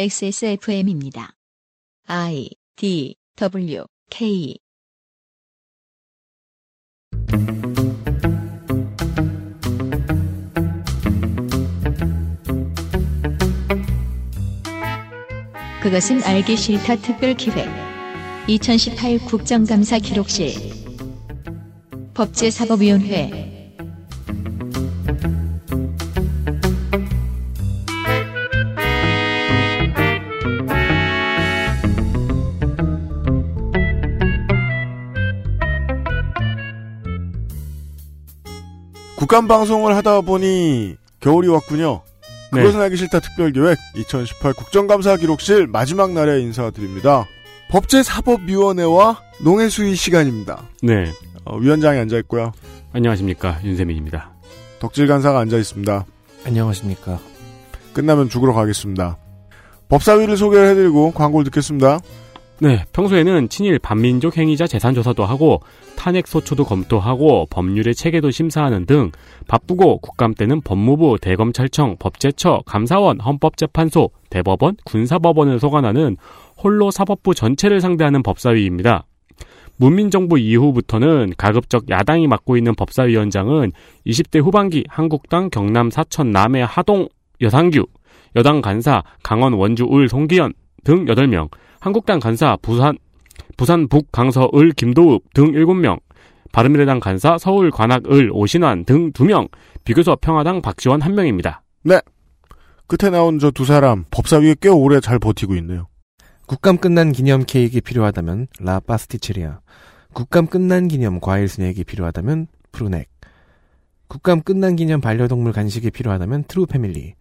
XSFM입니다. I D W K 그것은 알기 싫다 특별 기획 2018 국정감사 기록실 법제사법위원회 국감 방송을 하다 보니 겨울이 왔군요. 그것은 알기 싫다 특별기획 2018 국정감사 기록실 마지막 날에 인사드립니다. 법제사법위원회와 농해수위 시간입니다. 네. 어, 위원장이 앉아 있고요. 안녕하십니까. 윤세민입니다. 덕질 간사가 앉아 있습니다. 안녕하십니까. 끝나면 죽으러 가겠습니다. 법사위를 소개를 해드리고 광고를 듣겠습니다. 네. 평소에는 친일 반민족 행위자 재산 조사도 하고 탄핵 소추도 검토하고 법률의 체계도 심사하는 등 바쁘고 국감 때는 법무부, 대검찰청, 법제처, 감사원, 헌법재판소, 대법원, 군사법원을 소관하는 홀로 사법부 전체를 상대하는 법사위입니다. 문민정부 이후부터는 가급적 야당이 맡고 있는 법사위원장은 20대 후반기 한국당 경남 사천 남해 하동 여상규, 여당 간사 강원 원주 을 송기현 등 8명, 한국당 간사 부산 부산 북 강서 을 김도읍 등 7명, 바른미래당 간사 서울 관악 을 오신환 등 2명, 비교섭 평화당 박지원 1명입니다. 끝에 나온 저 두 사람 법사위에 꽤 오래 잘 버티고 있네요. 국감 끝난 기념 케이크가 필요하다면 라 파스티체리아. 국감 끝난 기념 과일 스낵이 필요하다면 프루넥. 국감 끝난 기념 반려동물 간식이 필요하다면 트루 패밀리.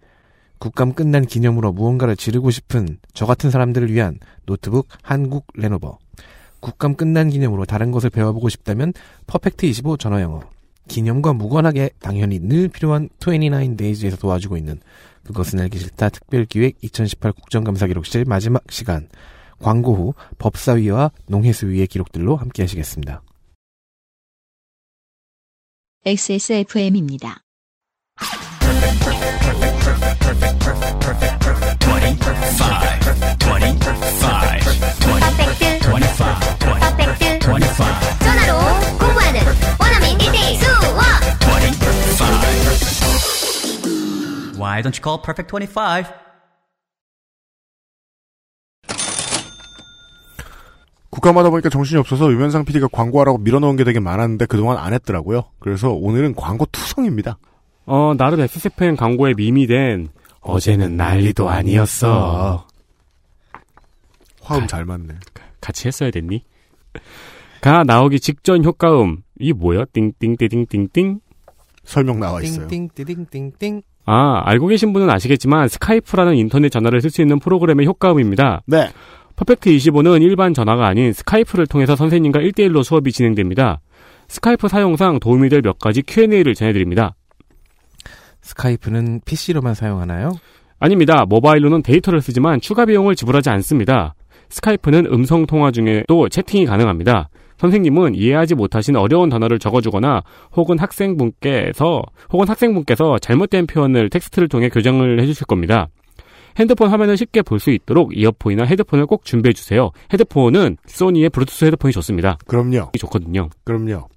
국감 끝난 기념으로 무언가를 지르고 싶은 저 같은 사람들을 위한 노트북 한국 레노버. 국감 끝난 기념으로 다른 것을 배워보고 싶다면 퍼펙트 25 전화 영어. 기념과 무관하게 당연히 늘 필요한 29 데이즈에서 도와주고 있는 그것은 알기 싫다 특별기획 2018 국정감사 기록실 마지막 시간 광고 후 법사위와 농해수위의 기록들로 함께 하시겠습니다. XSFM입니다. 퍼펙트 25 퍼펙트 25 전화로 공부하는 원어민 1대1 수업 Why don't you call Perfect 25? 국감하다 보니까 정신이 없어서 유면상 PD가 광고하라고 밀어넣은 게 되게 많았는데 그동안 안 했더라고요. 그래서 오늘은 광고 투성입니다. 어, 나름 XSFM 광고에 밈이된 어제는 난리도 아니었어. 화음 잘 맞네. 같이 했어야 됐니? 가 나오기 직전 효과음. 이 뭐야? 띵띵띠띵띵띵? 설명 나와 아, 있어요. 띵띵띵띵띵. 아, 알고 계신 분은 아시겠지만 스카이프라는 인터넷 전화를 쓸 수 있는 프로그램의 효과음입니다. 네. 퍼펙트 25는 일반 전화가 아닌 스카이프를 통해서 선생님과 1대1로 수업이 진행됩니다. 스카이프 사용상 도움이 될 몇 가지 Q&A를 전해드립니다. 스카이프는 PC로만 사용하나요? 아닙니다. 모바일로는 데이터를 쓰지만 추가 비용을 지불하지 않습니다. 스카이프는 음성 통화 중에도 채팅이 가능합니다. 선생님은 이해하지 못하신 어려운 단어를 적어주거나 혹은 학생분께서 혹은 학생분께서 잘못된 표현을 텍스트를 통해 교정을 해주실 겁니다. 핸드폰 화면을 쉽게 볼 수 있도록 이어폰이나 헤드폰을 꼭 준비해 주세요. 헤드폰은 소니의 브루투스 헤드폰이 좋습니다. 그럼요. 이 좋거든요. 그럼요.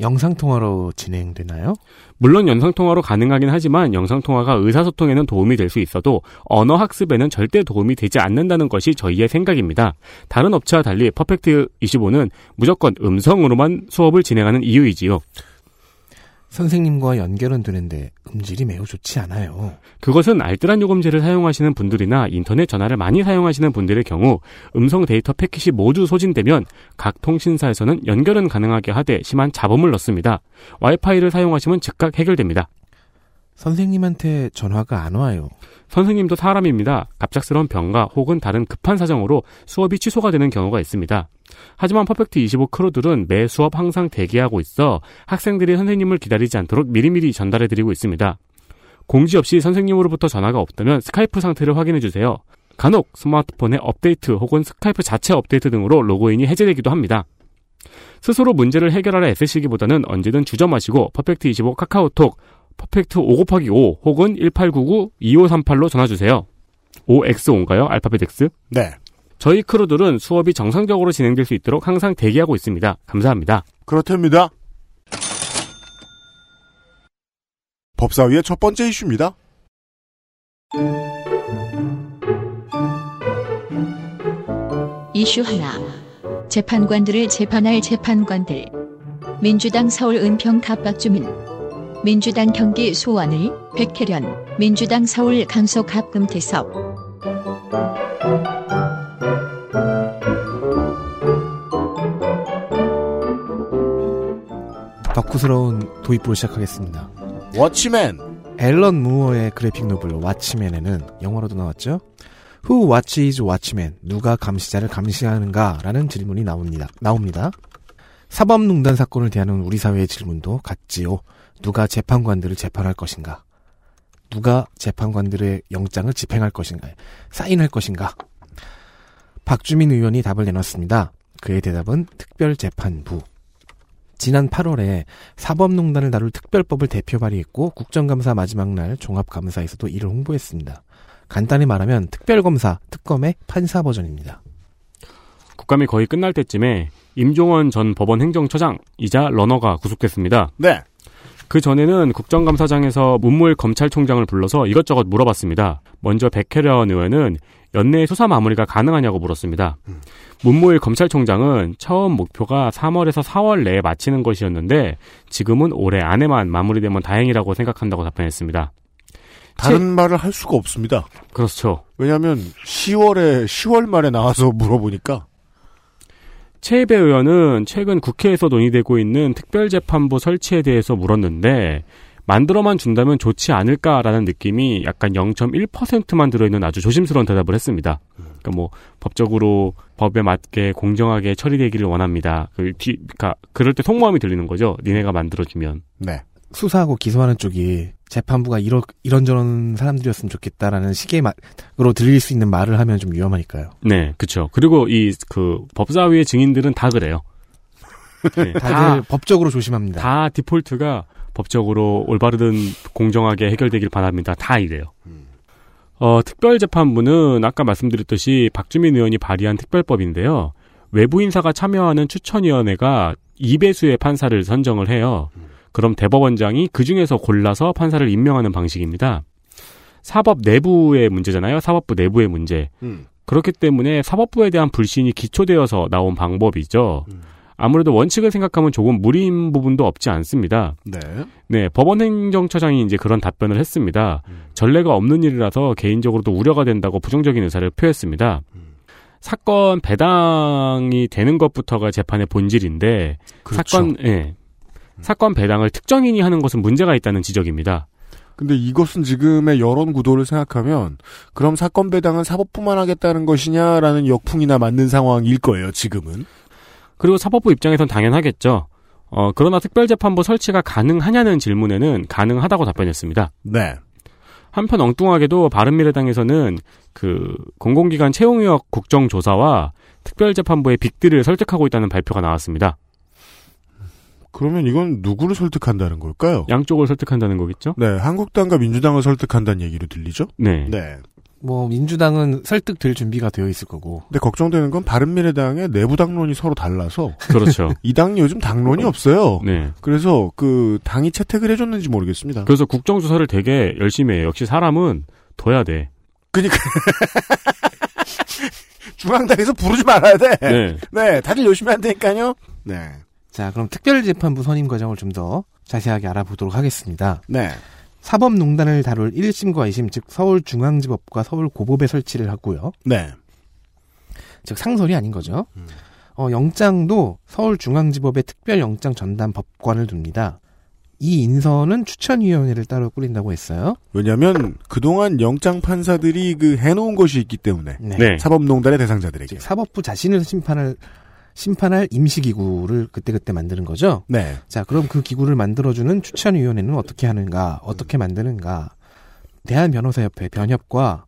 영상 통화로 진행되나요? 물론 영상통화로 가능하긴 하지만 영상통화가 의사소통에는 도움이 될 수 있어도 언어학습에는 절대 도움이 되지 않는다는 것이 저희의 생각입니다. 다른 업체와 달리 퍼펙트25는 무조건 음성으로만 수업을 진행하는 이유이지요. 선생님과 연결은 되는데 음질이 매우 좋지 않아요. 그것은 알뜰한 요금제를 사용하시는 분들이나 인터넷 전화를 많이 사용하시는 분들의 경우 음성 데이터 패킷이 모두 소진되면 각 통신사에서는 연결은 가능하게 하되 심한 잡음을 넣습니다. 와이파이를 사용하시면 즉각 해결됩니다. 선생님한테 전화가 안 와요. 선생님도 사람입니다. 갑작스러운 병과 혹은 다른 급한 사정으로 수업이 취소가 되는 경우가 있습니다. 하지만 퍼펙트 25 크루들은 매 수업 항상 대기하고 있어 학생들이 선생님을 기다리지 않도록 미리미리 전달해드리고 있습니다. 공지 없이 선생님으로부터 전화가 없다면 스카이프 상태를 확인해주세요. 간혹 스마트폰의 업데이트 혹은 스카이프 자체 업데이트 등으로 로그인이 해제되기도 합니다. 스스로 문제를 해결하려 애쓰시기보다는 언제든 주저마시고 퍼펙트25 카카오톡 퍼펙트 5 곱하기 5 혹은 1899-2538로 전화주세요. OXO인가요? 알파벳 X? 네. 저희 크루들은 수업이 정상적으로 진행될 수 있도록 항상 대기하고 있습니다. 감사합니다. 그렇답니다. 법사위의 첫 번째 이슈입니다. 이슈 하나. 재판관들을 재판할 재판관들. 민주당 서울 은평 갑박주민. 민주당 경기 소원을 백혜련. 민주당 서울 강서 갑금태섭. 덕후스러운 도입부를 시작하겠습니다. 워치맨. 앨런 무어의 그래픽 노블 왓치맨에는 영어로도 나왔죠. Who watches Watchman? 누가 감시자를 감시하는가라는 질문이 나옵니다. 나옵니다. 사법농단 사건을 대하는 우리 사회의 질문도 같지요. 누가 재판관들을 재판할 것인가? 누가 재판관들의 영장을 집행할 것인가? 사인할 것인가? 박주민 의원이 답을 내놨습니다. 그의 대답은 특별재판부. 지난 8월에 사법농단을 다룰 특별법을 대표 발의했고 국정감사 마지막 날 종합감사에서도 이를 홍보했습니다. 간단히 말하면 특별검사, 특검의 판사 버전입니다. 국감이 거의 끝날 때쯤에 임종원 전 법원 행정처장이자 러너가 구속됐습니다. 네. 그 전에는 국정감사장에서 문무일 검찰총장을 불러서 이것저것 물어봤습니다. 먼저 백혜련 의원은 연내 수사 마무리가 가능하냐고 물었습니다. 문무일 검찰총장은 처음 목표가 3월에서 4월 내에 마치는 것이었는데 지금은 올해 안에만 마무리되면 다행이라고 생각한다고 답변했습니다. 다른 말을 할 수가 없습니다. 그렇죠. 왜냐하면 10월에 10월 말에 나와서 물어보니까 최배 의원은 최근 국회에서 논의되고 있는 특별재판부 설치에 대해서 물었는데 만들어만 준다면 좋지 않을까라는 느낌이 약간 0.1%만 들어있는 아주 조심스러운 대답을 했습니다. 그러니까 뭐 법적으로 법에 맞게 공정하게 처리되기를 원합니다. 그 뒤, 그러니까 그럴 때 속마음이 들리는 거죠. 니네가 만들어주면. 네. 수사하고 기소하는 쪽이 재판부가 이런 이런저런 사람들이었으면 좋겠다라는 식의 말으로 들릴 수 있는 말을 하면 좀 위험하니까요. 네, 그렇죠. 그리고 이 그 법사위의 증인들은 다 그래요. 네, 다들 법적으로 조심합니다. 다 디폴트가 법적으로 올바르든 공정하게 해결되길 바랍니다. 다 이래요. 음. 어, 특별재판부는 아까 말씀드렸듯이 박주민 의원이 발의한 특별법인데요. 외부 인사가 참여하는 추천위원회가 2배수의 판사를 선정을 해요. 음. 그럼 대법원장이 그 중에서 골라서 판사를 임명하는 방식입니다. 사법 내부의 문제잖아요. 사법부 내부의 문제. 음. 그렇기 때문에 사법부에 대한 불신이 기초되어서 나온 방법이죠. 아무래도 원칙을 생각하면 조금 무리인 부분도 없지 않습니다. 네. 네, 법원 행정처장이 이제 그런 답변을 했습니다. 전례가 없는 일이라서 개인적으로도 우려가 된다고 부정적인 의사를 표했습니다. 사건 배당이 되는 것부터가 재판의 본질인데 그렇죠. 사건 예. 사건 배당을 특정인이 하는 것은 문제가 있다는 지적입니다. 근데 이것은 지금의 여론 구도를 생각하면 그럼 사건 배당은 사법부만 하겠다는 것이냐라는 역풍이나 맞는 상황일 거예요. 지금은. 그리고 사법부 입장에선 당연하겠죠. 어, 그러나 특별재판부 설치가 가능하냐는 질문에는 가능하다고 답변했습니다. 네. 한편 엉뚱하게도 바른미래당에서는 그 공공기관 채용역 국정조사와 특별재판부의 빅딜을 설득하고 있다는 발표가 나왔습니다. 그러면 이건 누구를 설득한다는 걸까요? 양쪽을 설득한다는 거겠죠? 네. 한국당과 민주당을 설득한다는 얘기로 들리죠? 네. 네. 뭐 민주당은 설득될 준비가 되어 있을 거고 근데 걱정되는 건 바른미래당의 내부 당론이 서로 달라서 그렇죠. 이 당이 요즘 당론이 없어요. 네. 그래서 그 당이 채택을 해줬는지 모르겠습니다. 그래서 국정조사를 되게 열심히 해요. 역시 사람은 둬야 돼. 그니까 중앙당에서 부르지 말아야 돼. 네. 네. 다들 열심히 한다니까요. 네, 자 그럼 특별재판부 선임 과정을 좀 더 자세하게 알아보도록 하겠습니다. 네, 사법농단을 다룰 1심과 2심, 즉 서울중앙지법과 서울고법에 설치를 하고요. 네, 즉 상설이 아닌 거죠. 어, 영장도 서울중앙지법의 특별영장 전담 법관을 둡니다. 이 인선은 추천위원회를 따로 꾸린다고 했어요. 왜냐하면 그동안 영장 판사들이 그 해놓은 것이 있기 때문에 네. 사법농단의 대상자들에게. 즉 사법부 자신을 심판을 심판할 임시기구를 그때그때 만드는 거죠. 네, 자, 그럼 그 기구를 만들어주는 추천위원회는 어떻게 하는가, 어떻게 만드는가. 대한변호사협회 변협과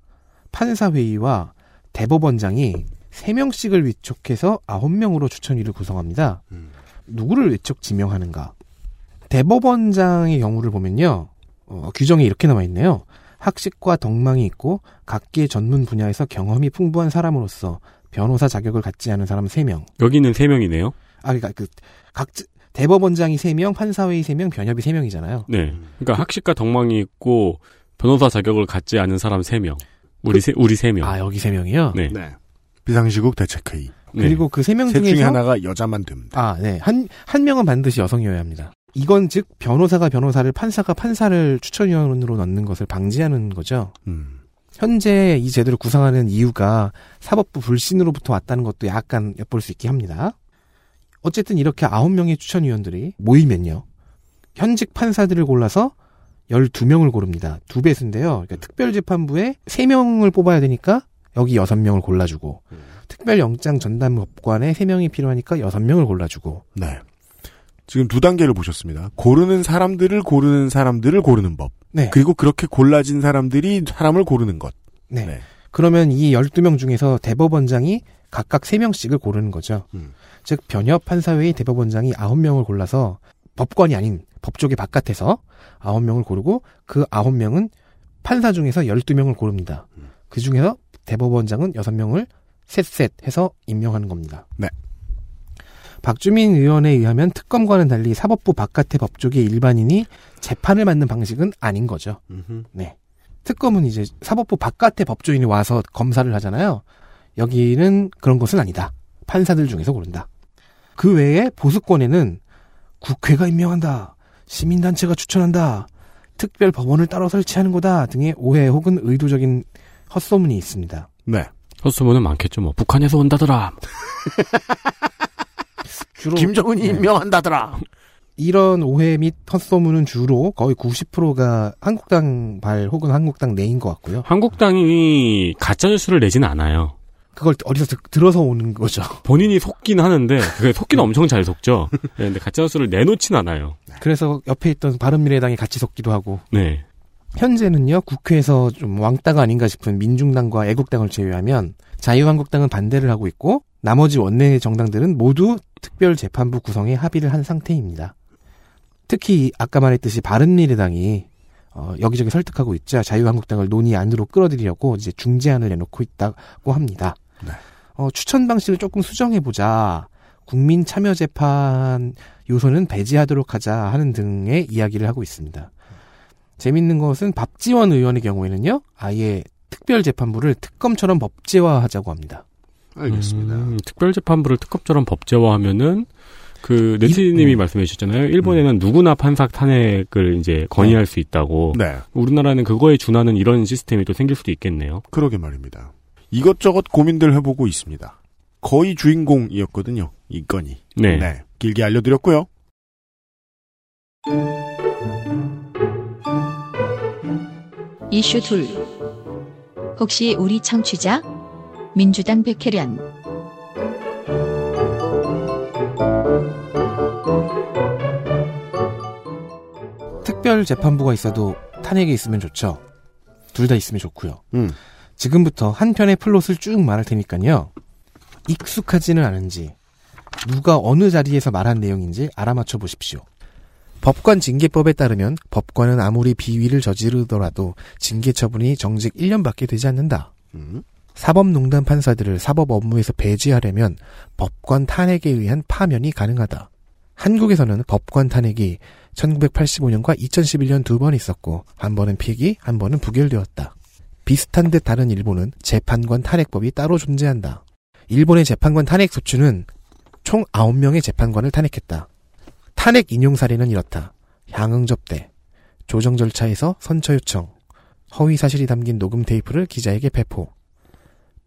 판사회의와 대법원장이 3명씩을 위촉해서 9명으로 추천위를 구성합니다. 누구를 위촉 지명하는가. 대법원장의 경우를 보면요. 어, 규정에 이렇게 나와 있네요. 학식과 덕망이 있고 각기 의 전문 분야에서 경험이 풍부한 사람으로서 변호사 자격을 갖지 않은 사람 3명. 여기는 세명이네요 아, 그러니까 그 각, 대법원장이 3명, 판사회의 3명, 변협이 3명이잖아요. 네. 그러니까 학식과 덕망이 있고 변호사 자격을 갖지 않은 사람 세명 우리 세 우리 세명 아, 여기 3명이요? 네. 네. 비상시국 대책회의. 네. 그리고 그 3명 셋 중에 중에서 하나가 여자만 됩니다. 아, 네. 한, 한 명은 반드시 여성이어야 합니다. 이건 즉, 변호사가 변호사를, 판사가 판사를 추천위원으로 넣는 것을 방지하는 거죠. 음. 현재 이 제도를 구상하는 이유가 사법부 불신으로부터 왔다는 것도 약간 엿볼 수 있게 합니다. 어쨌든 이렇게 9명의 추천위원들이 모이면요. 현직 판사들을 골라서 12명을 고릅니다. 두 배 수인데요. 그러니까 특별재판부에 3명을 뽑아야 되니까 여기 6명을 골라주고 특별영장 전담법관에 3명이 필요하니까 6명을 골라주고 네. 지금 두 단계를 보셨습니다. 고르는 사람들을 고르는 사람들을 고르는 법. 네. 그리고 그렇게 골라진 사람들이 사람을 고르는 것. 네. 네. 그러면 이 12명 중에서 대법원장이 각각 3명씩을 고르는 거죠. 음. 즉 변협 판사회의 대법원장이 9명을 골라서 법관이 아닌 법조계 바깥에서 9명을 고르고 그 9명은 판사 중에서 12명을 고릅니다. 음. 그 중에서 대법원장은 6명을 셋셋 해서 임명하는 겁니다. 네. 박주민 의원에 의하면 특검과는 달리 사법부 바깥의 법조계 일반인이 재판을 맡는 방식은 아닌 거죠. 네. 특검은 이제 사법부 바깥에 법조인이 와서 검사를 하잖아요. 여기는 그런 것은 아니다. 판사들 중에서 고른다. 그 외에 보수권에는 국회가 임명한다. 시민단체가 추천한다. 특별 법원을 따로 설치하는 거다 등의 오해 혹은 의도적인 헛소문이 있습니다. 네. 헛소문은 많겠죠. 뭐 북한에서 온다더라. 주로 김정은이 네. 임명한다더라. 이런 오해 및 헛소문은 주로 거의 90%가 한국당 발 혹은 한국당 내인 것 같고요. 한국당이 가짜 뉴스를 내진 않아요. 그걸 어디서 들- 들어서 오는 거죠. 본인이 속긴 하는데 그 속기는 엄청 잘 속죠. 네, 근데 가짜 뉴스를 내놓진 않아요. 그래서 옆에 있던 바른미래당이 같이 섰기도 하고 네. 현재는요 국회에서 좀 왕따가 아닌가 싶은 민중당과 애국당을 제외하면 자유한국당은 반대를 하고 있고 나머지 원내 정당들은 모두 특별재판부 구성에 합의를 한 상태입니다. 특히 아까 말했듯이 바른미래당이 어, 여기저기 설득하고 있자 자유한국당을 논의 안으로 끌어들이려고 이제 중재안을 내놓고 있다고 합니다. 네. 어, 추천 방식을 조금 수정해 보자. 국민 참여 재판 요소는 배제하도록 하자 하는 등의 이야기를 하고 있습니다. 재밌는 것은 박지원 의원의 경우에는요, 아예 특별재판부를 특검처럼 법제화하자고 합니다. 음, 특별재판부를 특검처럼 법제화하면은 그 네티님이 음. 말씀해 주셨잖아요. 일본에는 누구나 판사 탄핵을 이제 건의할 수 있다고. 네. 우리나라는 그거에 준하는 이런 시스템이 또 생길 수도 있겠네요. 그러게 말입니다. 이것저것 고민들 해보고 있습니다. 거의 주인공이었거든요. 이 건이. 네. 길게 알려드렸고요. 이슈 둘 혹시 우리 청취자 민주당 백혜련 특별재판부가 있어도 탄핵이 있으면 좋죠. 둘 다 있으면 좋고요. 음. 지금부터 한 편의 플롯을 쭉 말할 테니까요. 익숙하지는 않은지, 누가 어느 자리에서 말한 내용인지 알아맞혀 보십시오. 법관 징계법에 따르면 법관은 아무리 비위를 저지르더라도 징계 처분이 정직 1년밖에 되지 않는다. 음. 사법농단 판사들을 사법 업무에서 배제하려면 법관 탄핵에 의한 파면이 가능하다. 한국에서는 법관 탄핵이 1985년과 2011년 두 번 있었고 한 번은 폐기, 한 번은 부결되었다. 비슷한 듯 다른 일본은 재판관 탄핵법이 따로 존재한다. 일본의 재판관 탄핵 소추는 총 9명의 재판관을 탄핵했다. 탄핵 인용 사례는 이렇다. 향응 접대, 조정 절차에서 선처 요청, 허위 사실이 담긴 녹음 테이프를 기자에게 배포,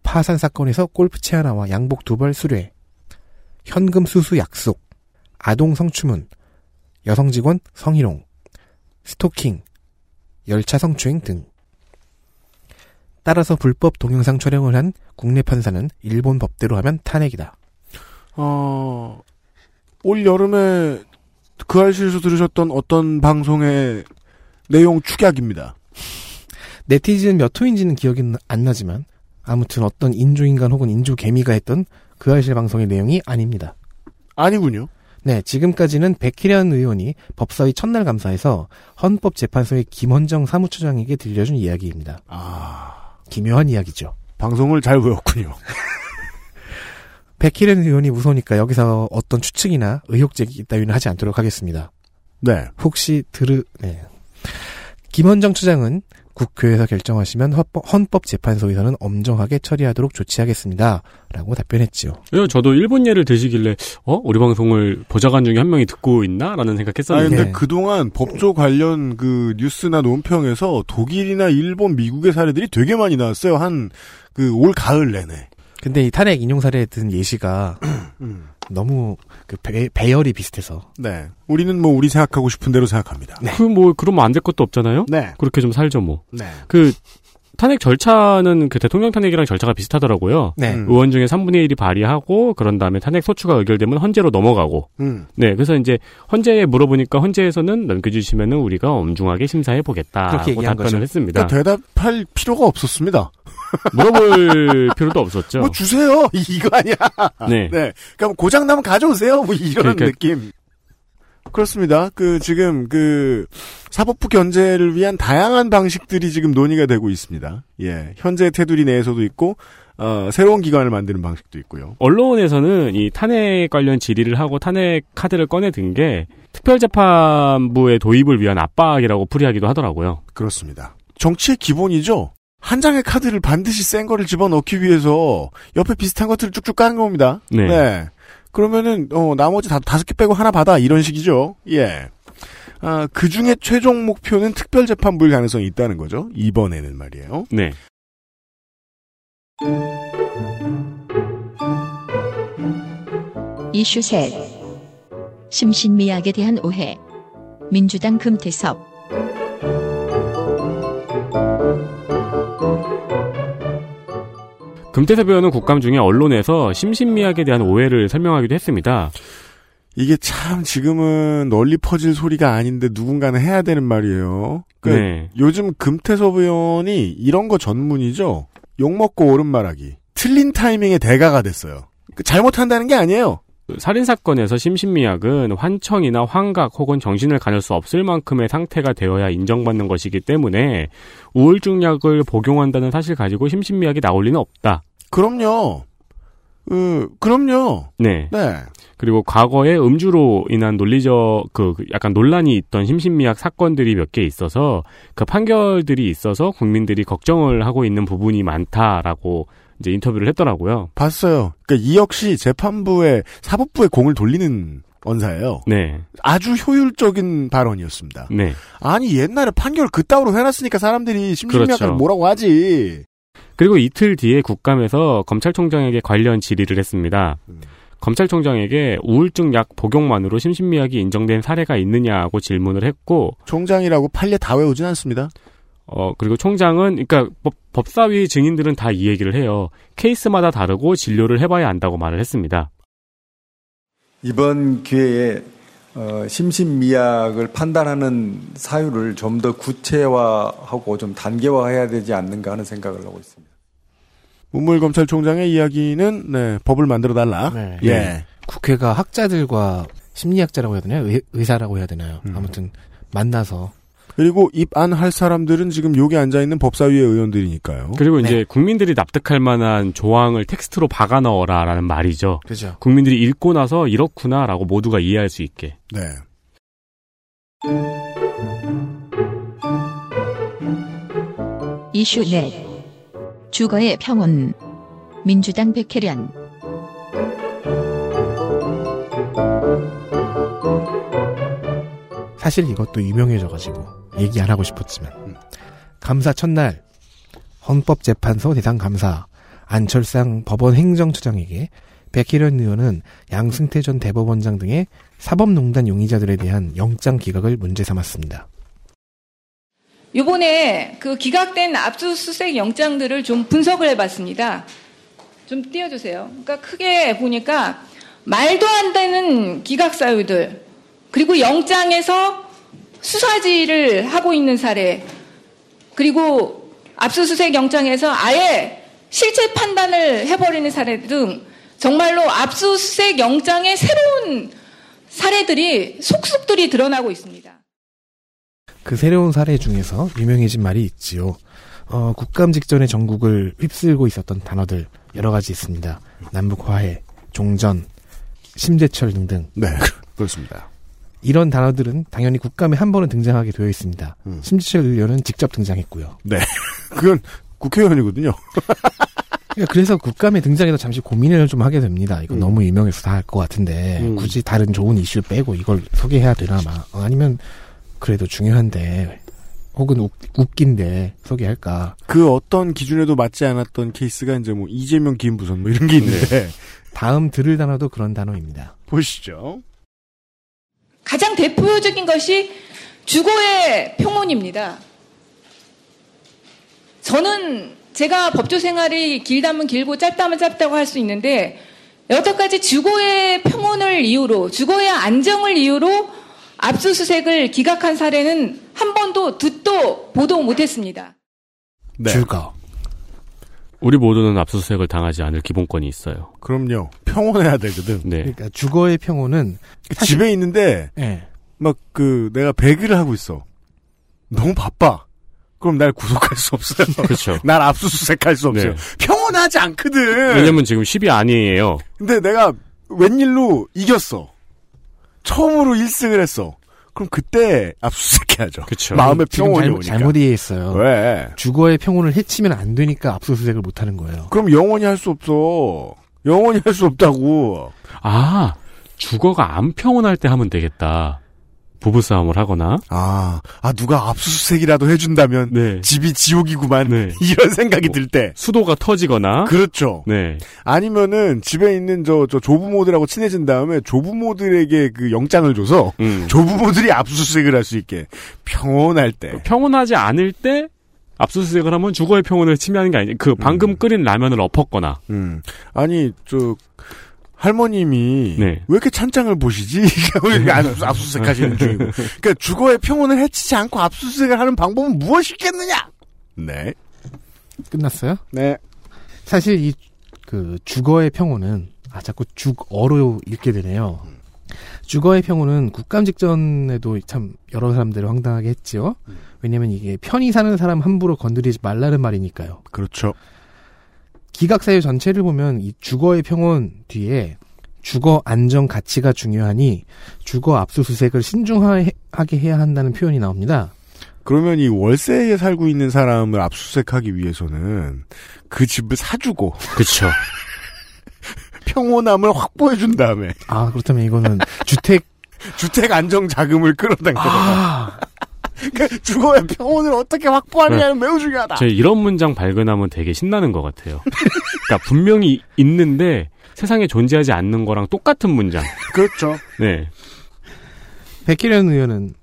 파산 사건에서 골프 채 하나와 양복 두 벌 수뢰, 현금 수수 약속, 아동 성추문, 여성 직원 성희롱, 스토킹, 열차 성추행 등. 따라서 불법 동영상 촬영을 한 국내 판사는 일본 법대로 하면 탄핵이다. 어, 올 여름에 그 알실에서 들으셨던 어떤 방송의 내용 축약입니다. 네티즌 몇 호인지는 기억이 안 나지만 아무튼 어떤 인조인간 혹은 인조개미가 했던 그 아실 방송의 내용이 아닙니다. 아니군요. 네, 지금까지는 백희련 의원이 법사위 첫날 감사에서 헌법재판소의 김헌정 사무처장에게 들려준 이야기입니다. 아, 기묘한 이야기죠. 방송을 잘 외웠군요. 백희련 의원이 무서우니까 여기서 어떤 추측이나 의혹 제기 따위는 하지 않도록 하겠습니다. 네. 혹시 들으, 네. 김헌정 처장은 국회에서 결정하시면 헌법, 헌법재판소에서는 엄정하게 처리하도록 조치하겠습니다. 라고 답변했지요. 예, 저도 일본 예를 드시길래 어 우리 방송을 보좌관 중에 한 명이 듣고 있나라는 아 생각했었는데 근데 네. 그동안 법조 관련 그 뉴스나 논평에서 독일이나 일본, 미국의 사례들이 되게 많이 나왔어요. 한 그 올 가을 내내. 근데 이 탄핵 인용 사례에 든 예시가 음. 너무 그 배, 배열이 비슷해서 네. 우리는 뭐 우리 생각하고 싶은 대로 생각합니다. 네. 그 뭐 그러면 안 될 것도 없잖아요. 네. 그렇게 좀 살죠 뭐. 네. 그 탄핵 절차는 그 대통령 탄핵이랑 절차가 비슷하더라고요. 네. 음. 의원 중에 3분의 1이 발의하고 그런 다음에 탄핵 소추가 의결되면 헌재로 넘어가고 음. 네 그래서 이제 헌재에 물어보니까 헌재에서는 넘겨주시면은 우리가 엄중하게 심사해 그렇게 보겠다고 얘기한 답변을 거죠. 했습니다. 그러니까 대답할 필요가 없었습니다. 물어볼 필요도 없었죠. 뭐 주세요. 이거 아니야. 네. 네. 그러니까 고장 나면 가져오세요. 뭐 이런 그러니까- 느낌. 그렇습니다. 그 지금 그 사법부 견제를 위한 다양한 방식들이 지금 논의가 되고 있습니다. 예. 현재 테두리 내에서도 있고 어, 새로운 기관을 만드는 방식도 있고요. 언론에서는 이 탄핵 관련 질의를 하고 탄핵 카드를 꺼내든 게 특별재판부의 도입을 위한 압박이라고 풀이하기도 하더라고요. 그렇습니다. 정치의 기본이죠. 한 장의 카드를 반드시 센 거를 집어넣기 위해서 옆에 비슷한 것들을 쭉쭉 까는 겁니다. 네. 그러면은 어, 나머지 다, 다섯 개 빼고 하나 받아 이런 식이죠. 예. 아, 그 중에 최종 목표는 특별 재판부일 가능성이 있다는 거죠. 이번에는 말이에요. 네. 이슈 셋 심신미약에 대한 오해 민주당 금태섭 금태섭 의원은 국감 중에 언론에서 심신미약에 대한 오해를 설명하기도 했습니다. 이게 참 지금은 널리 퍼질 소리가 아닌데 누군가는 해야 되는 말이에요. 그러니까 네. 요즘 금태섭 의원이 이런 거 전문이죠. 욕 먹고 옳은 말하기. 틀린 타이밍에 대가가 됐어요. 그 잘못한다는 게 아니에요. 살인 사건에서 심신미약은 환청이나 환각 혹은 정신을 가눌 수 없을 만큼의 상태가 되어야 인정받는 것이기 때문에 우울증 약을 복용한다는 사실 가지고 심신미약이 나올 리는 없다. 그럼요. 그 그럼요. 네. 네. 그리고 과거에 음주로 인한 논리적 그 약간 논란이 있던 심신미약 사건들이 몇 개 있어서 그 판결들이 있어서 국민들이 걱정을 하고 있는 부분이 많다라고 이제 인터뷰를 했더라고요. 봤어요. 그러니까 이 역시 재판부의 사법부의 공을 돌리는 언사예요. 네, 아주 효율적인 발언이었습니다. 네. 아니 옛날에 판결 그따위로 해놨으니까 사람들이 심심해서 그렇죠. 뭐라고 하지. 그리고 이틀 뒤에 국감에서 검찰총장에게 관련 질의를 했습니다. 검찰총장에게 우울증 약 복용만으로 심신미약이 인정된 사례가 있느냐고 질문을 했고, 총장이라고 판례 다 외우진 않습니다. 어, 그리고 총장은, 그니까 법, 사위 증인들은 다 이 얘기를 해요. 케이스마다 다르고 진료를 해봐야 한다고 말을 했습니다. 이번 기회에 어, 심신미약을 판단하는 사유를 좀 더 구체화하고 좀 단계화해야 되지 않는가 하는 생각을 하고 있습니다. 문물 검찰총장의 이야기는 네, 법을 만들어 달라. 네. 예. 국회가 학자들과 심리학자라고 해야 되나요? 의, 사라고 해야 되나요? 음. 아무튼 만나서 그리고 입 안 할 사람들은 지금 여기 앉아 있는 법사위의 의원들이니까요. 그리고 이제 국민들이 납득할 만한 조항을 텍스트로 박아 넣어라라는 말이죠. 그죠. 국민들이 읽고 나서 이렇구나라고 모두가 이해할 수 있게. 네. 이슈 넷 주거의 평온 민주당 백혜련 사실 이것도 유명해져가지고 얘기 안 하고 싶었지만 감사 첫날 헌법재판소 대상 감사 안철상 법원 행정처장에게 백희련 의원은 양승태 전 대법원장 등의 사법농단 용의자들에 대한 영장 기각을 문제 삼았습니다. 요번에 그 기각된 압수수색 영장들을 좀 분석을 해봤습니다. 좀 띄워주세요. 그러니까 크게 보니까 말도 안 되는 기각 사유들, 그리고 영장에서 수사지를 하고 있는 사례, 그리고 압수수색 영장에서 아예 실체 판단을 해버리는 사례 등 정말로 압수수색 영장의 새로운 사례들이 속속들이 드러나고 있습니다. 그 새로운 사례 중에서 유명해진 말이 있지요. 어, 국감 직전에 전국을 휩쓸고 있었던 단어들 여러 가지 있습니다. 남북 화해, 종전, 심재철 등등. 네, 그렇습니다. 이런 단어들은 당연히 국감에 한 번은 등장하게 되어 있습니다. 음. 심재철 의원은 직접 등장했고요. 그건 국회의원이거든요. 그러니까 그래서 국감에 등장해서 잠시 고민을 좀 하게 됩니다. 이건 음. 너무 유명해서 다 알 것 같은데 음. 굳이 다른 좋은 이슈 빼고 이걸 소개해야 되나마. 어, 아니면 그래도 중요한데 혹은 웃, 웃긴데 소개할까. 그 어떤 기준에도 맞지 않았던 케이스가 이제 뭐 이재명 기인부선 뭐 이런 게 있는데 다음 들을 단어도 그런 단어입니다. 보시죠. 가장 대표적인 것이 주거의 평온입니다. 저는 제가 법조 생활이 길다면 길고 짧다면 짧다고 할 수 있는데 여태까지 주거의 평온을 이유로 주거의 안정을 이유로 압수수색을 기각한 사례는 한 번도 듣도 보도 못했습니다. 네. 즐거. 우리 모두는 압수수색을 당하지 않을 기본권이 있어요. 그럼요. 평온해야 되거든. 네. 그러니까 주거의 평온은 사실- 집에 있는데 예. 막 그 내가 배기를 하고 있어. 너무 바빠. 그럼 날 구속할 수 없어요. 그렇죠. 날 압수수색할 수 없어요. 네. 평온하지 않거든. 왜냐면 지금 10이 아니에요. 근데 내가 웬일로 이겼어. 처음으로 1승을 했어. 그럼 그때 압수수색해야죠. 그쵸. 마음의 지금 평온이 잘, 오니까. 잘못 이해했어요. 왜? 주거의 평온을 해치면 안 되니까 압수수색을 못 하는 거예요. 그럼 영원히 할 수 없어. 영원히 할 수 없다고. 아, 주거가 안 평온할 때 하면 되겠다. 부부싸움을 하거나. 아, 아 누가 압수수색이라도 해준다면 네. 집이 지옥이구만. 네. 이런 생각이 뭐. 들 때. 수도가 터지거나. 그렇죠. 네. 아니면은 집에 있는 저, 저 조부모들하고 친해진 다음에 조부모들에게 그 영장을 줘서 음. 조부모들이 압수수색을 할 수 있게 평온할 때. 평온하지 않을 때 압수수색을 하면 주거의 평온을 침해하는 게 아니지. 그 방금 끓인 라면을 엎었거나. 음. 아니, 저, 할머님이 네. 왜 이렇게 찬장을 보시지? 왜 이렇게 압수- 압수수색 하시는 중이고. 그러니까 주거의 평온을 해치지 않고 압수수색을 하는 방법은 무엇이겠느냐? 네. 끝났어요? 네. 사실 이 그 주거의 평온은 아 자꾸 죽어로 읽게 되네요. 주거의 평온은 국감 직전에도 참 여러 사람들을 황당하게 했지요. 왜냐면 이게 편히 사는 사람 함부로 건드리지 말라는 말이니까요. 그렇죠. 기각사유 전체를 보면 이 주거의 평온 뒤에 주거 안정 가치가 중요하니 주거 압수수색을 신중하게 해야 한다는 표현이 나옵니다. 그러면 이 월세에 살고 있는 사람을 압수수색하기 위해서는 그 집을 사주고 그쵸. 평온함을 확보해 준 다음에 아 그렇다면 이거는 주택 주택 안정 자금을 끌어당겨. 아 그러니까 주거의 평온을 어떻게 확보하느냐는 매우 중요하다. 저 이런 문장 발견하면 되게 신나는 것 같아요. 그러니까 분명히 있는데 세상에 존재하지 않는 거랑 똑같은 문장. 그렇죠. 네. 백혜련 의원은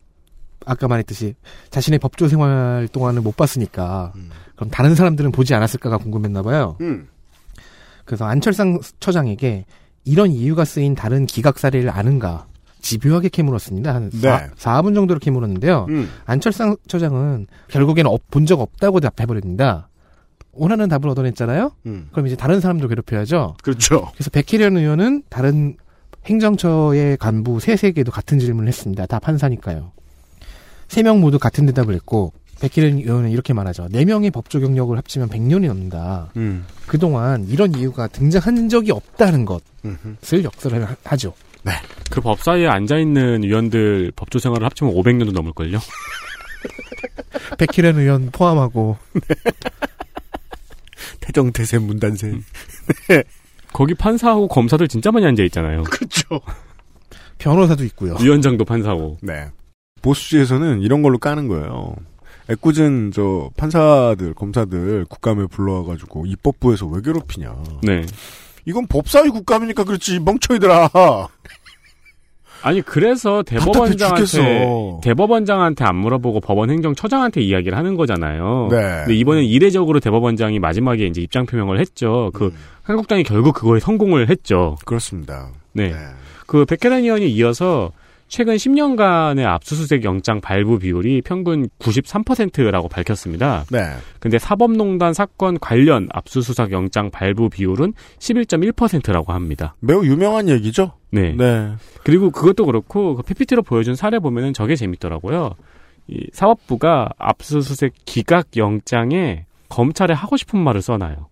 아까 말했듯이 자신의 법조 생활 동안은 못 봤으니까 그럼 다른 사람들은 보지 않았을까가 궁금했나 봐요. 음. 그래서 안철상 처장에게 이런 이유가 쓰인 다른 기각 사례를 아는가 집요하게 캐물었습니다. 한 네. 4, 분 정도로 캐물었는데요. 음. 안철상 처장은 결국에는 어, 본 적 없다고 답해버립니다. 원하는 답을 얻어냈잖아요. 음. 그럼 이제 다른 사람도 괴롭혀야죠. 그렇죠. 그래서 백혜련 의원은 다른 행정처의 간부 세세개도 같은 질문을 했습니다. 다 판사니까요. 세 명 모두 같은 대답을 했고 백혜련 의원은 이렇게 말하죠. 네명의 법조 경력을 합치면 100년이 넘는다. 음. 그동안 이런 이유가 등장한 적이 없다는 음흠. 것을 역설을 하- 하죠. 그 법사위에 앉아있는 위원들 법조 생활을 합치면 500년도 넘을걸요? 백혜련 의원 포함하고 태정태세 문단세. 거기 판사하고 검사들 진짜 많이 앉아있잖아요. 그렇죠. 변호사도 있고요. 어. 위원장도 판사고. 네. 보수지에서는 이런 걸로 까는 거예요. 애꿎은 저 판사들, 검사들 국감에 불러와가지고 입법부에서 왜 괴롭히냐. 네. 이건 법사위 국감이니까 그렇지 이 멍청이들아. 아니 그래서 답답해 대법원장한테 아, 죽겠어. 대법원장한테 안 물어보고 법원 행정처장한테 이야기를 하는 거잖아요. 네. 근데 이번엔 이례적으로 대법원장이 마지막에 이제 입장 표명을 했죠. 음. 그 한국당이 결국 그거에 성공을 했죠. 그렇습니다. 네. 네. 그 백혜란 의원이 이어서 최근 10년간의 압수수색 영장 발부 비율이 평균 93%라고 밝혔습니다. 네. 근데 사법농단 사건 관련 압수수색 영장 발부 비율은 11.1%라고 합니다. 매우 유명한 얘기죠? 네. 네. 그리고 그것도 그렇고 그 PPT로 보여준 사례 보면은 저게 재밌더라고요. 이 사법부가 압수수색 기각 영장에 검찰에 하고 싶은 말을 써놔요.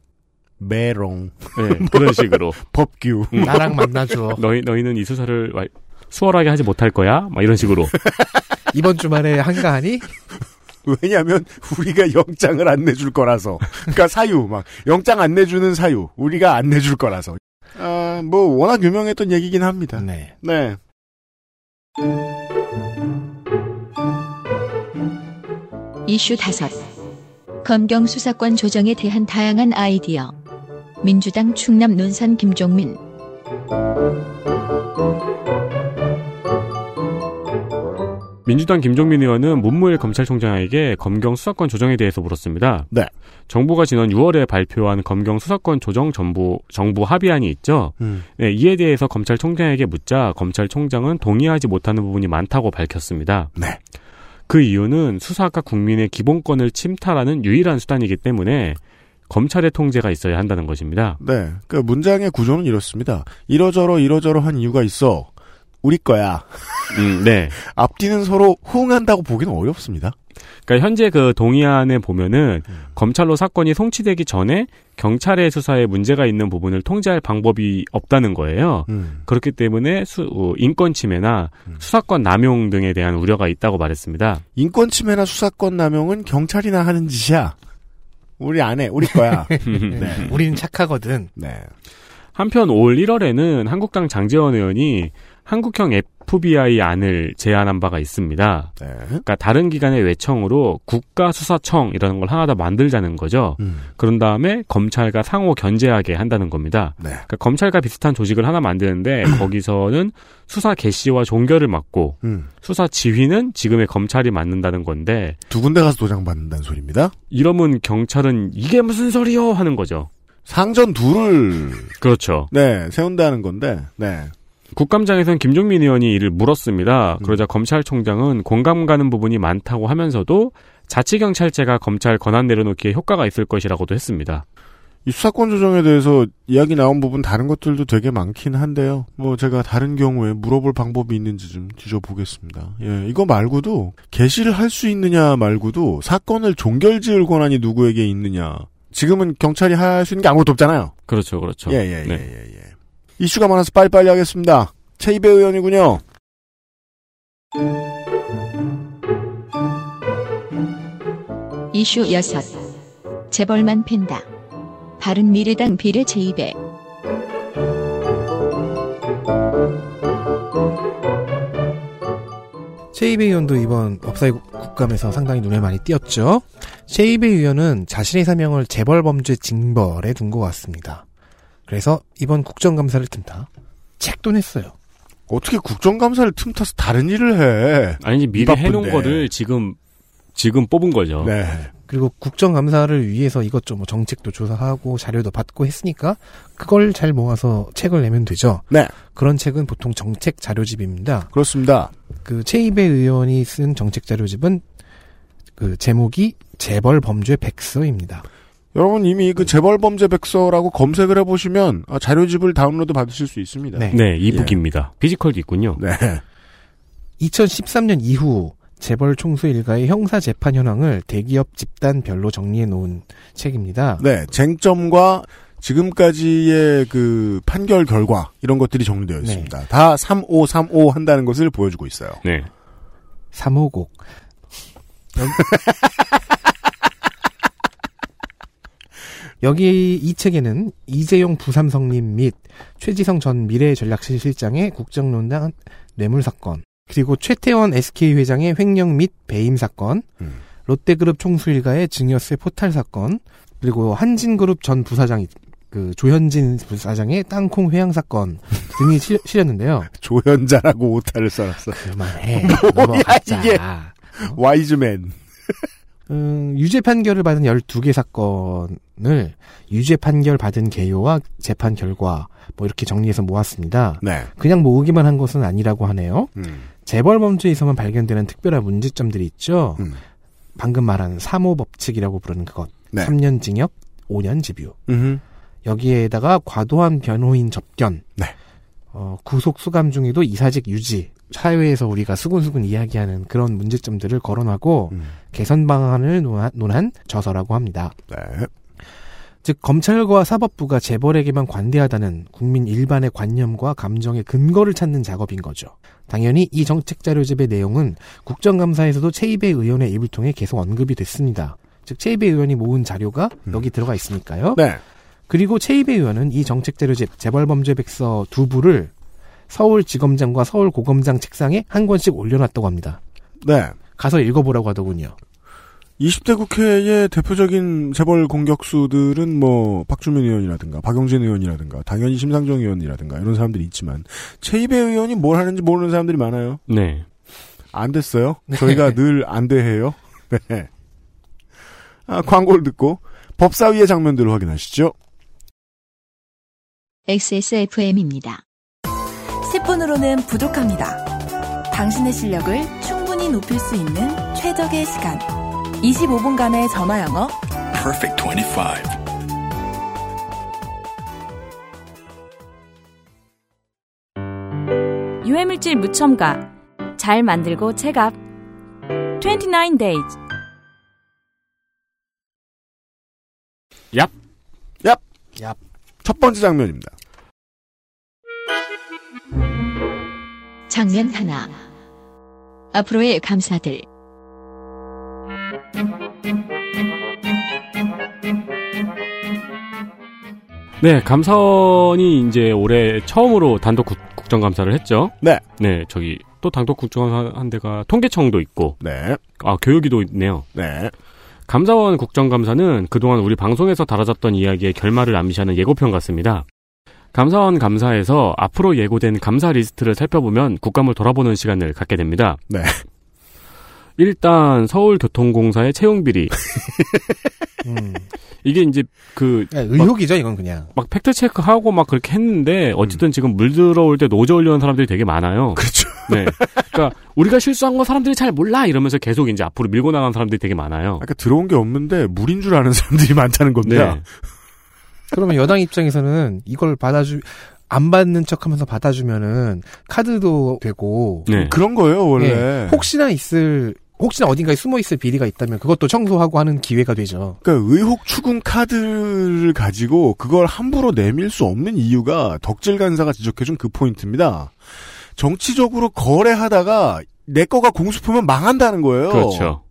메롱. 네, 그런 식으로 법규. 나랑 만나줘. 너희 너희는 이 수사를 와- 수월하게 하지 못할 거야. 막 이런 식으로. 이번 주말에 한가하니? 왜냐하면 우리가 영장을 안 내줄 거라서. 그러니까 사유 막 영장 안 내주는 사유 우리가 안 내줄 거라서. 아, 뭐 워낙 유명했던 얘기긴 합니다. 음. 네. 네. 이슈 다섯 검경 수사권 조정에 대한 다양한 아이디어. 민주당 충남 논산 김종민. 민주당 김종민 의원은 문무일 검찰총장에게 검경 수사권 조정에 대해서 물었습니다. 네. 정부가 지난 6월에 발표한 검경 수사권 조정 정부 정부 합의안이 있죠. 음. 네, 이에 대해서 검찰총장에게 묻자 검찰총장은 동의하지 못하는 부분이 많다고 밝혔습니다. 네. 그 이유는 수사가 국민의 기본권을 침탈하는 유일한 수단이기 때문에 검찰의 통제가 있어야 한다는 것입니다. 네. 그 문장의 구조는 이렇습니다. 이러저러 이러저러 한 이유가 있어. 우리 거야. 음, 네. 앞뒤는 서로 호응한다고 보기는 어렵습니다. 그러니까 현재 그 동의안에 보면은 검찰로 사건이 송치되기 전에 경찰의 수사에 문제가 있는 부분을 통제할 방법이 없다는 거예요. 음. 그렇기 때문에 수- 어, 인권 침해나 수사권 남용 등에 대한 우려가 있다고 말했습니다. 인권 침해나 수사권 남용은 경찰이나 하는 짓이야. 우리 안 해. 우리 거야. 네. 우리는 착하거든. 네. 한편 올 1월에는 한국당 장재원 의원이 한국형 FBI 안을 제안한 바가 있습니다. 네. 그러니까 다른 기관의 외청으로 국가수사청이라는 걸 하나 더 만들자는 거죠. 음. 그런 다음에 검찰과 상호 견제하게 한다는 겁니다. 네. 그러니까 검찰과 비슷한 조직을 하나 만드는데 거기서는 수사 개시와 종결을 맡고 음. 수사 지휘는 지금의 검찰이 맡는다는 건데 두 군데 가서 도장 받는다는 소리입니다. 이러면 경찰은 이게 무슨 소리요 하는 거죠. 상전 둘을 그렇죠. 네 세운다는 건데 네 국감장에선 김종민 의원이 이를 물었습니다. 음. 그러자 검찰총장은 공감 가는 부분이 많다고 하면서도 자치경찰제가 검찰 권한 내려놓기에 효과가 있을 것이라고도 했습니다. 이 수사권 조정에 대해서 이야기 나온 부분 다른 것들도 되게 많긴 한데요. 뭐 제가 다른 경우에 물어볼 방법이 있는지 좀 뒤져보겠습니다. 예, 이거 말고도 개시를 할 수 있느냐 말고도 사건을 종결지을 권한이 누구에게 있느냐. 지금은 경찰이 할 수 있는 게 아무것도 없잖아요. 그렇죠, 그렇죠. 예예예예. 네. 이슈가 많아서 빨리빨리 하겠습니다. 최이배 의원이군요. 이슈 여섯 재벌만 팬다. 바른미래당 비례 제입에 셰이베 의원도 이번 법사위 국- 국감에서 상당히 눈에 많이 띄었죠. 셰이베 의원은 자신의 사명을 재벌범죄 징벌에 둔 것 같습니다. 그래서 이번 국정감사를 튼다. 책도 냈어요. 어떻게 국정감사를 틈타서 다른 일을 해? 아니지 미리 바쁜데. 해놓은 거를 지금 지금 뽑은 거죠. 네. 그리고 국정감사를 위해서 이것저것 뭐 정책도 조사하고 자료도 받고 했으니까 그걸 잘 모아서 책을 내면 되죠. 네. 그런 책은 보통 정책 자료집입니다. 그렇습니다. 그 최이배 의원이 쓴 정책 자료집은 그 제목이 재벌 범죄 백서입니다. 여러분 이미 그 재벌범죄 백서라고 검색을 해보시면 아, 자료집을 다운로드 받으실 수 있습니다. 네. 네, 예. 이북입니다. 피지컬도 있군요. 네. 2013년 이후 재벌 총수 일가의 형사 재판 현황을 대기업 집단별로 정리해 놓은 책입니다. 네, 쟁점과 지금까지의 그 판결 결과 이런 것들이 정리되어 있습니다. 다 3535 한다는 것을 보여주고 있어요. 네. 3호곡. 여기 이 책에는 이재용 부삼성님 및 최지성 전 미래전략실 실장의 국정농단 뇌물 사건, 그리고 최태원 SK 회장의 횡령 및 배임 사건, 음. 롯데그룹 총수 일가의 증여세 포탈 사건, 그리고 한진그룹 전 부사장 그 조현진 부사장의 땅콩 회양 사건 등이 실- 실렸는데요. 조현자라고 오타를 써놨어. 그만해 넘어가자. 이게. 와이즈맨. 음, 유죄 판결을 받은 12개 사건을 유죄 판결 받은 개요와 재판 결과 뭐 이렇게 정리해서 모았습니다. 네. 그냥 모으기만 한 것은 아니라고 하네요. 음. 재벌 범죄에서만 발견되는 특별한 문제점들이 있죠. 음. 방금 말한 3호 법칙이라고 부르는 그것. 네. 3년 징역, 5년 집유. 음흠. 여기에다가 과도한 변호인 접견. 네. 어, 구속 수감 중에도 이사직 유지. 사회에서 우리가 수근수근 이야기하는 그런 문제점들을 거론하고 음. 개선 방안을 논한, 논한 저서라고 합니다. 네. 즉 검찰과 사법부가 재벌에게만 관대하다는 국민 일반의 관념과 감정의 근거를 찾는 작업인 거죠. 당연히 이 정책 자료집의 내용은 국정감사에서도 최이배 의원의 입을 통해 계속 언급이 됐습니다. 즉 최이배 의원이 모은 자료가 음. 여기 들어가 있으니까요. 네. 그리고 최이배 의원은 이 정책 자료집 재벌범죄백서 두 부를 서울지검장과 서울고검장 책상에 한 권씩 올려놨다고 합니다. 네. 가서 읽어보라고 하더군요. 20대 국회의 대표적인 재벌 공격수들은 뭐 박주민 의원이라든가 박영진 의원이라든가 당연히 심상정 의원이라든가 이런 사람들이 있지만 최이배 의원이 뭘 하는지 모르는 사람들이 많아요. 네. 안 됐어요. 저희가 늘 안 돼해요. 네. 아, 광고를 듣고 법사위의 장면들을 확인하시죠. XSFM입니다. 10분으로는 부족합니다. 당신의 실력을 충분히 높일 수 있는 최적의 시간. 25분간의 전화 영어. Perfect 25. 유해물질 무첨가. 잘 만들고 체갑. 29 days. 얍. 첫 번째 장면입니다. 장면 하나. 앞으로의 감사들. 네, 감사원이 이제 올해 처음으로 단독 국, 정감사를 했죠. 네. 네, 저기 또 단독 국정감사 한 데가 통계청도 있고 네. 아, 교육이도 있네요. 네. 감사원 국정감사는 그동안 우리 방송에서 다뤄졌던 이야기의 결말을 암시하는 예고편 같습니다. 감사원 감사에서 앞으로 예고된 감사 리스트를 살펴보면 국감을 돌아보는 시간을 갖게 됩니다. 네. 일단 서울교통공사의 채용비리. 음. 이게 이제 그 야, 예, 의혹이죠, 이건 그냥. 막 팩트 체크하고 막 그렇게 했는데 어쨌든 지금 물 들어올 때 노조 올려는 사람들이 되게 많아요. 그렇죠. 네. 그러니까 우리가 실수한 건 사람들이 잘 몰라 이러면서 계속 이제 앞으로 밀고 나가는 사람들이 되게 많아요. 아까 그러니까 들어온 게 없는데 물인 줄 아는 사람들이 많다는 겁니다. 그러면 여당 입장에서는 이걸 받아주, 안 받는 척 하면서 받아주면은 카드도 되고. 네. 그런 거예요, 원래. 예, 혹시나 있을, 혹시나 어딘가에 숨어 있을 비리가 있다면 그것도 청소하고 하는 기회가 되죠. 그러니까 의혹 추궁 카드를 가지고 그걸 함부로 내밀 수 없는 이유가 덕질 간사가 지적해준 그 포인트입니다. 정치적으로 거래하다가 내 거가 공수표면 망한다는 거예요. 그렇죠.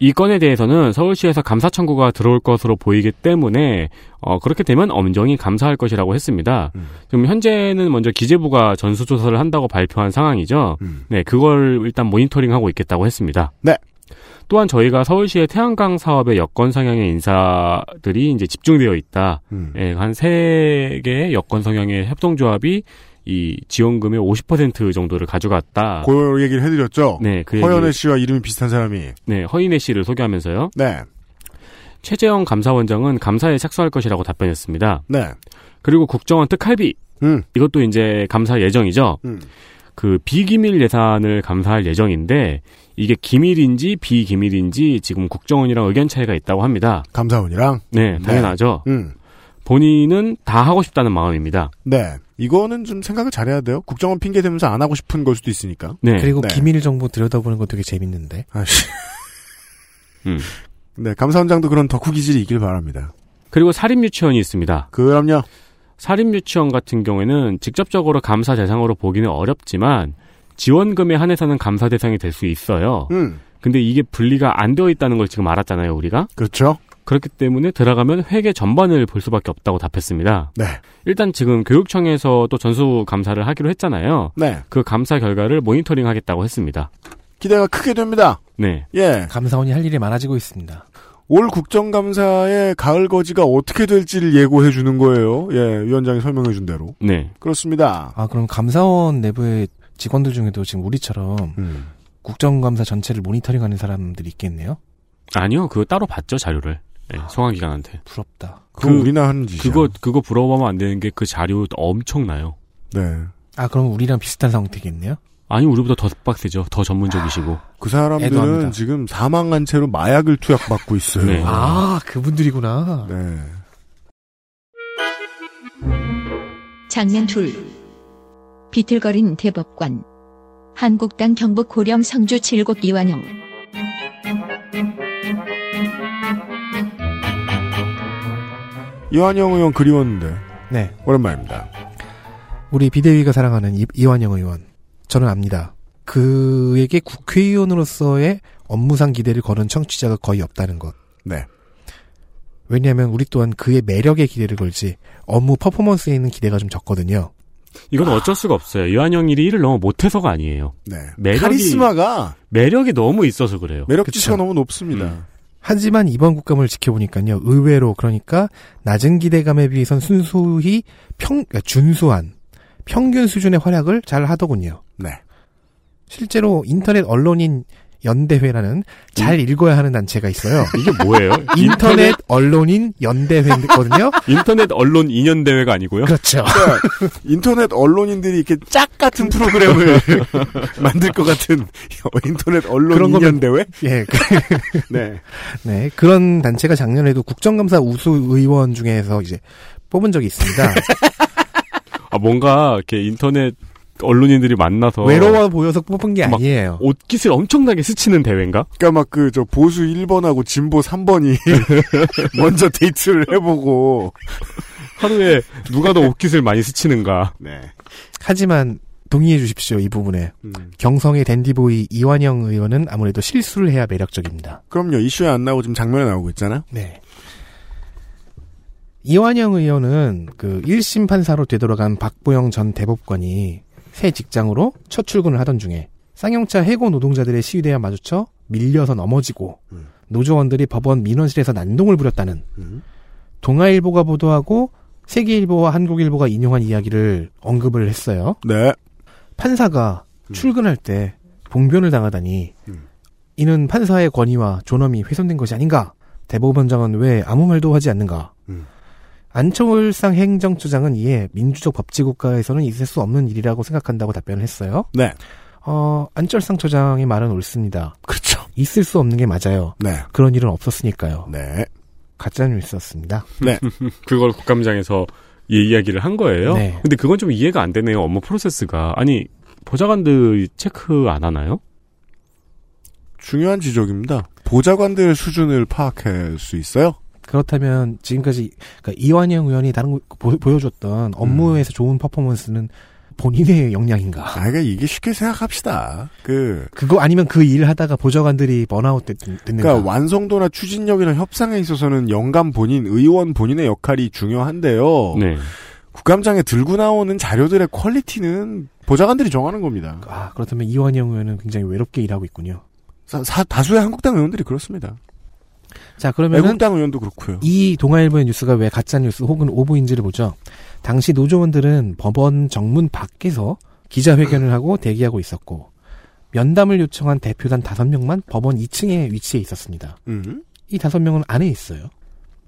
이 건에 대해서는 서울시에서 감사 청구가 들어올 것으로 보이기 때문에 어, 그렇게 되면 엄정히 감사할 것이라고 했습니다. 음. 지금 현재는 먼저 기재부가 전수 조사를 한다고 발표한 상황이죠. 음. 네, 그걸 일단 모니터링하고 있겠다고 했습니다. 네. 또한 저희가 서울시의 태양광 사업의 여건 성향의 인사들이 이제 집중되어 있다. 음. 예, 한 세 개의 여건 성향의 협동조합이 이 지원금의 50% 정도를 가져갔다. 그 얘기를 해드렸죠. 네, 그 허연애 얘기- 씨와 이름이 비슷한 사람이. 네, 허인혜 씨를 소개하면서요. 네, 최재형 감사원장은 감사에 착수할 것이라고 답변했습니다. 네, 그리고 국정원 특할비 음, 이것도 이제 감사할 예정이죠. 음. 그 비기밀 예산을 감사할 예정인데 이게 기밀인지 비기밀인지 지금 국정원이랑 의견 차이가 있다고 합니다. 감사원이랑. 네, 네. 당연하죠. 음, 본인은 다 하고 싶다는 마음입니다. 네. 이거는 좀 생각을 잘해야 돼요. 국정원 핑계 대면서 안 하고 싶은 걸 수도 있으니까. 네. 그리고 네. 기밀 정보 들여다보는 거 되게 재밌는데. 아씨. 음. 네, 감사원장도 그런 덕후 기질이 있길 바랍니다. 그리고 사립유치원이 있습니다. 그럼요. 사립유치원 같은 경우에는 직접적으로 감사 대상으로 보기는 어렵지만 지원금에 한해서는 감사 대상이 될 수 있어요. 음, 근데 이게 분리가 안 되어 있다는 걸 지금 알았잖아요, 우리가. 그렇죠. 그렇기 때문에 들어가면 회계 전반을 볼 수밖에 없다고 답했습니다. 네, 일단 지금 교육청에서 또 전수 감사를 하기로 했잖아요. 네. 그 감사 결과를 모니터링 하겠다고 했습니다. 기대가 크게 됩니다. 네. 예. 감사원이 할 일이 많아지고 있습니다. 올 국정감사의 가을 거지가 어떻게 될지를 예고해 주는 거예요. 예, 위원장이 설명해 준 대로. 네. 그렇습니다. 아, 그럼 감사원 내부의 직원들 중에도 지금 우리처럼 음. 국정감사 전체를 모니터링하는 사람들이 있겠네요? 아니요. 그거 따로 봤죠, 자료를. 네, 소환기관한테. 부럽다. 그건 그- 우리나 하는 짓이야. 그거 그거 부러워하면 안 되는 게 그 자료 엄청나요. 네. 아, 그럼 우리랑 비슷한 상태겠네요? 아니 우리보다 더 빡세죠. 더 전문적이시고. 그 사람들은 지금 사망한 채로 마약을 투약받고 있어요. 네. 아, 그분들이구나. 네. 장면 둘. 비틀거린 대법관. 한국당 경북 고령 성주 칠곡 이완영. 이완영 의원 그리웠는데 네. 오랜만입니다. 우리 비대위가 사랑하는 이, 이완영 의원. 저는 압니다. 그에게 국회의원으로서의 업무상 기대를 거는 청취자가 거의 없다는 것. 네. 왜냐하면 우리 또한 그의 매력에 기대를 걸지 업무 퍼포먼스에 있는 기대가 좀 적거든요. 이건 어쩔 수가 없어요. 유한영 일이 일을 너무 못해서가 아니에요. 네. 매력이- 카리스마가 매력이 너무 있어서 그래요. 매력지수가 너무 높습니다. 음. 하지만 이번 국감을 지켜보니까요, 의외로 그러니까 낮은 기대감에 비해선 순수히 평 그러니까 준수한 평균 수준의 활약을 잘 하더군요. 네. 실제로 인터넷 언론인 연대회라는 잘 읽어야 하는 단체가 있어요. 이게 뭐예요? 인터넷 언론인 연대회거든요. 인터넷 언론 2년 대회가 아니고요. 그렇죠. 인터넷 언론인들이 이렇게 짝 같은 프로그램을 만들 것 같은 인터넷 그런 언론 거면- 인연 대회? 예, 그- 네. 네 그런 단체가 작년에도 국정감사 우수 의원 중에서 이제 뽑은 적이 있습니다. 아 뭔가 이렇게 인터넷 언론인들이 만나서 외로워 보여서 뽑은 게 막- 아니에요. 옷깃을 엄청나게 스치는 대회인가? 그러니까 막 그 저 보수 1번하고 진보 3번이 먼저 데이트를 해보고 하루에 누가 더 옷깃을 많이 스치는가? 네. 하지만 동의해 주십시오 이 부분에 음. 경성의 댄디보이 이완영 의원은 아무래도 실수를 해야 매력적입니다. 그럼요. 이슈에 안 나오고 지금 장면에 나오고 있잖아. 네. 이완영 의원은 그 1심 판사로 되돌아간 박보영 전 대법관이 새 직장으로 첫 출근을 하던 중에 쌍용차 해고 노동자들의 시위대와 마주쳐 밀려서 넘어지고 노조원들이 법원 민원실에서 난동을 부렸다는 동아일보가 보도하고 세계일보와 한국일보가 인용한 이야기를 언급을 했어요. 네. 판사가 음. 출근할 때 봉변을 당하다니 이는 판사의 권위와 존엄이 훼손된 것이 아닌가 대법원장은 왜 아무 말도 하지 않는가 음. 안철상 행정처장은 이에 민주적 법치국가에서는 있을 수 없는 일이라고 생각한다고 답변을 했어요 네. 어, 안철상 처장의 말은 옳습니다 그렇죠. 있을 수 없는 게 맞아요 네. 그런 일은 없었으니까요 네. 가짜뉴스였습니다 그걸 국감장에서 이 이야기를 한 거예요. 네. 근데 그건 좀 이해가 안 되네요. 업무 프로세스가 아니 보좌관들이 체크 안 하나요? 중요한 지적입니다. 보좌관들 수준을 파악할 수 있어요. 그렇다면 지금까지 그러니까 이완영 의원이 다른 거 보, 여줬 음. 던 업무에서 좋은 퍼포먼스는 본인의 역량인가 아, 그러니까 이게 쉽게 생각합시다. 그 그거 아니면 그 일 하다가 보좌관들이 번아웃 됐- 됐는가? 그러니까 완성도나 추진력이나 협상에 있어서는 영감 본인, 의원 본인의 역할이 어. 중요한데요. 네. 국감장에 들고 나오는 자료들의 퀄리티는 보좌관들이 정하는 겁니다. 아 그렇다면 이완영 의원은 굉장히 외롭게 일하고 있군요. 사- 사- 다수의 한국당 의원들이 그렇습니다. 자 그러면은 애국당 의원도 그렇고요. 이 동아일보의 뉴스가 왜 가짜 뉴스 혹은 오보인지를 보죠. 당시 노조원들은 법원 정문 밖에서 기자회견을 하고 대기하고 있었고 면담을 요청한 대표단 5명만 법원 2층에 위치해 있었습니다. 음. 이 5명은 안에 있어요.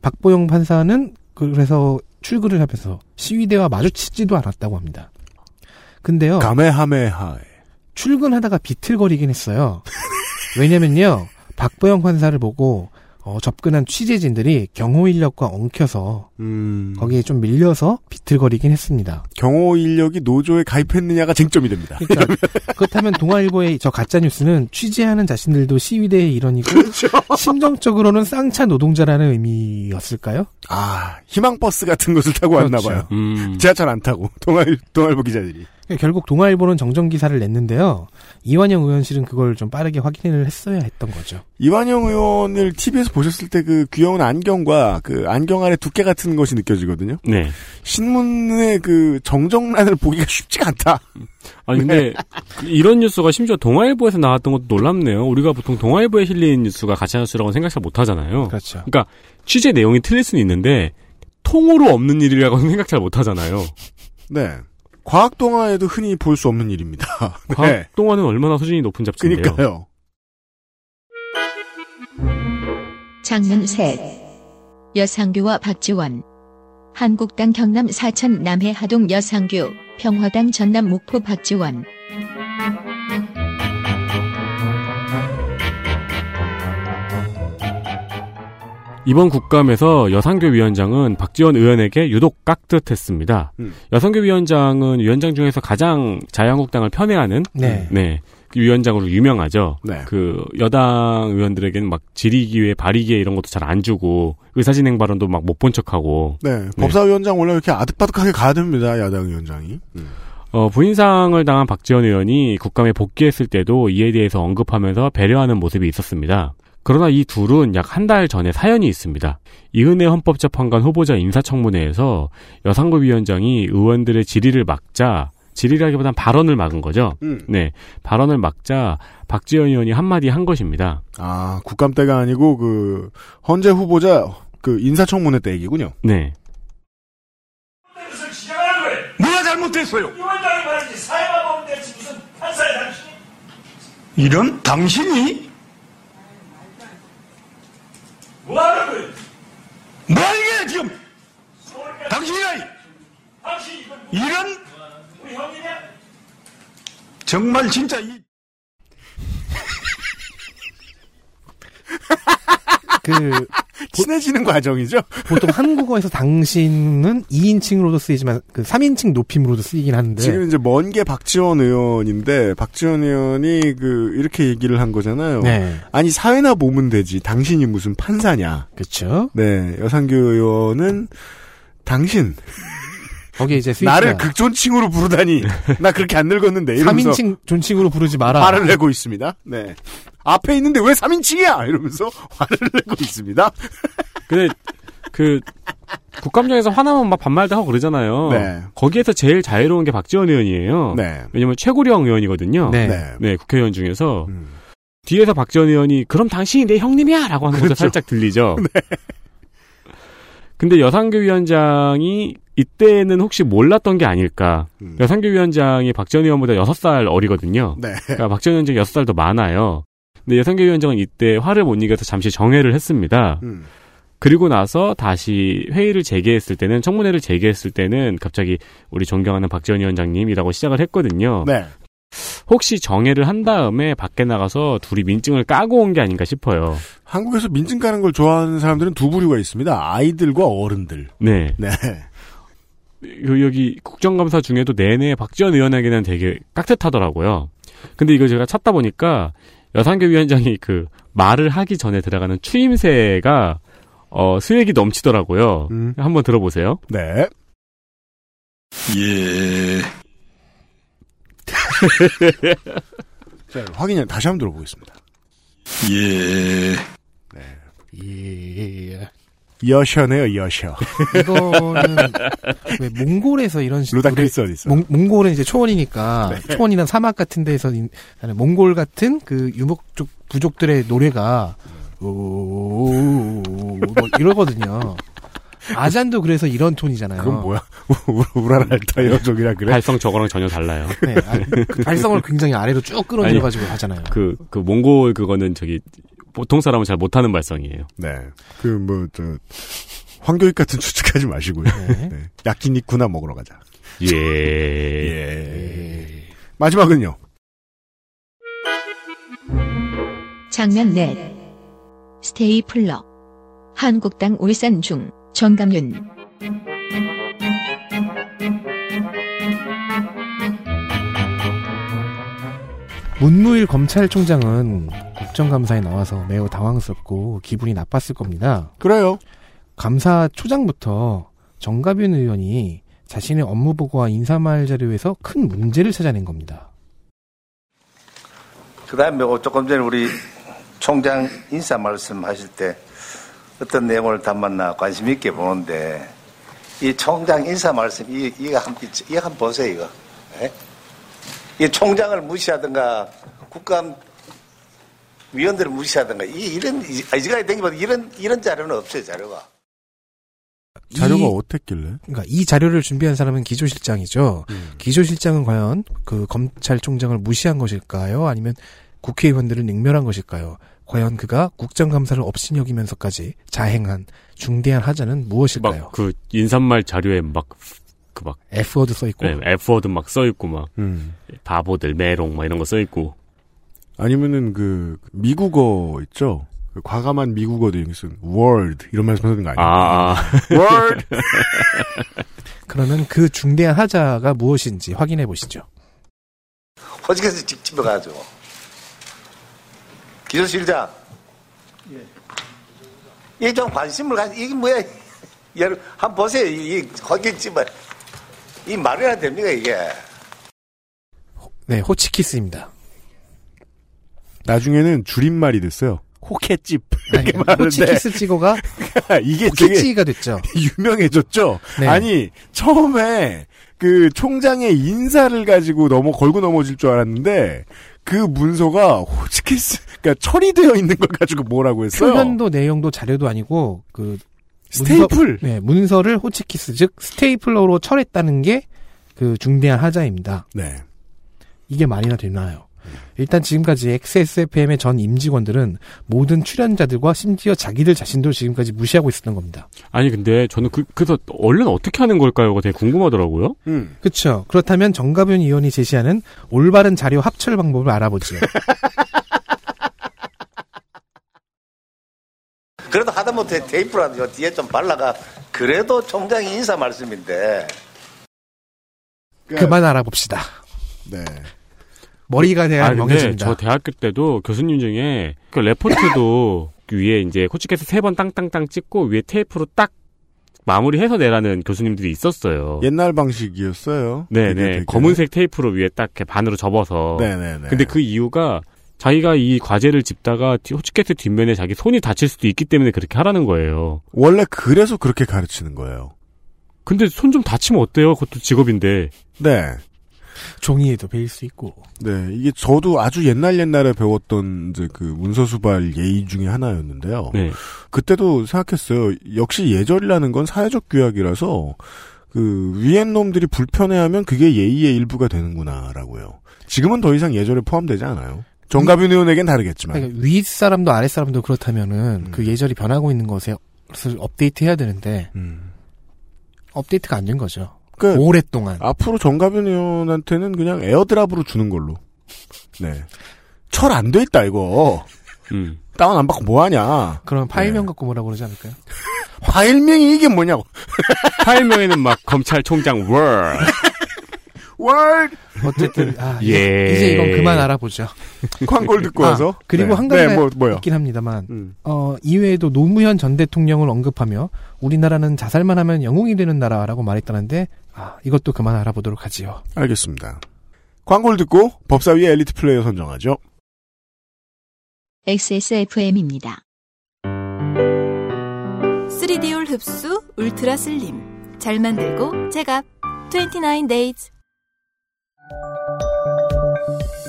박보영 판사는 그래서 출근을 하면서 시위대와 마주치지도 않았다고 합니다. 근데요. 가메하메하에. 출근하다가 비틀거리긴 했어요. 왜냐면요, 박보영 판사를 보고 어, 접근한 취재진들이 경호 인력과 엉켜서 음. 거기에 좀 밀려서 비틀거리긴 했습니다. 경호 인력이 노조에 가입했느냐가 쟁점이 됩니다. 그러니까 그렇다면 동아일보의 저 가짜 뉴스는 취재하는 자신들도 시위대의 일원이고 심정적으로는 쌍차 노동자라는 의미였을까요? 아, 희망버스 같은 것을 타고 왔나 그렇죠. 봐요. 음. 지하철 안 타고 동아일 동아일보 기자들이. 예, 결국 동아일보는 정정 기사를 냈는데요. 이완영 의원실은 그걸 좀 빠르게 확인을 했어야 했던 거죠. 이완영 의원을 TV에서 보셨을 때 그 귀여운 안경과 그 안경 안에 두께 같은 것이 느껴지거든요. 네. 신문의 그 정정란을 보기가 쉽지가 않다. 아니 네. 근데 이런 뉴스가 심지어 동아일보에서 나왔던 것도 놀랍네요. 우리가 보통 동아일보에 실린 뉴스가 가짜 뉴스라고 생각 잘 못하잖아요. 그렇죠. 그러니까 취재 내용이 틀릴 수는 있는데 통으로 없는 일이라고 생각 잘 못하잖아요. 네. 과학 동화에도 흔히 볼 수 없는 일입니다. 네. 그러니까. 과학 동화는 얼마나 수준이 높은 잡지인데요. 그니까요. 장면 셋. 여상규와 박지원. 한국당 경남 사천 남해 하동 여상규, 평화당 전남 목포 박지원. 이번 국감에서 여상교 위원장은 박지원 의원에게 유독 깍듯했습니다. 음. 여상교 위원장은 위원장 중에서 가장 자유한국당을 편애하는 네. 그 위원장으로 유명하죠. 네. 그 여당 의원들에게는 막 질의기회, 발의기회 이런 것도 잘 안 주고 의사진행 발언도 막 못 본 척하고 네, 법사위원장 원래 이렇게 아득바득하게 가야 됩니다. 야당 위원장이. 음. 어, 부인상을 당한 박지원 의원이 국감에 복귀했을 때도 이에 대해서 언급하면서 배려하는 모습이 있었습니다. 그러나 이 둘은 약 한 달 전에 사연이 있습니다. 이은혜 헌법재판관 후보자 인사청문회에서 여상구 위원장이 의원들의 질의를 막자 질의라기보단 발언을 막은 거죠. 음. 네, 발언을 막자 박지원 의원이 한마디 한 것입니다. 아 국감 때가 아니고 그 헌재 후보자 그 인사청문회 때 얘기군요. 네, 뭐가 잘못됐어요? 이런 당신이 뭐 이게 지금 당신이야 이런 정말 진짜 이 그 친해지는 과정이죠. 보통 한국어에서 당신은 2인칭으로도 쓰이지만 그 3인칭 높임으로도 쓰이긴 하는데 지금 이제 먼 게 박지원 의원인데 박지원 의원이 그 이렇게 얘기를 한 거잖아요. 네. 아니 사회나 보면 되지. 당신이 무슨 판사냐. 그렇죠. 네, 여상규 의원은 당신 거기에 이제 스위치가 나를 극존칭으로 부르다니 나 그렇게 안 늙었는데 이러면서 3인칭 존칭으로 부르지 마라. 화를 내고 있습니다. 네. 앞에 있는데 왜 3인칭이야? 이러면서 화를 내고 있습니다. 근데 그 국감장에서 화나면 막 반말도 하고 그러잖아요. 네. 거기에서 제일 자유로운 게 박지원 의원이에요. 네. 왜냐면 최고령 의원이거든요. 네. 네. 네, 국회의원 중에서 음. 뒤에서 박지원 의원이 그럼 당신이 내 형님이야라고 그렇죠. 하는 것도 살짝 들리죠. 네. 근데 여상규 위원장이 이때는 혹시 몰랐던 게 아닐까? 음. 여상규 위원장이 박지원 의원보다 6살 어리거든요. 네. 그러니까 박지원 위원장이 6살 더 많아요. 근데 여상규 위원장은 이때 화를 못 이겨서 잠시 정회를 했습니다. 음. 그리고 나서 다시 회의를 재개했을 때는 청문회를 재개했을 때는 갑자기 우리 존경하는 박지원 위원장님이라고 시작을 했거든요. 네. 혹시 정회를 한 다음에 밖에 나가서 둘이 민증을 까고 온 게 아닌가 싶어요. 한국에서 민증 까는 걸 좋아하는 사람들은 두 부류가 있습니다. 아이들과 어른들. 네. 네. 요- 여기 국정감사 중에도 내내 박지원 의원에게는 되게 깍듯하더라고요. 근데 이거 제가 찾다 보니까 여상교 위원장이 그 말을 하기 전에 들어가는 추임새가 어, 수액이 넘치더라고요. 음. 한번 들어보세요. 네. 예 자, 확인 다시 한번 들어보겠습니다. 예. 예. 여셔네요, 여셔. 이거는 왜 몽골에서 이런 식- 우리- 루다크리스 어디 있어? 몽, 몽골은 이제 초원이니까 네. 초원이나 사막 같은 데에서 인- 나는 몽골 같은 그 유목족 부족들의 노래가 오오오오오오 뭐 이러거든요. 아잔도 그래서 이런 톤이잖아요. 그건 뭐야? 우- 우라랄타 여족이라 그래? 발성 저거랑 전혀 달라요. 네, 아, 그 발성을 굉장히 아래로 쭉 끌어내려가지고 하잖아요. 그, 그 몽골 그거는 저기 보통 사람은 잘 못하는 발성이에요. 네. 그, 뭐, 저, 황교익 같은 추측하지 마시고요. 네. 네. 야키니쿠나 먹으러 가자. 예. 예. 마지막은요. 장면 넷. 스테이플러. 한국당 울산 중 정감윤. 문무일 검찰총장은 국정감사에 나와서 매우 당황스럽고 기분이 나빴을 겁니다. 그래요. 감사 초장부터 정가빈 의원이 자신의 업무 보고와 인사말 자료에서 큰 문제를 찾아낸 겁니다. 그 다음에 조금 전에 우리 총장 인사 말씀하실 때 어떤 내용을 담았나 관심 있게 보는데 이 총장 인사 말씀 이, 이거 한번 이거 한번 보세요 이거 예? 이 총장을 무시하든가 국감 위원들을 무시하든가 이 이런 이- 아, 이제까지 댕기면 이런 이런 자료는 없어요 자료가 자료가 이- 어땠길래? 그러니까 이 자료를 준비한 사람은 기조실장이죠. 음. 기조실장은 과연 그 검찰총장을 무시한 것일까요? 아니면 국회의원들을 냉멸한 것일까요? 과연 그가 국정감사를 업신여기면서까지 자행한 중대한 하자는 무엇일까요? 막 그 인사말 자료에 막 그막 F워드 써있고 네, 네. F워드 막 써있고 막 음. 바보들 메롱 막 이런 거 써있고 아니면은 그 미국어 있죠. 그 과감한 미국어도 여기 쓴 world 이런 말씀 하는 거 아니에요? 아. world. 그러면 그 중대한 하자가 무엇인지 확인해 보시죠. 호직에서 집- 집에 가죠. 기술실장. 이게 좀 관심을 가지, 이게 뭐야. 여러분, 한번 보세요. 이, 이 호깃집을. 이 말이나 됩니까, 이게. 네, 호치키스입니다. 나중에는 줄임말이 됐어요. 네. 호캣집 아니, 이렇게 네, 말하는데 호치키스 찍어가 이게 되게 호키치가 됐죠. 유명해졌죠. 네. 아니 처음에 그 총장의 인사를 가지고 넘어 걸고 넘어질 줄 알았는데 그 문서가 호치키스 그러니까 처리되어 있는 걸 가지고 뭐라고 했어요? 표현도 내용도 자료도 아니고 그 스테이플. 문서, 네, 문서를 호치키스 즉 스테이플러로 철했다는 게 그 중대한 하자입니다. 네. 이게 말이나 되나요? 일단 지금까지 XSFM의 전 임직원들은 모든 출연자들과 심지어 자기들 자신도 지금까지 무시하고 있었던 겁니다. 아니 근데 저는 그, 그래서 얼른 어떻게 하는 걸까요가 되게 궁금하더라고요. 음. 그렇죠. 그렇다면 정가변 의원이 제시하는 올바른 자료 합철 방법을 알아보죠. 그래도 하다못해 테이프라도 저 뒤에 좀 발라가. 그래도 총장이 인사 말씀인데. 그만 알아봅시다. 네. 머리가 돼야 아니, 근데 명예집니다. 저 대학교 때도 교수님 중에 그 레포트도 위에 이제 코치께서 세 번 땅땅땅 찍고 위에 테이프로 딱 마무리해서 내라는 교수님들이 있었어요. 옛날 방식이었어요. 예. 그게 되게. 네네 검은색 테이프로 위에 딱 이렇게 반으로 접어서. 네네네. 근데 그 이유가 자기가 이 과제를 짚다가 뒤- 호치케트 뒷면에 자기 손이 다칠 수도 있기 때문에 그렇게 하라는 거예요. 원래 그래서 그렇게 가르치는 거예요. 근데 손 좀 다치면 어때요? 그것도 직업인데. 네. 종이에도 베일 수 있고. 네, 이게 저도 아주 옛날 옛날에 배웠던 이제 그 문서수발 예의 중에 하나였는데요. 네. 그때도 생각했어요. 역시 예절이라는 건 사회적 규약이라서 그 위엔 놈들이 불편해하면 그게 예의의 일부가 되는구나라고요. 지금은 더 이상 예절에 포함되지 않아요. 정가빈 의원에겐 다르겠지만. 그러니까 윗 사람도 아랫 사람도 그렇다면은 그 예절이 변하고 있는 것을 업데이트해야 되는데 음. 업데이트가 안 된 거죠. 그 오랫동안 앞으로 정가빈 의원한테는 그냥 에어드랍으로 주는 걸로. 네. 철 안 돼 있다 이거. 음. 다운 안 받고 뭐 하냐. 그러면 파일명 갖고 뭐라 그러지 않을까요? 파일명이 이게 뭐냐고. 파일명에는 막 검찰총장 월. 월 어쨌든 아, 예. 이제 이건 그만 알아보죠. 광고를 듣고 아, 와서 그리고 네. 한 가지가 네, 뭐, 뭐요? 있긴 합니다만 음. 어, 이외에도 노무현 전 대통령을 언급하며 우리나라는 자살만 하면 영웅이 되는 나라라고 말했다는데 아, 이것도 그만 알아보도록 하지요. 알겠습니다. 광고를 듣고 법사위의 엘리트 플레이어 선정하죠. XSFM입니다. 3D올 흡수 울트라 슬림 잘 만들고 제값 29 days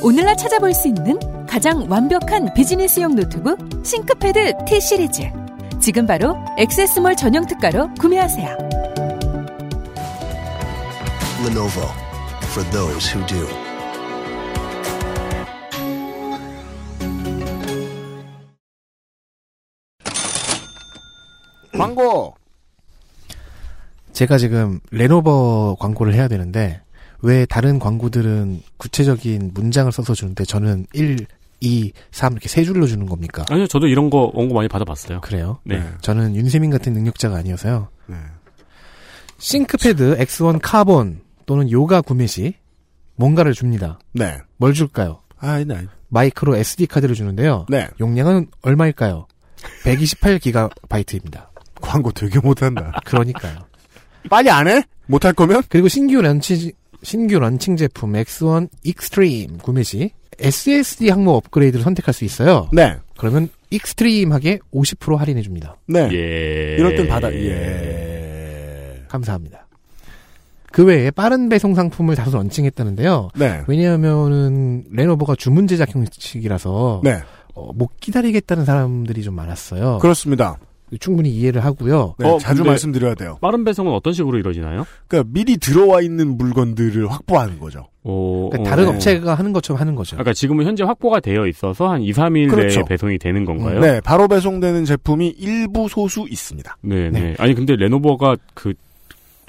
오늘날 찾아볼 수 있는 가장 완벽한 비즈니스용 노트북 싱크패드 T 시리즈 지금 바로 액세스몰 전용 특가로 구매하세요. Lenovo for those who do. 광고. 제가 지금 레노버 광고를 해야 되는데 왜 다른 광고들은 구체적인 문장을 써서 주는데 저는 1, 2, 3 이렇게 세 줄로 주는 겁니까? 아니요, 저도 이런 거 원고 많이 받아봤어요. 그래요? 네. 저는 윤세민 같은 능력자가 아니어서요. 네. 싱크패드 X1 카본 또는 요가 구매 시 뭔가를 줍니다. 네. 뭘 줄까요? 아, 네. 마이크로 SD 카드를 주는데요. 네. 용량은 얼마일까요? 128기가바이트입니다. 광고 되게 못한다. 그러니까요. 빨리 안 해? 못할 거면? 그리고 신규 런칭 신규 런칭 제품 X1 익스트림 구매 시 SSD 항목 업그레이드를 선택할 수 있어요. 네. 그러면 익스트림하게 50% 할인해 줍니다. 네. 예. 이럴 땐 받아. 예. 감사합니다. 그 외에 빠른 배송 상품을 다수 런칭했다는데요. 네. 왜냐하면은 레노버가 주문 제작 형식이라서 네. 어, 못 기다리겠다는 사람들이 좀 많았어요. 그렇습니다. 충분히 이해를 하고요. 네, 어, 자주 근데- 말씀드려야 돼요. 빠른 배송은 어떤 식으로 이루어지나요? 그러니까 미리 들어와 있는 물건들을 확보하는 거죠. 오, 그러니까 다른 어, 업체가 하는 것처럼 하는 거죠. 그러니까 지금은 현재 확보가 되어 있어서 한 2, 3일 그렇죠. 내에 배송이 되는 건가요? 네, 바로 배송되는 제품이 일부 소수 있습니다. 네, 네. 아니 근데 레노버가 그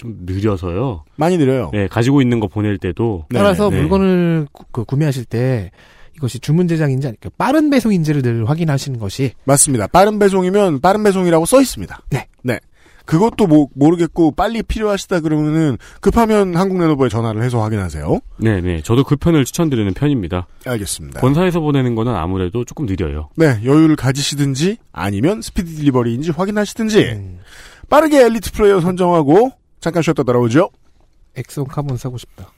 좀 느려서요. 많이 느려요. 네, 가지고 있는 거 보낼 때도 어. 네, 따라서 네, 네. 물건을 구, 그 구매하실 때 이것이 주문 제작인지 아니- 그러니까 빠른 배송인지를 늘 확인하시는 것이 맞습니다. 빠른 배송이면 빠른 배송이라고 써 있습니다. 네. 네. 그것도 모, 모르겠고 빨리 필요하시다 그러면은 급하면 한국 레노버에 전화를 해서 확인하세요. 네, 네. 저도 그 편을 추천드리는 편입니다. 알겠습니다. 본사에서 보내는 거는 아무래도 조금 느려요. 네, 여유를 가지시든지 아니면 스피드 딜리버리인지 확인하시든지 빠르게 엘리트 플레이어 선정하고 잠깐 쉬었다 돌아오죠. 엑소 카본 사고 싶다.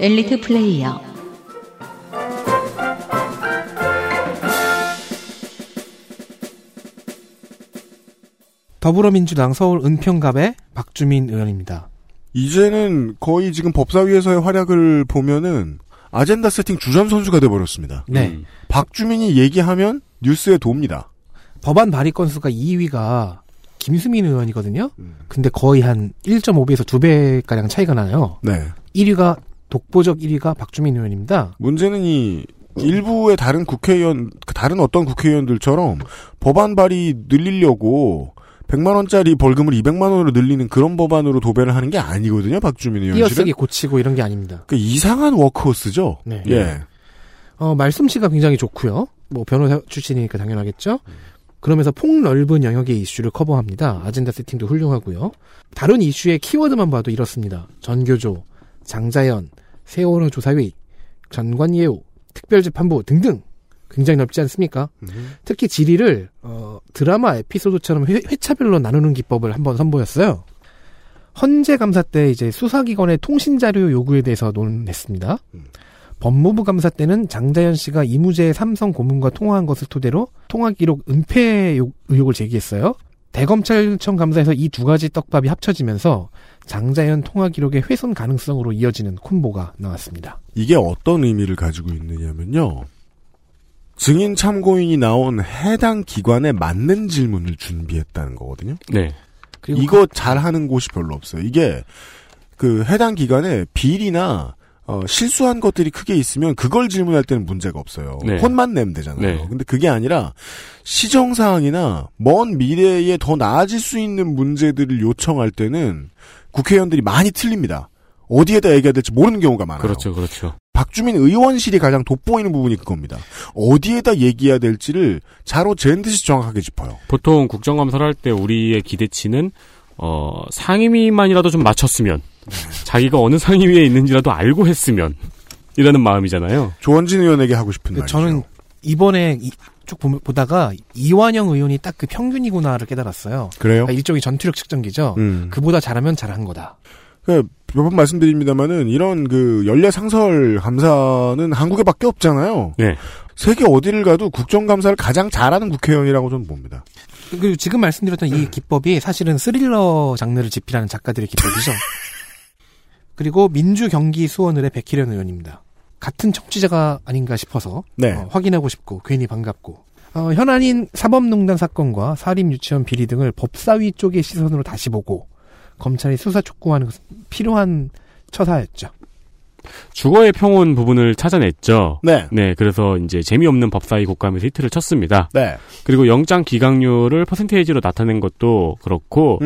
엘리트 플레이어 더불어민주당 서울 은평갑의 박주민 의원입니다. 이제는 거의 지금 법사위에서의 활약을 보면은 아젠다 세팅 주전 선수가 돼 버렸습니다. 네. 박주민이 얘기하면 뉴스에 돕니다. 법안 발의 건수가 2위가 김수민 의원이거든요. 음. 근데 거의 한 1.5배에서 2배 가량 차이가 나요. 네. 1위가 독보적 1위가 박주민 의원입니다. 문제는 이 일부의 다른 국회의원, 그 다른 어떤 국회의원들처럼 법안 발의 늘리려고 100만 원짜리 벌금을 200만 원으로 늘리는 그런 법안으로 도배를 하는 게 아니거든요, 박주민 의원실은. 띄어쓰기 고치고 이런 게 아닙니다. 그 이상한 워크호스죠. 네. 예. 어, 말솜씨가 굉장히 좋고요. 뭐 변호사 출신이니까 당연하겠죠. 그러면서 폭넓은 영역의 이슈를 커버합니다. 아젠다 세팅도 훌륭하고요. 다른 이슈의 키워드만 봐도 이렇습니다. 전교조, 장자연, 세월호 조사위, 전관예우, 특별재판부 등등 굉장히 넓지 않습니까? 특히 질의를 어, 드라마 에피소드처럼 회, 회차별로 나누는 기법을 한번 선보였어요. 헌재 감사 때 이제 수사기관의 통신 자료 요구에 대해서 논했습니다. 법무부 감사 때는 장자연 씨가 이무재 삼성 고문과 통화한 것을 토대로 통화 기록 은폐 요- 의혹을 제기했어요. 대검찰청 감사에서 이 두 가지 떡밥이 합쳐지면서 장자연 통화 기록의 훼손 가능성으로 이어지는 콤보가 나왔습니다. 이게 어떤 의미를 가지고 있느냐면요. 증인 참고인이 나온 해당 기관에 맞는 질문을 준비했다는 거거든요. 네. 이거 잘하는 곳이 별로 없어요. 이게 그 해당 기관에 비리나 어, 실수한 것들이 크게 있으면 그걸 질문할 때는 문제가 없어요. 네. 혼만 내면 되잖아요. 네. 근데 그게 아니라 시정 사항이나 먼 미래에 더 나아질 수 있는 문제들을 요청할 때는 국회의원들이 많이 틀립니다. 어디에다 얘기해야 될지 모르는 경우가 많아요. 그렇죠, 그렇죠. 박주민 의원실이 가장 돋보이는 부분이 그겁니다. 어디에다 얘기해야 될지를 자로 잰 듯이 정확하게 짚어요. 보통 국정감사를 할 때 우리의 기대치는 어, 상임위만이라도 좀 맞췄으면 자기가 어느 상임위에 있는지라도 알고 했으면 이라는 마음이잖아요. 조원진 의원에게 하고 싶은 말이죠. 그 저는 이번에 이- 쭉 보면- 보다가 이완영 의원이 딱 그 평균이구나를 깨달았어요. 그래요? 그러니까 일종의 전투력 측정기죠. 음. 그보다 잘하면 잘한 거다. 예, 몇 번 말씀드립니다만은 이런 그 연례 상설 감사는 한국에밖에 없잖아요. 네. 세계 어디를 가도 국정감사를 가장 잘하는 국회의원이라고 저는 봅니다. 그리고 지금 말씀드렸던 이 기법이 사실은 스릴러 장르를 집필하는 작가들의 기법이죠. 그리고 민주경기수원을의 백희련 의원입니다. 같은 청취자가 아닌가 싶어서 네. 어, 확인하고 싶고 괜히 반갑고 어, 현안인 사법농단 사건과 사립유치원 비리 등을 법사위 쪽의 시선으로 다시 보고 검찰이 수사 촉구하는 것은 필요한 처사였죠. 주거의 평온 부분을 찾아냈죠. 네. 그래서 이제 재미없는 법사위 국감에서 히트를 쳤습니다. 네. 그리고 영장 기각률을 퍼센테이지로 나타낸 것도 그렇고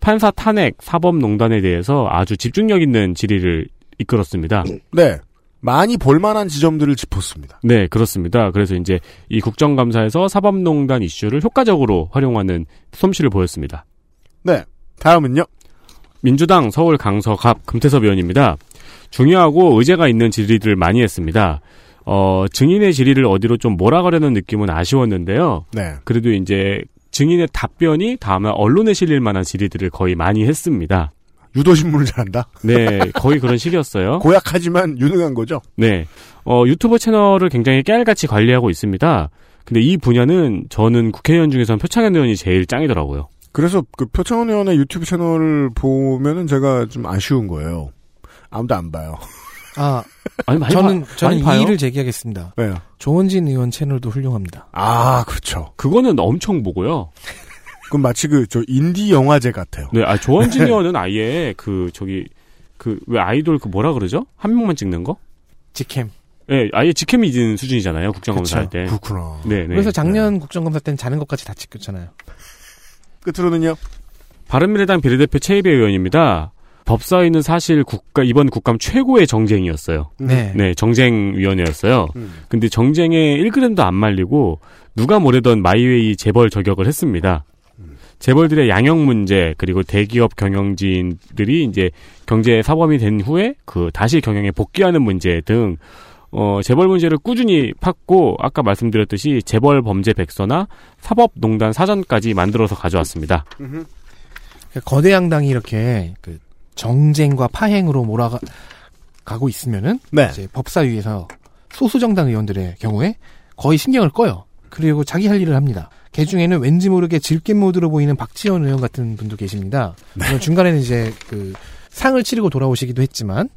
판사 탄핵 사법농단에 대해서 아주 집중력 있는 질의를 이끌었습니다. 네. 많이 볼만한 지점들을 짚었습니다. 네, 그렇습니다. 그래서 이제 이 국정감사에서 사법농단 이슈를 효과적으로 활용하는 솜씨를 보였습니다. 네. 다음은요. 민주당 서울 강서갑 금태섭 의원입니다. 중요하고 의제가 있는 질의들을 많이 했습니다. 어, 증인의 질의를 어디로 좀 몰아가려는 느낌은 아쉬웠는데요. 네. 그래도 이제 증인의 답변이 다음에 언론에 실릴 만한 질의들을 거의 많이 했습니다. 유도신문을 잘한다? 네, 거의 그런 식이었어요. 고약하지만 유능한 거죠. 네. 어, 유튜브 채널을 굉장히 깨알같이 관리하고 있습니다. 근데 이 분야는 저는 국회의원 중에서는 표창현 의원이 제일 짱이더라고요. 그래서 그 표창원 의원의 유튜브 채널을 보면은 제가 좀 아쉬운 거예요. 아무도 안 봐요. 아, 아니, 많이 저는 봐- 저는 많이 봐요? 이 일을 제기하겠습니다. 왜요? 조원진 의원 채널도 훌륭합니다. 아, 그렇죠. 그거는 엄청 보고요. 그건 마치 그 저 인디 영화제 같아요. 네, 아, 조원진 의원은 아예 그, 저기, 그, 왜 아이돌 그 뭐라 그러죠? 한 명만 찍는 거? 직캠. 네, 아예 직캠이 있는 수준이잖아요. 국정감사 할 때. 그렇구나. 네, 네. 그래서 작년 국정감사 때는 자는 것까지 다 찍혔잖아요. 끝으로는요. 바른미래당 비례대표 최희배 의원입니다. 법사위는 사실 국가 이번 국감 최고의 정쟁이었어요. 네. 정쟁위원회였어요. 음. 근데 정쟁에 1g도 안 말리고 누가 뭐래던 마이웨이 재벌 저격을 했습니다. 음. 재벌들의 양형 문제 그리고 대기업 경영진들이 이제 경제 사범이 된 후에 그 다시 경영에 복귀하는 문제 등 어, 재벌 문제를 꾸준히 팠고 아까 말씀드렸듯이 재벌 범죄 백서나 사법농단 사전까지 만들어서 가져왔습니다. 그러니까 거대 양당이 이렇게 그 정쟁과 파행으로 몰아가고 있으면은 네. 이제 법사위에서 소수 정당 의원들의 경우에 거의 신경을 꺼요. 그리고 자기 할 일을 합니다. 개 중에는 왠지 모르게 질긴 모드로 보이는 박지원 의원 같은 분도 계십니다. 물론 중간에는 이제 그 상을 치르고 돌아오시기도 했지만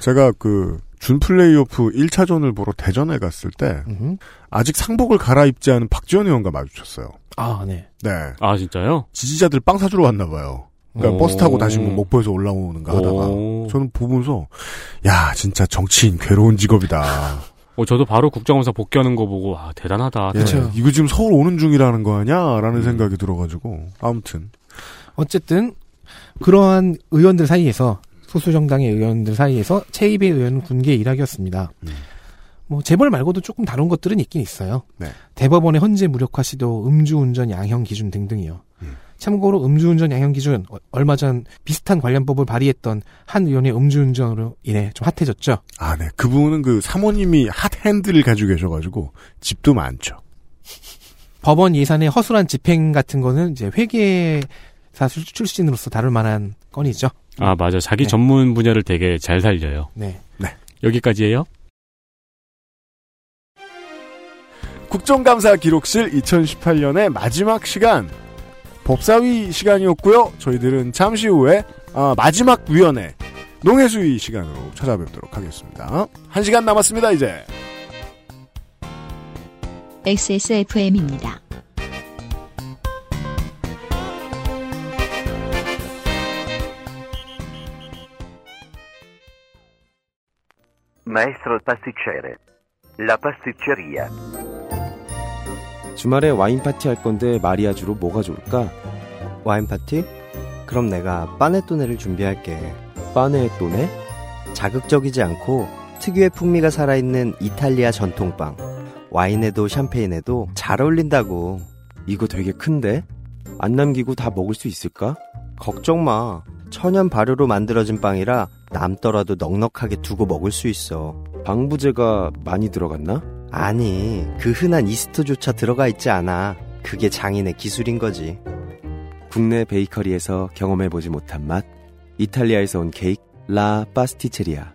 제가 그 준플레이오프 1차전을 보러 대전에 갔을 때 음. 아직 상복을 갈아입지 않은 박지원 의원과 마주쳤어요. 아, 네. 네. 아 진짜요? 지지자들 빵 사주러 왔나 봐요. 그러니까 오. 버스 타고 다시 뭐 목포에서 올라오는가 하다가 오. 저는 보면서 야 진짜 정치인 괴로운 직업이다. 어, 저도 바로 국정원사 복귀하는 거 보고 아 대단하다. 예, 이거 지금 서울 오는 중이라는 거 아냐라는 생각이 들어가지고 아무튼 어쨌든 그러한 의원들 사이에서 소수 정당의 의원들 사이에서 최입의 의원은 군계 일학이었습니다. 뭐 재벌 말고도 조금 다른 것들은 있긴 있어요. 네. 대법원의 헌재 무력화 시도, 음주운전 양형 기준 등등이요. 참고로 음주운전 양형 기준 어- 얼마 전 비슷한 관련법을 발의했던 한 의원의 음주운전으로 인해 좀 핫해졌죠. 아 네 그분은 그 사모님이 핫 핸들을 가지고 계셔가지고 집도 많죠. 법원 예산의 허술한 집행 같은 거는 이제 회계사 출- 출신으로서 다룰 만한 건이죠. 아 맞아 자기 네. 전문 분야를 되게 잘 살려요. 네. 여기까지예요. 국정감사 기록실 2018년의 마지막 시간 법사위 시간이었고요. 저희들은 잠시 후에 아, 마지막 위원회 농해수위 시간으로 찾아뵙도록 하겠습니다. 한 시간 남았습니다. 이제 XSFM입니다. Maestro pasticcere. La pasticceria. 주말에 와인 파티 할 건데 마리아주로 뭐가 좋을까? 와인 파티? 그럼 내가 빠네또네를 준비할게. 빠네또네? 자극적이지 않고 특유의 풍미가 살아있는 이탈리아 전통빵. 와인에도 샴페인에도 잘 어울린다고. 이거 되게 큰데? 안 남기고 다 먹을 수 있을까? 걱정 마. 천연 발효로 만들어진 빵이라 남더라도 넉넉하게 두고 먹을 수 있어. 방부제가 많이 들어갔나? 아니, 그 흔한 이스트조차 들어가 있지 않아. 그게 장인의 기술인 거지. 국내 베이커리에서 경험해보지 못한 맛. 이탈리아에서 온 케이크, 라 파스티체리아.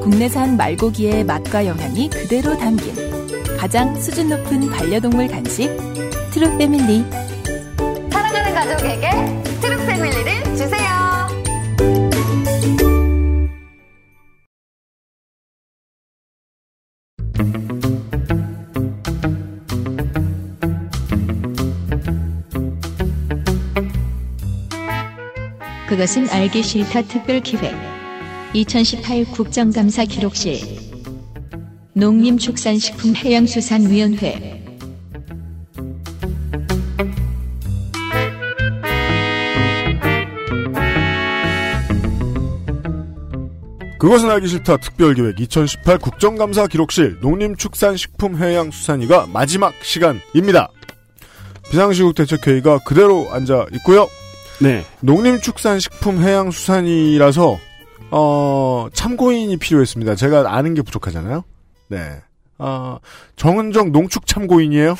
국내산 말고기의 맛과 영양이 그대로 담긴 가장 수준 높은 반려동물 간식 트루 패밀리 사랑하는 가족에게 트루 패밀리를 주세요. 그것은 알기 싫다 특별 기획 2018 국정감사 기록실 농림축산식품해양수산위원회 그것은 알기 싫다 특별기획 2018 국정감사 기록실 농림축산식품해양수산위가 마지막 시간입니다. 비상시국 대책회의가 그대로 앉아 있고요. 네. 농림축산식품해양수산이라서 어, 참고인이 필요했습니다. 제가 아는 게 부족하잖아요. 네. 아, 정은정 농축 참고인이에요.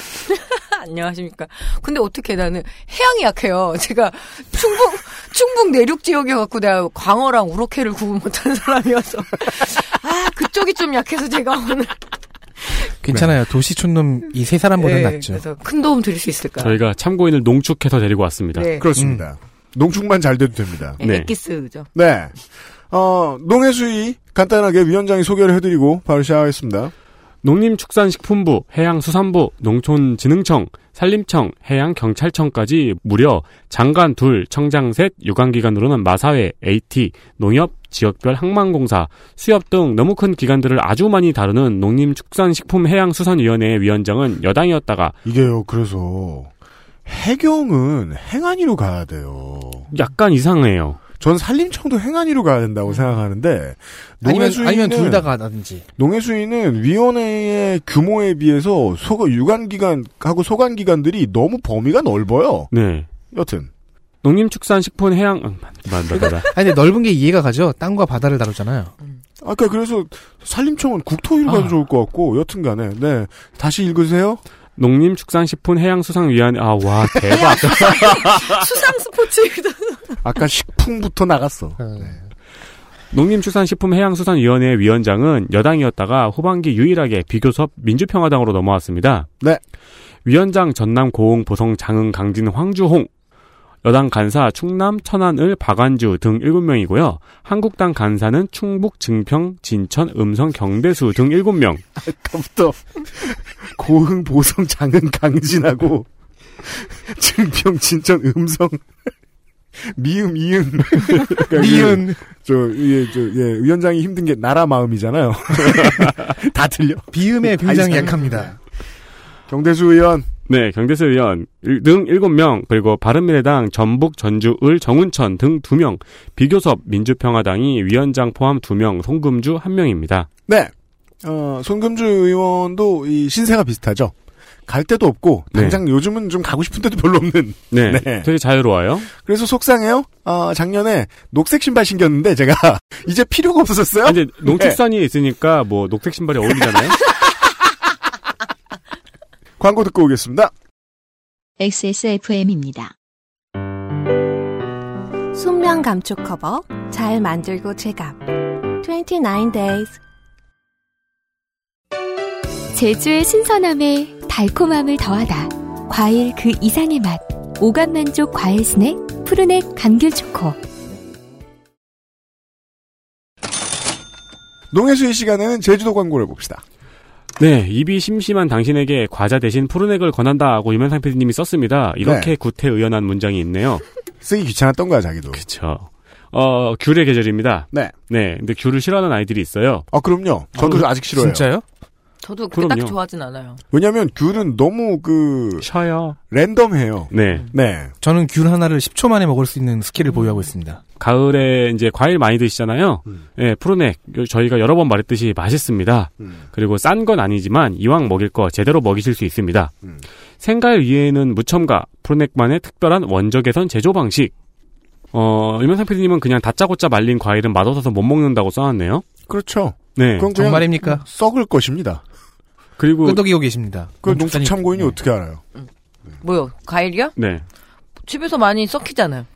안녕하십니까. 근데 어떻게 나는 해양이 약해요. 제가 충북, 충북 내륙 지역에 갖고 내가 광어랑 우럭회를 구분 못하는 사람이어서. 아, 그쪽이 좀 약해서 제가 오늘 괜찮아요. 도시촌놈 이 세 사람보다 네, 는 낫죠. 그래서 큰 도움 드릴 수 있을까. 네. 저희가 참고인을 농축해서 데리고 왔습니다. 네. 그렇습니다. 음. 농축만 잘 돼도 됩니다. 네, 엑기스, 그죠. 네. 어, 농해수위 간단하게 위원장이 소개를 해드리고 바로 시작하겠습니다. 농림축산식품부, 해양수산부, 농촌진흥청, 산림청, 해양경찰청까지 무려 장관 둘, 청장 셋, 유관기관으로는 마사회, AT, 농협, 지역별 항만공사, 수협 등 너무 큰 기관들을 아주 많이 다루는 농림축산식품해양수산위원회 위원장은 여당이었다가 이게요, 그래서 해경은 행안위로 가야 돼요. 약간 이상해요. 전 산림청도 행안위로 가야 된다고 생각하는데 아니면 농해수위는- 아니면 둘 다 가든지. 농해수위는 위원회의 규모에 비해서 소가 유관기관하고 소관기관들이 너무 범위가 넓어요. 네. 여튼 농림축산식품 해양 음, 맞다 맞다. 아니 근데 넓은 게 이해가 가죠. 땅과 바다를 다루잖아요. 음. 아까 그러니까 그래서 산림청은 국토위로 가도 좋을 것 같고 여튼간에 네 다시 읽으세요. 농림축산식품 해양수산위원회 아 와 대박. 수상 스포츠입니다. 아까 식품부터 나갔어. 농림축산식품해양수산위원회 위원장은 여당이었다가 후반기 유일하게 비교섭 민주평화당으로 넘어왔습니다. 네. 위원장 전남 고흥 보성 장흥 강진 황주홍 여당 간사 충남 천안을 박완주 등 7명이고요. 한국당 간사는 충북 증평 진천 음성 경대수 등 7명. 아까부터 고흥 보성 장은 강진하고 증평 진천 음성 미음 그러니까 이응 미은. 저예저예 위원장이 힘든 게 나라 마음이잖아요. 다 틀려. 비음에 굉장히 다 네. 이상해. 약합니다. 경대수 의원. 네, 경대수 의원 일- 등 7명, 그리고 바른미래당 전북, 전주, 을, 정운천 등 2명, 비교섭, 민주평화당이 위원장 포함 2명, 송금주 1명입니다. 네. 어, 손금주 의원도 이 신세가 비슷하죠. 갈 데도 없고 네. 당장 요즘은 좀 가고 싶은 데도 별로 없는. 네, 되게 자유로워요. 그래서 속상해요. 아, 작년에 녹색 신발 신겼는데 제가 아, 이제 필요가 없었어요. 아, 네. 근데 농축산이 있으니까 뭐 녹색 신발이 어울리잖아요. 광고 듣고 오겠습니다. XSFM입니다. 숙면 감촉 커버 잘 만들고 제갑 29 days 제주의 신선함에 달콤함을 더하다. 과일 그 이상의 맛. 오감 만족 과일 스낵 푸르넥 감귤 초코. 농해수의 시간에는 제주도 광고를 봅시다. 네, 입이 심심한 당신에게 과자 대신 푸른액을 권한다고 유면상 PD님이 썼습니다. 이렇게 네. 구태의연한 문장이 있네요. 쓰기 귀찮았던 거야 자기도. 그쵸. 어, 귤의 계절입니다. 네. 네, 근데 귤을 싫어하는 아이들이 있어요. 아, 그럼요. 저도 아직 싫어해요. 진짜요? 저도 그게 그럼요. 딱 좋아하진 않아요. 왜냐면 귤은 너무 그 쉬어요. 랜덤해요. 네. 네. 저는 귤 하나를 10초 만에 먹을 수 있는 스킬을 보유하고 있습니다. 가을에 이제 과일 많이 드시잖아요. 예, 푸르넥 저희가 여러 번 말했듯이 맛있습니다. 그리고 싼 건 아니지만 이왕 먹일 거 제대로 먹이실 수 있습니다. 생갈 위에는 무첨가 푸르넥만의 특별한 원적 개선 제조 방식. 어, 유명상 PD님은 그냥 다짜고짜 말린 과일은 맛없어서 못 먹는다고 써놨네요. 그렇죠. 네. 그건 그냥 썩을 것입니다. 그리고 끄덕이고 음. 계십니다. 그 농축 참고인이 어떻게 알아요? 뭐요? 과일이요? 네. 집에서 많이 썩히잖아요.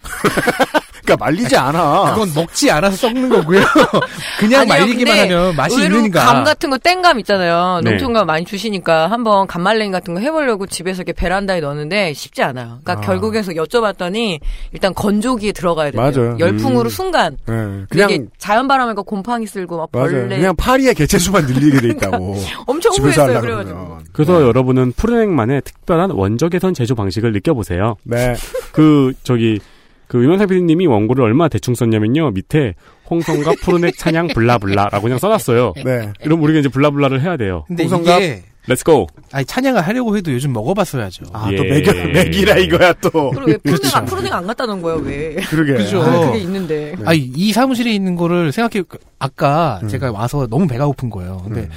그러니까 말리지 않아. 그건 먹지 않아서 썩는 거고요. 그냥 아니요, 말리기만 근데 하면 맛이 의외로 있는가. 감 같은 거 땡감 있잖아요. 네. 농촌감 많이 주시니까 한번 감말랭이 같은 거 해보려고 집에서 이렇게 베란다에 넣었는데 쉽지 않아요. 그러니까 아. 결국에서 여쭤봤더니 일단 건조기에 들어가야 돼요. 맞아요. 열풍으로 음. 순간 네. 이게 그냥 자연바람에 그 곰팡이 쓸고 막 맞아요. 벌레 그냥 파리의 개체수만 늘리게 돼 있다고. 엄청 집에서 후회했어요. 하려고 그래가지고 그래서 여러분은 푸른액만의 특별한 원적 개선 제조 방식을 느껴보세요. 네. 그 저기 그 유명상 PD님이 원고를 얼마 나 대충 썼냐면요. 밑에 홍성갑 푸른액 찬양 블라블라라고 그냥 써놨어요. 네. 이럼 우리가 이제 블라블라를 해야 돼요. 근데 홍성갑, 이게- 렛츠고. 아니 찬양을 하려고 해도 요즘 먹어봤어야죠. 아, 또 예. 먹여- 먹이라 이거야, 또. 그리고 왜 그렇죠. 푸른행 안, 푸른행 안 갔다 놓은 거야 왜? 그러게. 그죠. 어. 아, 그게 있는데. 아니 이 사무실에 있는 거를 생각해 아까 제가 와서 너무 배가 고픈 거예요. 근데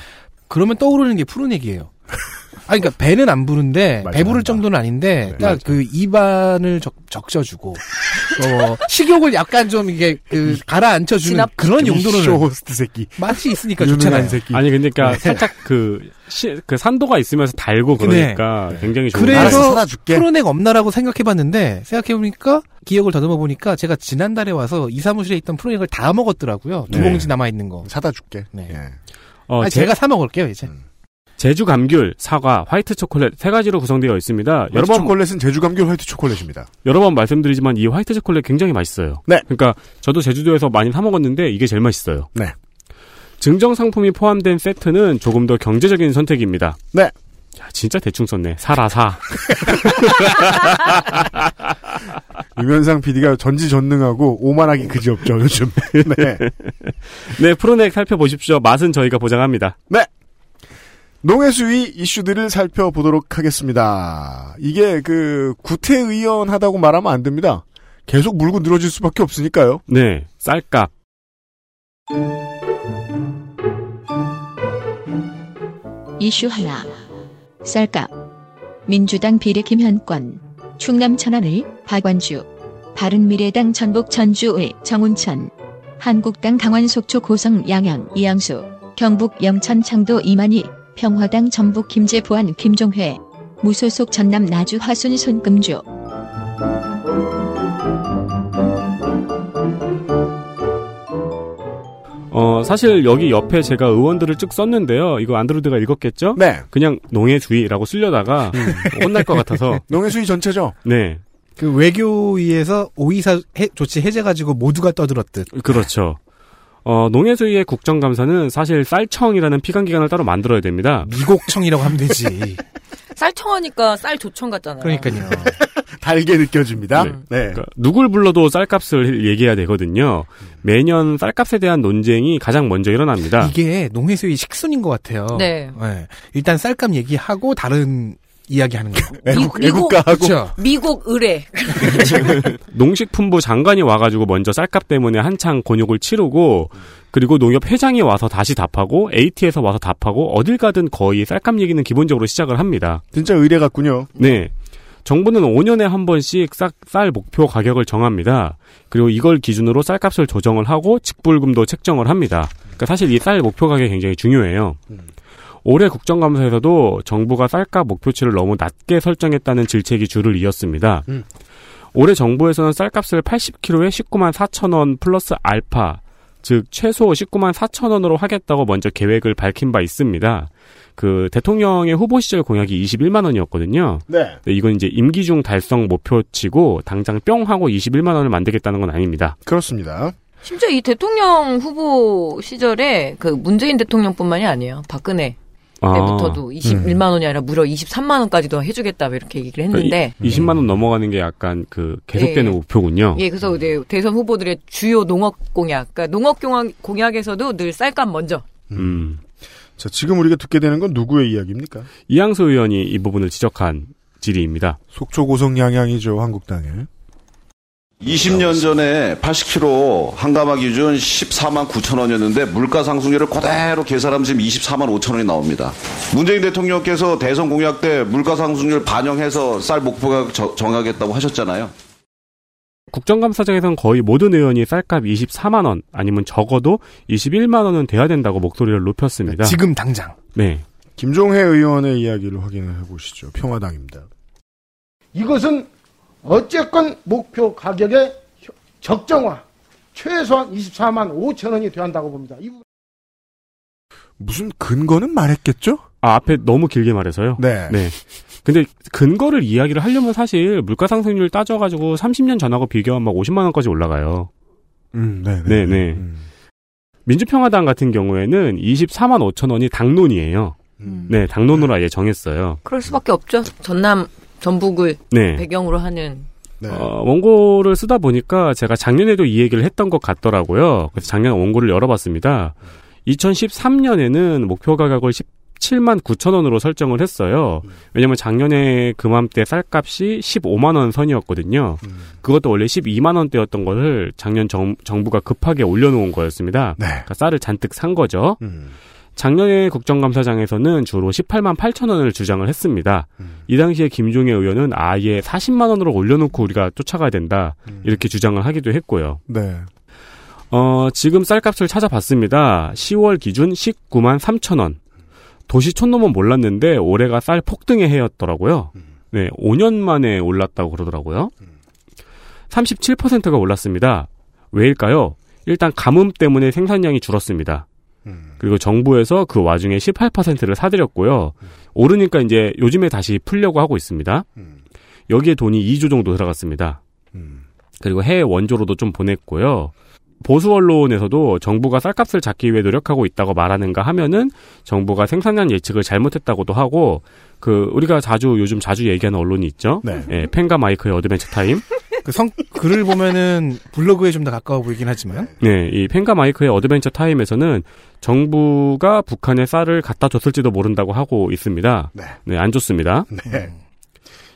그러면 떠오르는 게 푸른액이에요. 아, 그러니까 배는 안 부른데 배부를 정도는 아닌데 딱 그 입안을 적, 적셔주고 어, 식욕을 약간 좀 이게 그 가라앉혀주는 진압- 그런 이 용도로는 쇼호스트 새끼 맛이 있으니까 좋잖아요. 아니 근데 그러니까 네. 살짝 그, 시- 그 산도가 있으면서 달고 그러니까 굉장히 좋은 네. 그래서 프로넥 없나라고 생각해봤는데 생각해보니까 기억을 더듬어 보니까 제가 지난달에 와서 이 사무실에 있던 프로넥을 다 먹었더라고요. 두 네. 봉지 남아 있는 거. 사다 줄게. 예. 네. 어, 아니, 제- 제가 사 먹을게요 이제. 제주 감귤, 사과, 화이트 초콜릿 세 가지로 구성되어 있습니다. 여러 여러 번 초콜릿은 제주 감귤 화이트 초콜릿입니다. 여러 번 말씀드리지만 이 화이트 초콜릿 굉장히 맛있어요. 네. 그러니까 저도 제주도에서 많이 사 먹었는데 이게 제일 맛있어요. 네. 증정 상품이 포함된 세트는 조금 더 경제적인 선택입니다. 네. 야, 진짜 대충 썼네. 사라 사. 아. 유면상 PD가 전지전능하고 오만하기 그지없죠 요즘. 네. 네, 프로넥 살펴보십시오. 맛은 저희가 보장합니다. 네. 농해수위 이슈들을 살펴보도록 하겠습니다. 이게 그 구태의연 하다고 말하면 안 됩니다. 계속 물고 늘어질 수밖에 없으니까요. 네, 쌀값. 이슈 하나. 쌀값. 민주당 비례 김현권. 충남 천안의 박완주. 바른미래당 전북 전주의 정운천. 한국당 강원 속초 고성 양양 이양수. 경북 영천 창도 이만희. 평화당 전북 김제 보안 김종회. 무소속 전남 나주 화순 손금주. 어, 사실 여기 옆에 제가 의원들을 쭉 썼는데요. 이거 안드로드가 읽었겠죠? 네. 그냥 농해주의라고 쓰려다가 어, 혼날 것 같아서. 농해수위 전체죠? 네. 그 외교위에서 오이사 해- 조치 해제 가지고 모두가 떠들었듯. 그렇죠. 어, 농해수위의 국정감사는 사실 쌀청이라는 피감기관을 따로 만들어야 됩니다. 미곡청이라고 하면 되지. 쌀 청하니까 쌀 조청 같잖아요. 그러니까요. 달게 느껴집니다. 네. 그러니까 누굴 불러도 쌀값을 얘기해야 되거든요. 매년 쌀값에 대한 논쟁이 가장 먼저 일어납니다. 이게 농해수의 식순인 것 같아요. 네. 예. 일단 쌀값 얘기하고 다른 이야기하는 거. 그렇죠. 미국 의뢰. 농식품부 장관이 와가지고 먼저 쌀값 때문에 한창 곤욕을 치르고 그리고 농협 회장이 와서 다시 답하고 AT에서 와서 답하고 어딜 가든 거의 쌀값 얘기는 기본적으로 시작을 합니다. 진짜 의뢰 같군요. 네. 정부는 5년에 한 번씩 쌀, 쌀 목표 가격을 정합니다. 그리고 이걸 기준으로 쌀값을 조정을 하고 직불금도 책정을 합니다. 그러니까 사실 이 쌀 목표 가격이 굉장히 중요해요. 올해 국정감사에서도 정부가 쌀값 목표치를 너무 낮게 설정했다는 질책이 줄을 이었습니다. 음. 올해 정부에서는 쌀값을 80kg에 19만 4천 원 플러스 알파, 즉 최소 19만 4천 원으로 하겠다고 먼저 계획을 밝힌 바 있습니다. 그 대통령의 후보 시절 공약이 21만 원이었거든요. 네. 근데 이건 이제 임기 중 달성 목표치고 당장 뿅 하고 21만 원을 만들겠다는 건 아닙니다. 그렇습니다. 심지어 이 대통령 후보 시절에 그 문재인 대통령뿐만이 아니에요. 박근혜 아, 때부터도 21만 원이 아니라 무려 23만 원까지도 해주겠다 뭐 이렇게 얘기를 했는데 음. 20만 그러니까 원 넘어가는 게 약간 그 계속되는 예. 목표군요. 예, 그래서 이제 대선 후보들의 주요 농업 공약, 그러니까 농업 공약, 공약에서도 늘 쌀값 먼저. 음. 자, 지금 우리가 듣게 되는 건 누구의 이야기입니까? 이양수 의원이 이 부분을 지적한 질의입니다. 속초 고성 양양이죠, 한국당에. 20년 전에 80kg 한가마 기준 14만 9천 원이었는데 물가 상승률을 그대로 계산하면 지금 24만 5천 원이 나옵니다. 문재인 대통령께서 대선 공약 때 물가 상승률 반영해서 쌀 목표가 저- 정하겠다고 하셨잖아요. 국정감사장에서는 거의 모든 의원이 쌀값 24만 원 아니면 적어도 21만 원은 돼야 된다고 목소리를 높였습니다. 지금 당장. 네. 김종혜 의원의 이야기를 확인을 해보시죠. 평화당입니다. 이것은 어쨌건 목표 가격의 적정화 최소한 24만 5천 원이 돼야 한다고 봅니다. 이 부분- 무슨 근거는 말했겠죠? 아, 앞에 너무 길게 말해서요? 네. 근데 근거를 이야기를 하려면 사실 물가 상승률 따져가지고 30년 전하고 비교하면 막 50만 원까지 올라가요. 음, 네, 네, 네. 민주평화당 같은 경우에는 24만 5천 원이 당론이에요. 음. 네, 당론으로 아예 정했어요. 그럴 수밖에 없죠. 전남, 전북을 네. 배경으로 하는. 네. 어, 원고를 쓰다 보니까 제가 작년에도 이 얘기를 했던 것 같더라고요. 그래서 작년 원고를 열어봤습니다. 2013년에는 목표 가격을 17만 9천 원으로 설정을 했어요. 왜냐면 작년에 그맘때 쌀값이 15만 원 선이었거든요. 그것도 원래 12만 원대였던 거를 작년 정, 부가 급하게 올려놓은 거였습니다. 그러니까 쌀을 잔뜩 산 거죠. 작년에 국정감사장에서는 주로 18만 8천 원을 주장을 했습니다. 이 당시에 김종혜 의원은 아예 40만 원으로 올려놓고 우리가 쫓아가야 된다 이렇게 주장을 하기도 했고요. 네. 어, 지금 쌀값을 찾아봤습니다. 10월 기준 19만 3천 원. 도시 촌놈은 몰랐는데 올해가 쌀 폭등의 해였더라고요. 네, 5년 만에 올랐다고 그러더라고요. 37%가 올랐습니다. 왜일까요? 일단 가뭄 때문에 생산량이 줄었습니다. 그리고 정부에서 그 와중에 18%를 사들였고요. 오르니까 이제 요즘에 다시 풀려고 하고 있습니다. 여기에 돈이 2조 정도 들어갔습니다. 그리고 해외 원조로도 좀 보냈고요. 보수 언론에서도 정부가 쌀값을 잡기 위해 노력하고 있다고 말하는가 하면은 정부가 생산량 예측을 잘못했다고도 하고 그 우리가 자주 요즘 자주 얘기하는 언론이 있죠. 예, 펜과 마이크의 어드벤처 타임. 그 성, 글을 보면은 블로그에 좀 더 가까워 보이긴 하지만. 네, 이 펜과 마이크의 어드벤처 타임에서는 정부가 북한에 쌀을 갖다 줬을지도 모른다고 하고 있습니다. 네, 안 좋습니다. 네.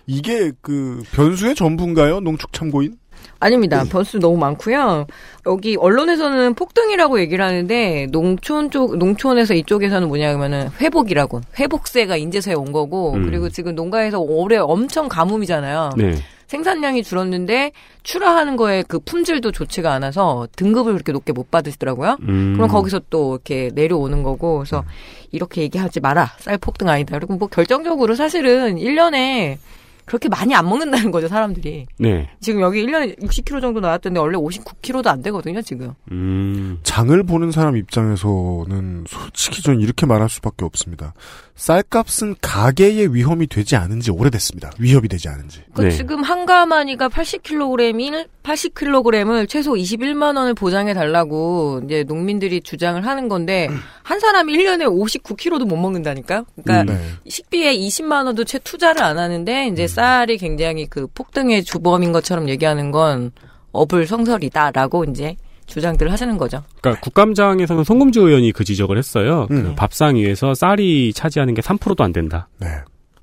이게 그 변수의 전부인가요? 농축 참고인? 네. 아닙니다. 변수 너무 많고요. 여기 언론에서는 폭등이라고 얘기를 하는데 농촌 쪽 농촌에서 이쪽에서는 뭐냐면은 회복이라고 회복세가 인제서야 온 거고 음. 그리고 지금 농가에서 올해 엄청 가뭄이잖아요. 네. 생산량이 줄었는데 출하하는 거에 그 품질도 좋지가 않아서 등급을 그렇게 높게 못 받으시더라고요. 음. 그럼 거기서 또 이렇게 내려오는 거고 그래서 이렇게 얘기하지 마라. 쌀 폭등 아니다. 그리고 뭐 결정적으로 사실은 1년에 그렇게 많이 안 먹는다는 거죠, 사람들이. 네. 지금 여기 1년에 60kg 정도 나왔던데 원래 59kg도 안 되거든요, 지금. 음. 장을 보는 사람 입장에서는 솔직히 전 이렇게 말할 수밖에 없습니다. 쌀값은 가계의 위험이 되지 않은지 오래됐습니다. 위협이 되지 않은지. 그 네. 지금 한가마니가 80kg을 80kg을 최소 21만 원을 보장해 달라고 이제 농민들이 주장을 하는 건데 한 사람이 1년에 59kg도 못 먹는다니까요. 그러니까 음, 식비에 20만 원도 채 투자를 안 하는데 이제 쌀이 굉장히 그 폭등의 주범인 것처럼 얘기하는 건 어불 성설이다라고 이제 주장들을 하시는 거죠. 그러니까 국감장에서는 송금주 의원이 그 지적을 했어요. 그 음. 밥상 위에서 쌀이 차지하는 게 3%도 안 된다. 네.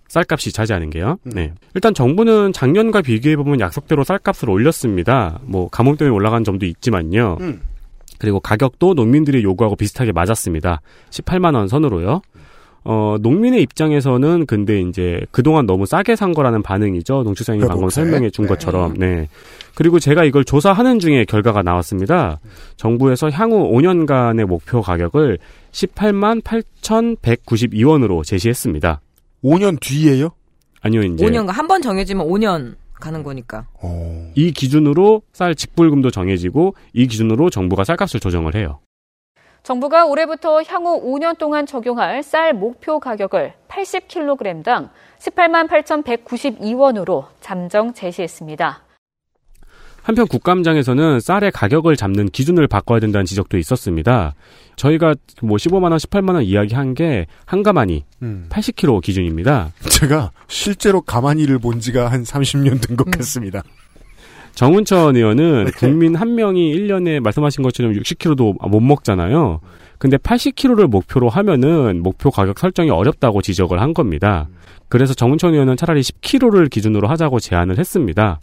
쌀값이 차지하는 게요. 네. 일단 정부는 작년과 비교해 보면 약속대로 쌀값을 올렸습니다. 뭐 가뭄 때문에 올라간 점도 있지만요. 음. 그리고 가격도 농민들이 요구하고 비슷하게 맞았습니다. 18만 원 선으로요. 어, 농민의 입장에서는 근데 이제 그동안 너무 싸게 산 거라는 반응이죠. 농축산인이 방금 회복세. 설명해 준 것처럼. 네. 그리고 제가 이걸 조사하는 중에 결과가 나왔습니다. 정부에서 향후 5년간의 목표 가격을 18만 8,192원으로 제시했습니다. 5년 뒤에요? 아니요, 이제 5년간 한 번 정해지면 5년 가는 거니까. 어, 이 기준으로 쌀 직불금도 정해지고 이 기준으로 정부가 쌀값을 조정을 해요. 정부가 올해부터 향후 5년 동안 적용할 쌀 목표 가격을 80kg당 18만 8,192원으로 잠정 제시했습니다. 한편 국감장에서는 쌀의 가격을 잡는 기준을 바꿔야 된다는 지적도 있었습니다. 저희가 뭐 15만 원, 18만 원 이야기한 게 한가마니 80kg 기준입니다. 제가 실제로 가만히를 본 지가 한 30년 된 음. 것 같습니다. 정운천 의원은 국민 한 명이 1년에 말씀하신 것처럼 60kg도 못 먹잖아요. 근데 80kg를 목표로 하면은 목표 가격 설정이 어렵다고 지적을 한 겁니다. 그래서 정운천 의원은 차라리 10kg를 기준으로 하자고 제안을 했습니다.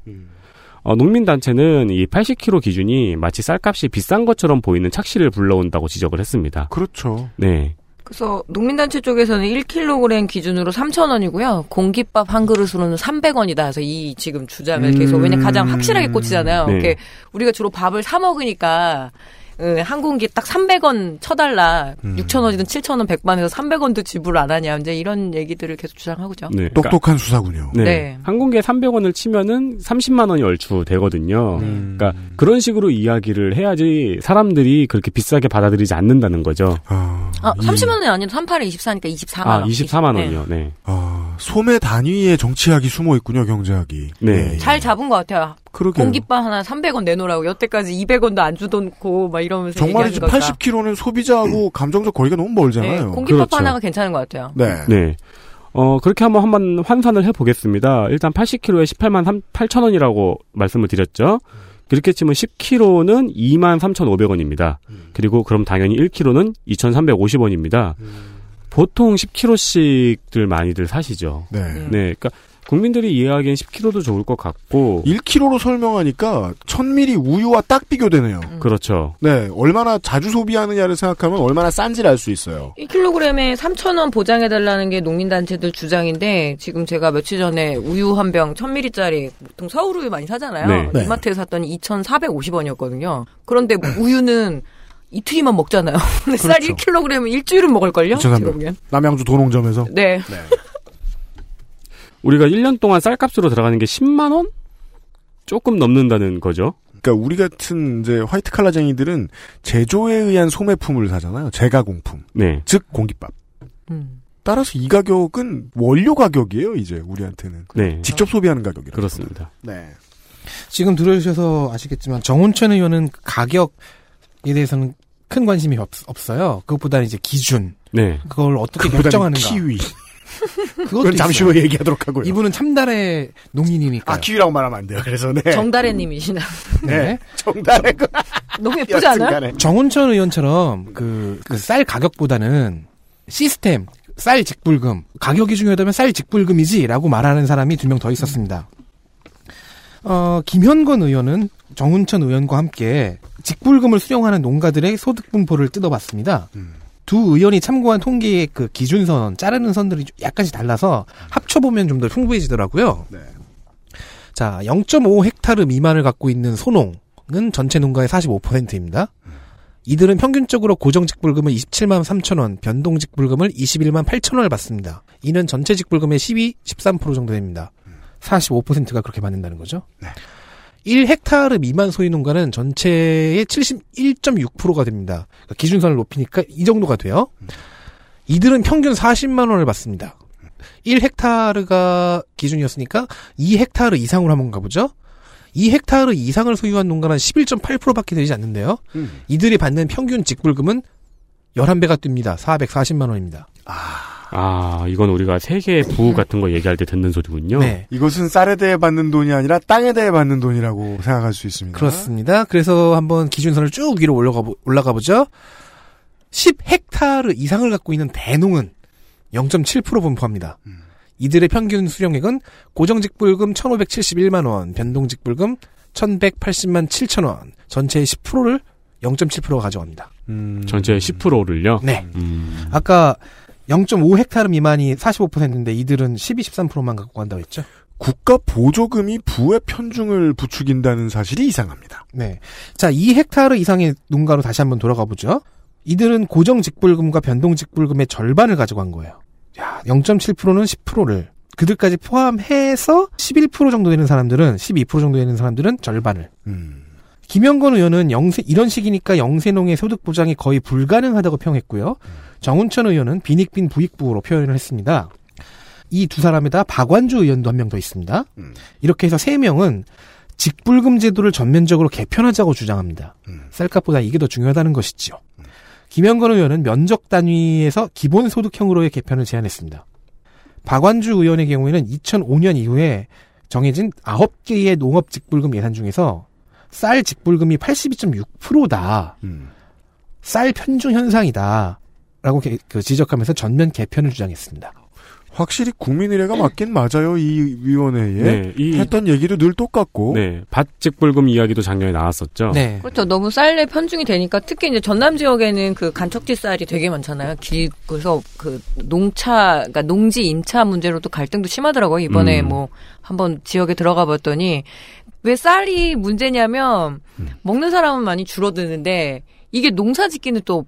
어, 농민단체는 이 80kg 기준이 마치 쌀값이 비싼 것처럼 보이는 착시를 불러온다고 지적을 했습니다. 그렇죠. 네. 그래서 농민단체 쪽에서는 1kg 기준으로 3,000원이고요. 공깃밥 한 그릇으로는 300원이다. 그래서 이 지금 주장을 계속 왜냐 가장 확실하게 꽂히잖아요. 네. 이렇게 우리가 주로 밥을 사 먹으니까 응, 한 공기 딱 300원 쳐달라. 6,000원이든 7,000원 백반에서 300원도 지불 안 하냐. 이제 이런 얘기들을 계속 주장하고죠. 네. 그러니까 똑똑한 수사군요. 네. 네. 한 공기에 300원을 치면은 30만 원이 얼추 되거든요. 그러니까 그런 식으로 이야기를 해야지 사람들이 그렇게 비싸게 받아들이지 않는다는 거죠. 아, 30만 원이 아니라 38에 24니까 24만 원. 아, 24만 원이요. 네. 아, 소매 단위의 정치학이 숨어 있군요, 경제학이. 예, 네. 잘 잡은 것 같아요. 그러게요. 공깃밥 하나 300원 내놓으라고 여태까지 200원도 안 주던고 막 이러면서 정말이지 얘기하는 거니까. 80kg는 소비자하고 감정적 거리가 너무 멀잖아요. 네, 공깃밥 하나가 괜찮은 것 같아요. 네. 어, 그렇게 한번 한번 환산을 해보겠습니다. 일단 80kg에 18만 8천 원이라고 말씀을 드렸죠. 그렇게 치면 10kg는 2만 3,500원입니다. 그리고 그럼 당연히 1kg는 2,350원입니다. 보통 10kg씩들 많이들 사시죠. 네. 그러니까 국민들이 이해하기엔 10kg도 좋을 것 같고 1kg로 설명하니까 1000ml 우유와 딱 비교되네요. 음. 그렇죠. 네, 얼마나 자주 소비하느냐를 생각하면 얼마나 싼지를 알 수 있어요. 1kg에 3,000원 보장해달라는 게 농민단체들 주장인데, 지금 제가 며칠 전에 우유 한 병 1000ml짜리, 보통 서울 우유 많이 사잖아요. 네. 네. 이마트에 샀더니 2,450원이었거든요. 그런데 우유는 이틀이만 먹잖아요. 근데 쌀 그렇죠. 1kg은 일주일은 먹을걸요? 제가 2,300. 보기엔. 남양주 도농점에서. 네. 우리가 1년 동안 쌀값으로 들어가는 게 10만 원 조금 넘는다는 거죠. 그러니까 우리 같은 이제 화이트 칼라쟁이들은 제조에 의한 소매품을 사잖아요. 제가공품. 네. 즉 공깃밥. 음. 따라서 이 가격은 원료 가격이에요, 이제 우리한테는. 네. 직접 소비하는 가격이라. 그렇습니다. 네. 지금 들어주셔서 아시겠지만 정운천 의원은 가격에 대해서는 큰 관심이 없, 어요 그것보다는 이제 기준. 네. 그걸 어떻게 그보다는 결정하는가. 그러니까 키위. 그건 잠시 후에 얘기하도록 하고요. 이분은 참달의 농인이니까. 아, 키위라고 말하면 안 돼요. 그래서, 네. 정다래님이시나? 네. 정달의 거. 너무 예쁘지 않아요? 여튼간에. 어, 정운천 의원처럼 그, 그 쌀 가격보다는 시스템, 쌀 직불금, 가격이 중요하다면 쌀 직불금이지 라고 말하는 사람이 두 명 더 있었습니다. 어, 김현건 의원은 정운천 의원과 함께 직불금을 수령하는 농가들의 소득 분포를 뜯어봤습니다. 두 의원이 참고한 통계의 그 기준선, 자르는 선들이 좀 약간씩 달라서 합쳐보면 좀 더 풍부해지더라고요. 자, 0.5헥타르 미만을 갖고 있는 소농은 전체 농가의 45%입니다. 이들은 평균적으로 고정직불금을 27만 3천 원, 변동직불금을 21만 8천 원을 받습니다. 이는 전체 직불금의 12, 13% 정도 됩니다. 45%가 그렇게 받는다는 거죠. 1헥타르 미만 소유농가는 전체의 71.6%가 됩니다. 그러니까 기준선을 높이니까 이 정도가 돼요. 이들은 평균 40만 원을 받습니다. 1헥타르가 기준이었으니까 2헥타르 이상으로 한번 가보죠. 2헥타르 이상을 소유한 농가는 11.8%밖에 되지 않는데요. 이들이 받는 평균 직불금은 11배가 뜹니다. 440만 원입니다. 아, 이건 우리가 세계 부 같은 거 얘기할 때 듣는 소리군요. 네. 이것은 쌀에 대해 받는 돈이 아니라 땅에 대해 받는 돈이라고 생각할 수 있습니다. 그렇습니다. 그래서 한번 기준선을 쭉 위로 올라가, 보- 올라가 보죠. 10헥타르 이상을 갖고 있는 대농은 0.7% 분포합니다. 음. 이들의 평균 수령액은 고정직불금 1,571만 원, 변동직불금 1,180만 7천 원, 전체의 10%를 0.7%가 가져갑니다. 음. 전체 10%를요? 음. 네. 아까 0.5헥타르 미만이 45%인데 이들은 12, 13%만 갖고 간다고 했죠? 국가 보조금이 부의 편중을 부추긴다는 사실이 이상합니다. 네. 자, 2헥타르 이상의 농가로 다시 한번 돌아가 보죠. 이들은 고정 직불금과 변동 직불금의 절반을 가져간 거예요. 야, 0.7%는 10%를 그들까지 포함해서 11% 정도 되는 사람들은 12% 정도 되는 사람들은 절반을. 음. 김영건 의원은 영세 이런 식이니까 영세농의 소득 보장이 거의 불가능하다고 평했고요. 정운천 의원은 비닉빈 부익부로 표현을 했습니다. 이 두 사람에다 박완주 의원도 한 명 더 있습니다. 이렇게 해서 세 명은 직불금 제도를 전면적으로 개편하자고 주장합니다. 쌀값보다 이게 더 중요하다는 것이지요. 김영건 의원은 면적 단위에서 기본 소득형으로의 개편을 제안했습니다. 박완주 의원의 경우에는 2005년 이후에 정해진 9개의 농업 직불금 예산 중에서 쌀 직불금이 82.6%다. 음. 쌀 편중 현상이다. 라고 개- 그 지적하면서 전면 개편을 주장했습니다. 확실히 국민의례가 맞긴 맞아요. 이 위원회에 네, 이- 했던 얘기도 늘 똑같고 네. 밭직불금 이야기도 작년에 나왔었죠. 네. 그렇죠. 너무 쌀의 편중이 되니까 특히 이제 전남 지역에는 그 간척지 쌀이 되게 많잖아요. 길고서 그 농차, 그러니까 농지 임차 문제로도 갈등도 심하더라고요. 이번에 음. 뭐 한번 지역에 들어가 봤더니 왜 쌀이 문제냐면 먹는 사람은 많이 줄어드는데 이게 농사 짓기는 또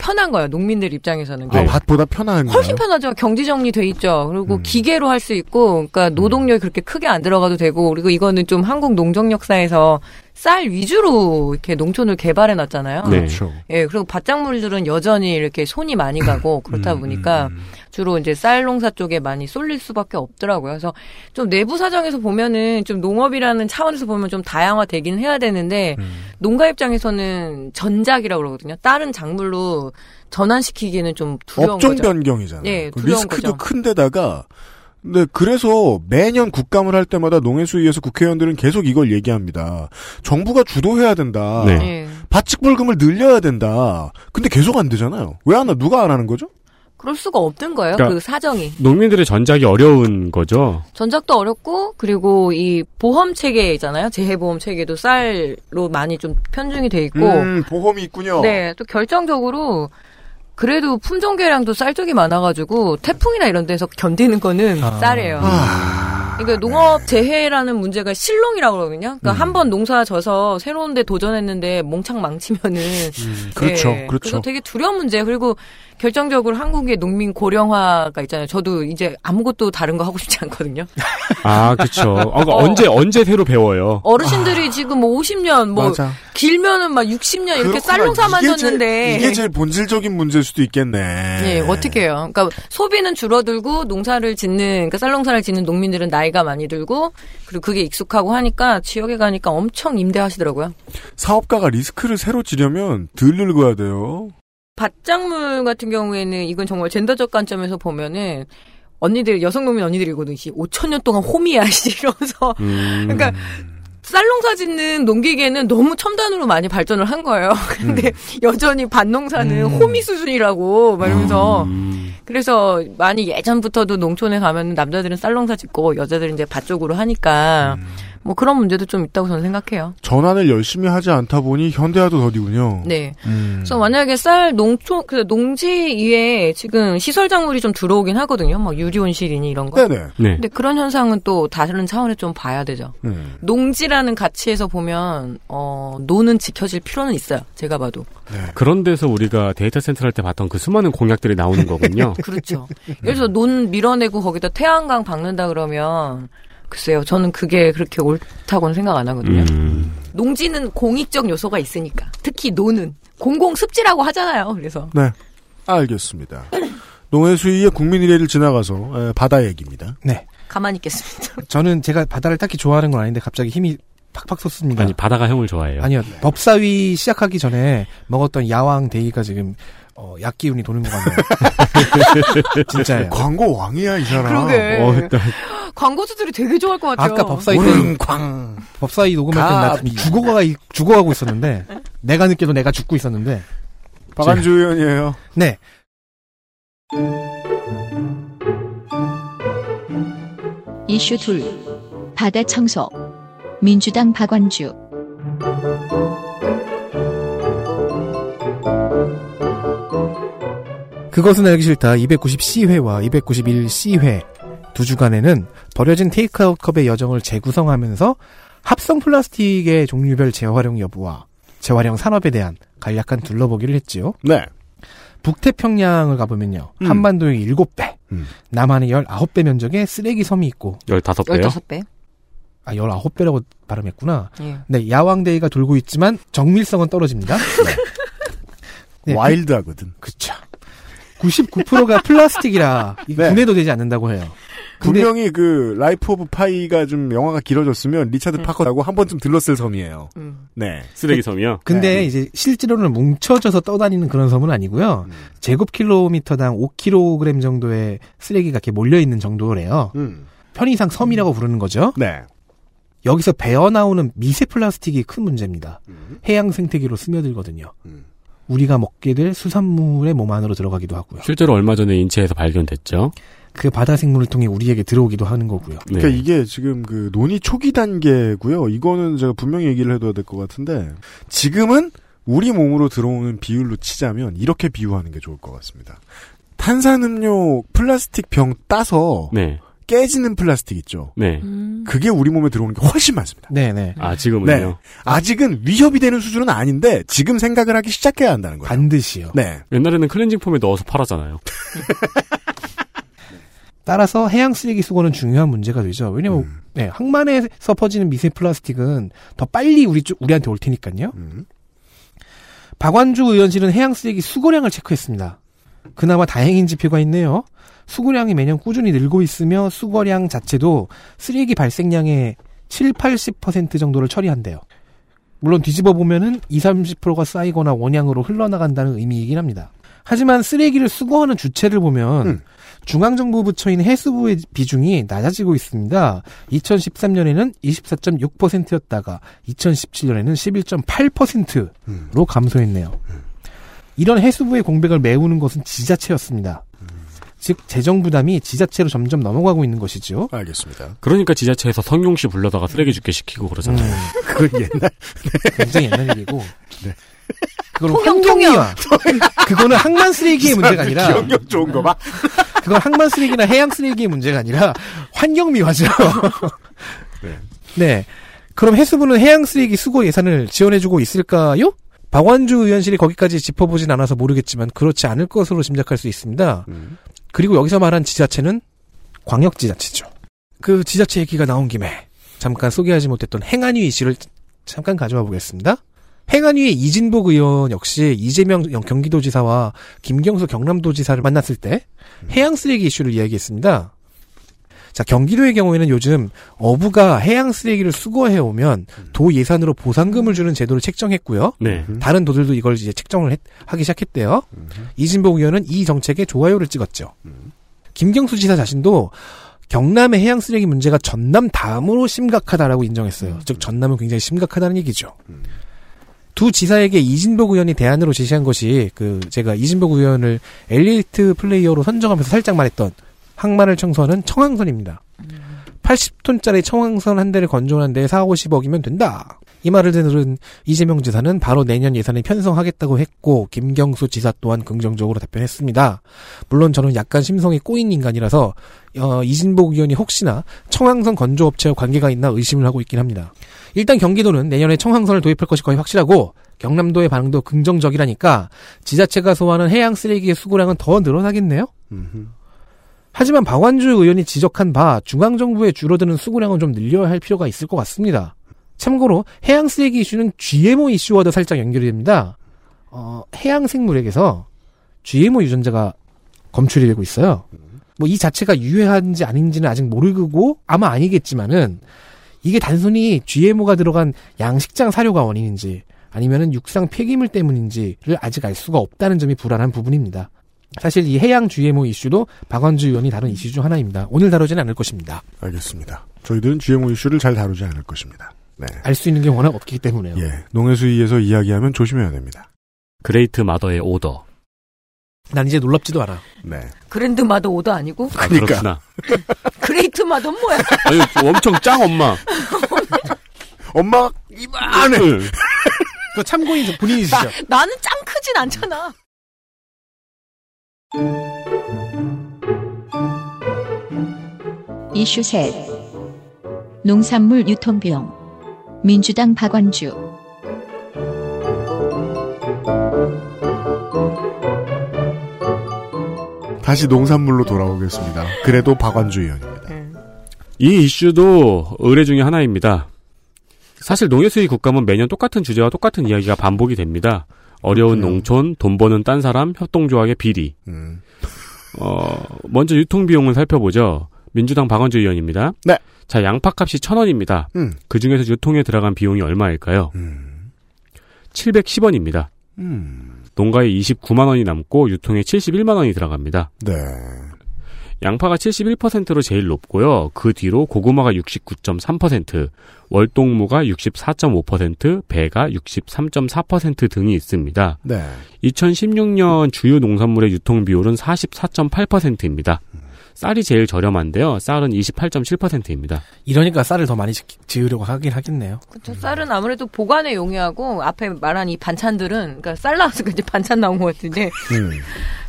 편한 거예요. 농민들 입장에서는. 네. 아, 밭보다 편한 거예요. 훨씬 편하죠. 경제 정리 돼 있죠. 그리고 음. 기계로 할 수 있고, 그러니까 노동력이 그렇게 크게 안 들어가도 되고, 그리고 이거는 좀 한국 농정 역사에서 쌀 위주로 이렇게 농촌을 개발해 놨잖아요. 음. 네. 그렇죠. 예, 그리고 바짝물들은 여전히 이렇게 손이 많이 음. 가고 그렇다 보니까 주로 이제 쌀 농사 쪽에 많이 쏠릴 수밖에 없더라고요. 그래서 좀 내부 사정에서 보면은 좀 농업이라는 차원에서 보면 좀 다양화 되긴 해야 되는데 음. 농가 입장에서는 전작이라고 그러거든요. 다른 작물로 전환시키기는 좀 두려운 업종 거죠. 변경이잖아요. 예, 그 두려운 거죠. 리스크도 큰데다가 근데 그래서 매년 국감을 할 때마다 농해수위에서 국회의원들은 계속 이걸 얘기합니다. 정부가 주도해야 된다. 네. 네. 바칙불금을 늘려야 된다. 근데 계속 안 되잖아요. 왜 안 하? 누가 안 하는 거죠? 그럴 수가 없던 거예요. 그 그러니까 사정이. 농민들의 전작이 어려운 거죠. 전작도 어렵고 그리고 이 보험 체계잖아요. 재해보험 체계도 쌀로 많이 좀 편중이 돼 있고. 음, 보험이 있군요. 뭐. 네, 또 결정적으로 그래도 품종 개량도 쌀 쪽이 많아가지고 태풍이나 이런 데서 견디는 거는 아. 쌀이에요. 그러니까 농업 재해라는 문제가 실롱이라고 그러거든요. 음. 그러니까 한 번 농사 져서 새로운 데 도전했는데 몽창 망치면은 음, 그렇죠, 예, 그렇죠. 그래서 되게 두려운 문제. 그리고 결정적으로 한국의 농민 고령화가 있잖아요. 저도 이제 아무것도 다른 거 하고 싶지 않거든요. 아, 그쵸. 아, 그러니까 어. 언제, 언제 새로 배워요? 어르신들이 지금 뭐 50년 뭐 아. 맞아. 길면은 막 60년 이렇게 그렇구나. 쌀농사만 이게 졌는데 제일- 이게 제일 본질적인 문제일 수도 있겠네. 예, 어떻게 해요? 그러니까 소비는 줄어들고 농사를 짓는 그러니까 쌀농사를 짓는 농민들은 나이가 많이 들고 그리고 그게 익숙하고 하니까 지역에 가니까 엄청 임대하시더라고요. 사업가가 리스크를 새로 지려면 덜 늙어야 돼요. 밭작물 같은 경우에는 이건 정말 젠더적 관점에서 보면은 언니들 여성농민 언니들이거든. 5천 년 동안 호미야 씨 이러면서 그러니까 쌀농사 짓는 농기계는 너무 첨단으로 많이 발전을 한 거예요. 근데 여전히 밭농사는 호미 수준이라고 말면서 그래서 많이 예전부터도 농촌에 가면 남자들은 쌀농사 짓고 여자들은 이제 밭 쪽으로 하니까 뭐 그런 문제도 좀 있다고 저는 생각해요. 전환을 열심히 하지 않다 보니 현대화도 더디군요. 네. 그래서 만약에 쌀 농촌 그 농지에 지금 시설 작물이 좀 들어오긴 하거든요. 막 유리온실이니 이런 거. 네네. 네. 근데 그런 현상은 또 다른 차원에 좀 봐야 되죠. 음. 농지라는 가치에서 보면 어 노는 지켜질 필요는 있어요. 제가 봐도. 그런 데서 우리가 데이터 센터 할 때 봤던 그 수많은 공약들이 나오는 거군요. 그렇죠. 예를 들어 논 밀어내고 거기다 태양광 박는다 그러면 글쎄요. 저는 그게 그렇게 옳다고는 생각 안 하거든요. 음. 농지는 공익적 요소가 있으니까. 특히 노는 공공 습지라고 하잖아요. 그래서 네. 알겠습니다. 농해수위의 국민의례를 지나가서 에, 바다 얘기입니다. 네. 가만히 있겠습니다. 저는 제가 바다를 딱히 좋아하는 건 아닌데 갑자기 힘이 팍팍 솟습니다. 아니 바다가 형을 좋아해요. 그러니까 아니요. 법사위 시작하기 전에 먹었던 야왕 데이가 지금 어, 약 기운이 도는 것 같네요. 진짜예요. 광고 왕이야 이 사람. 그러게. 어, 나- 광고주들이 되게 좋아할 것 같아요. 아까 네. 법사위 때 법사위 녹음할 때나 갑이. 죽어가 죽어가고 있었는데 내가 느껴도 내가 죽고 있었는데 박안주 의원이에요. 네. 이슈 둘 바다 청소 민주당 박완주 그것은 알기 싫다 290C회와 291C회 두 주간에는 버려진 테이크아웃 컵의 여정을 재구성하면서 합성 플라스틱의 종류별 재활용 여부와 재활용 산업에 대한 간략한 둘러보기를 했지요. 네. 북태평양을 가보면요. 음. 한반도의 7배, 남한의 19배 면적에 쓰레기 섬이 있고 15배요? 15배? 아, 19배라고 발음했구나. 예. 네, 야왕데이가 돌고 있지만 정밀성은 떨어집니다. 네. 네. 와일드하거든. 그쵸. 99%가 플라스틱이라 이거 네. 분해도 되지 않는다고 해요. 근데- 분명히 그 라이프 오브 파이가 좀 영화가 길어졌으면 음. 리차드 파커라고 한 번쯤 들렀을 섬이에요. 네. 쓰레기 섬이요. 근데 이제 실제로는 뭉쳐져서 떠다니는 그런 섬은 아니고요. 음. 제곱 킬로미터당 5kg 정도의 쓰레기가 이렇게 몰려 있는 정도래요. 음. 편의상 섬이라고 부르는 거죠. 네. 여기서 배어 나오는 미세 플라스틱이 큰 문제입니다. 음. 해양 생태계로 스며들거든요. 우리가 먹게 될 수산물의 몸 안으로 들어가기도 하고요. 실제로 얼마 전에 인체에서 발견됐죠. 그 바다 생물을 통해 우리에게 들어오기도 하는 거고요. 네. 그러니까 이게 지금 그 논의 초기 단계고요. 이거는 제가 분명히 얘기를 해둬야 될 것 같은데 지금은 우리 몸으로 들어오는 비율로 치자면 이렇게 비유하는 게 좋을 것 같습니다. 탄산음료 플라스틱 병 따서 네. 깨지는 플라스틱 있죠. 네. 그게 우리 몸에 들어오는 게 훨씬 많습니다. 네네. 아 지금은요. 아직은 위협이 되는 수준은 아닌데 지금 생각을 하기 시작해야 한다는 거예요. 반드시요. 네. 옛날에는 클렌징 폼에 넣어서 팔았잖아요. 따라서 해양 쓰레기 수거는 중요한 문제가 되죠. 왜냐면 네, 항만에서 퍼지는 미세 플라스틱은 더 빨리 우리 쪽 우리한테 올 테니까요. 박완주 의원실은 해양 쓰레기 수거량을 체크했습니다. 그나마 다행인 지표가 있네요. 수거량이 매년 꾸준히 늘고 있으며 수거량 자체도 쓰레기 발생량의 7, 80% 정도를 처리한대요. 물론 뒤집어 보면은 2, 30%가 쌓이거나 원양으로 흘러나간다는 의미이긴 합니다. 하지만 쓰레기를 수거하는 주체를 보면 중앙정부 부처인 해수부의 비중이 낮아지고 있습니다. 2013년에는 24.6%였다가 2017년에는 11.8%로 감소했네요. 이런 해수부의 공백을 메우는 것은 지자체였습니다. 즉 재정 부담이 지자체로 점점 넘어가고 있는 것이죠. 알겠습니다. 그러니까 지자체에서 성용 씨 불러다가 쓰레기 줍게 시키고 그러잖아요. 그건 옛날. 굉장히 옛날 얘기고. 그걸 네. 통영, 환경이야. 그거는 항만 쓰레기의 문제가 아니라 기억력 좋은 거 봐. 그건 항만 쓰레기나 해양 쓰레기의 문제가 아니라 환경미화죠. 네. 네. 그럼 해수부는 해양 쓰레기 수거 예산을 지원해주고 있을까요? 박완주 의원실이 거기까지 짚어보진 않아서 모르겠지만 그렇지 않을 것으로 짐작할 수 있습니다. 그리고 여기서 말한 지자체는 광역지자체죠. 그 지자체 얘기가 나온 김에 잠깐 소개하지 못했던 행안위 이슈를 잠깐 가져와 보겠습니다. 행안위의 이진복 의원 역시 이재명 영- 경기도지사와 김경수 경남도지사를 만났을 때 해양 쓰레기 이슈를 이야기했습니다. 자, 경기도의 경우에는 요즘 어부가 해양 쓰레기를 수거해 오면 도 예산으로 보상금을 주는 제도를 책정했고요. 네. 다른 도들도 이걸 이제 책정을 했- 하기 시작했대요. 이진복 의원은 이 정책에 좋아요를 찍었죠. 김경수 지사 자신도 경남의 해양 쓰레기 문제가 전남 다음으로 심각하다라고 인정했어요. 즉 전남은 굉장히 심각하다는 얘기죠. 두 지사에게 이진복 의원이 대안으로 제시한 것이 그 제가 이진복 의원을 엘리트 플레이어로 선정하면서 살짝 말했던 항만을 청소하는 청항선입니다. 80톤짜리 청항선 한 대를 건조하는데 4, 50억이면 된다. 이 말을 들은 이재명 지사는 바로 내년 예산에 편성하겠다고 했고 김경수 지사 또한 긍정적으로 답변했습니다. 물론 저는 약간 심성이 꼬인 인간이라서 어, 이진복 의원이 혹시나 청항선 건조업체와 관계가 있나 의심을 하고 있긴 합니다. 일단 경기도는 내년에 청항선을 도입할 것이 거의 확실하고 경남도의 반응도 긍정적이라니까 지자체가 소화하는 해양 쓰레기의 수고량은 더 늘어나겠네요. 하지만 박완주 의원이 지적한 바 중앙정부의 줄어드는 수고량은 좀 늘려야 할 필요가 있을 것 같습니다. 참고로 해양 쓰레기 이슈는 GMO 이슈와도 살짝 연결이 됩니다. 어, 해양 생물에게서 GMO 유전자가 검출이 되고 있어요. 뭐 이 자체가 유해한지 아닌지는 아직 모르고 아마 아니겠지만은 이게 단순히 GMO가 들어간 양식장 사료가 원인인지 아니면은 육상 폐기물 때문인지를 아직 알 수가 없다는 점이 불안한 부분입니다. 사실 이 해양 GMO 이슈도 박원주 의원이 다룬 이슈 중 하나입니다. 오늘 다루지는 않을 것입니다. 알겠습니다. 저희들은 GMO 이슈를 잘 다루지 않을 것입니다. 네. 알 수 있는 게 워낙 없기 때문에요. 예, 농해수위에서 이야기하면 조심해야 됩니다. 그레이트 마더의 오더. 난 이제 놀랍지도 않아. 네. 그랜드 마더 오더 아니고 아, 그렇구나. 그레이트 마더 뭐야? 아니, 엄청 짱 엄마. 엄마 이만해. 그 참고인 저 나, 본인이시죠? 나는 짱 크진 않잖아. 이슈 셋 농산물 유통비용 민주당 박완주 다시 농산물로 돌아오겠습니다. 그래도 박완주 의원입니다. 네. 이 이슈도 의뢰 중에 하나입니다. 사실 농해수위 국감은 매년 똑같은 주제와 똑같은 이야기가 반복이 됩니다. 어려운 농촌, 돈 버는 딴 사람, 협동조합의 비리. 음, 어, 먼저 유통비용을 살펴보죠. 민주당 박원주 의원입니다. 네. 자, 양파값이 천 원입니다. 음. 그 중에서 유통에 들어간 비용이 얼마일까요? 710원입니다. 농가에 29만 원이 남고 유통에 71만 원이 들어갑니다. 네. 양파가 71%로 제일 높고요. 그 뒤로 고구마가 69.3%, 월동무가 64.5%, 배가 63.4% 등이 있습니다. 네. 2016년 주요 농산물의 유통 비율은 44.8%입니다. 쌀이 제일 저렴한데요. 쌀은 28.7%입니다. 이러니까 쌀을 더 많이 지- 지으려고 하긴 하겠네요. 저 쌀은 아무래도 보관에 용이하고 앞에 말한 이 반찬들은 그러니까 쌀 나와서 이제 반찬 나온 것 같은데 음.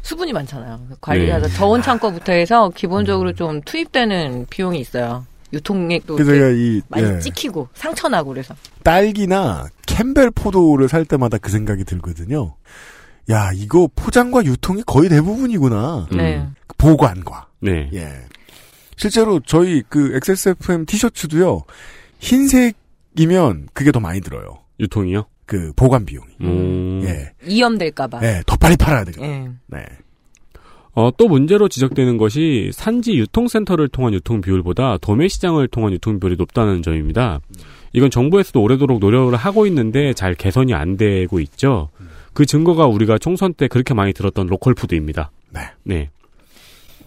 수분이 많잖아요. 관리하다 네. 저온 창고부터 해서 기본적으로 좀 투입되는 비용이 있어요. 유통액도 그래서 제가 이렇게 이 많이 예, 찍히고 상처나고 그래서 딸기나 캠벨 포도를 살 때마다 그 생각이 들거든요. 야, 이거 포장과 유통이 거의 대부분이구나. 네. 음. 보관과. 네. 예. 실제로 저희 그 XSFM 티셔츠도요. 흰색이면 그게 더 많이 들어요. 유통이요? 그 보관 비용이. 음. 예. 이염될까봐. 예, 더 빨리 팔아야 되거든요. 예. 네. 어, 또 문제로 지적되는 것이 산지 유통센터를 통한 유통 비율보다 도매 시장을 통한 유통 비율이 높다는 점입니다. 이건 정부에서도 오래도록 노력을 하고 있는데 잘 개선이 안 되고 있죠. 그 증거가 우리가 총선 때 그렇게 많이 들었던 로컬 푸드입니다. 네.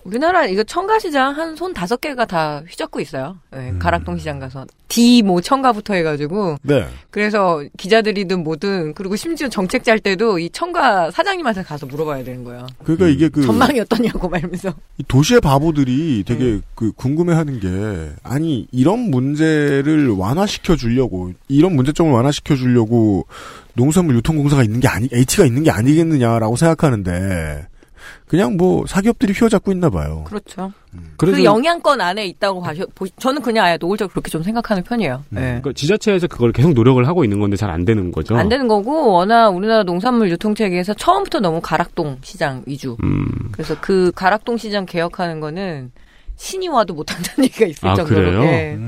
우리나라 이거 청가시장 한 손 다섯 개가 다 휘젓고 있어요. 예, 음. 가락동 시장 가서 디모 청가부터 해가지고 네. 그래서 기자들이든 뭐든 그리고 심지어 정책 짤 때도 이 청가 사장님한테 가서 물어봐야 되는 거예요. 그러니까 이게 그 전망이 예. 어떠냐고 말면서 이 도시의 바보들이 되게 그 궁금해하는 게 아니 이런 문제를 완화시켜 주려고 이런 문제점을 완화시켜 주려고 농산물 유통공사가 있는 게 아니 H가 있는 게 아니겠느냐라고 생각하는데 그냥 뭐 사기업들이 휘어잡고 있나 봐요. 그렇죠. 그래서 그 영양권 안에 있다고 봐셔. 보- 저는 그냥 아예 노골적으로 그렇게 좀 생각하는 편이에요. 예. 그러니까 지자체에서 그걸 계속 노력을 하고 있는 건데 잘 안 되는 거죠. 안 되는 거고 워낙 우리나라 농산물 유통 체계에서 처음부터 너무 가락동 시장 위주. 음. 그래서 그 가락동 시장 개혁하는 거는 신이 와도 못한다는 얘기가 있을 아, 정도로. 그래요? 예.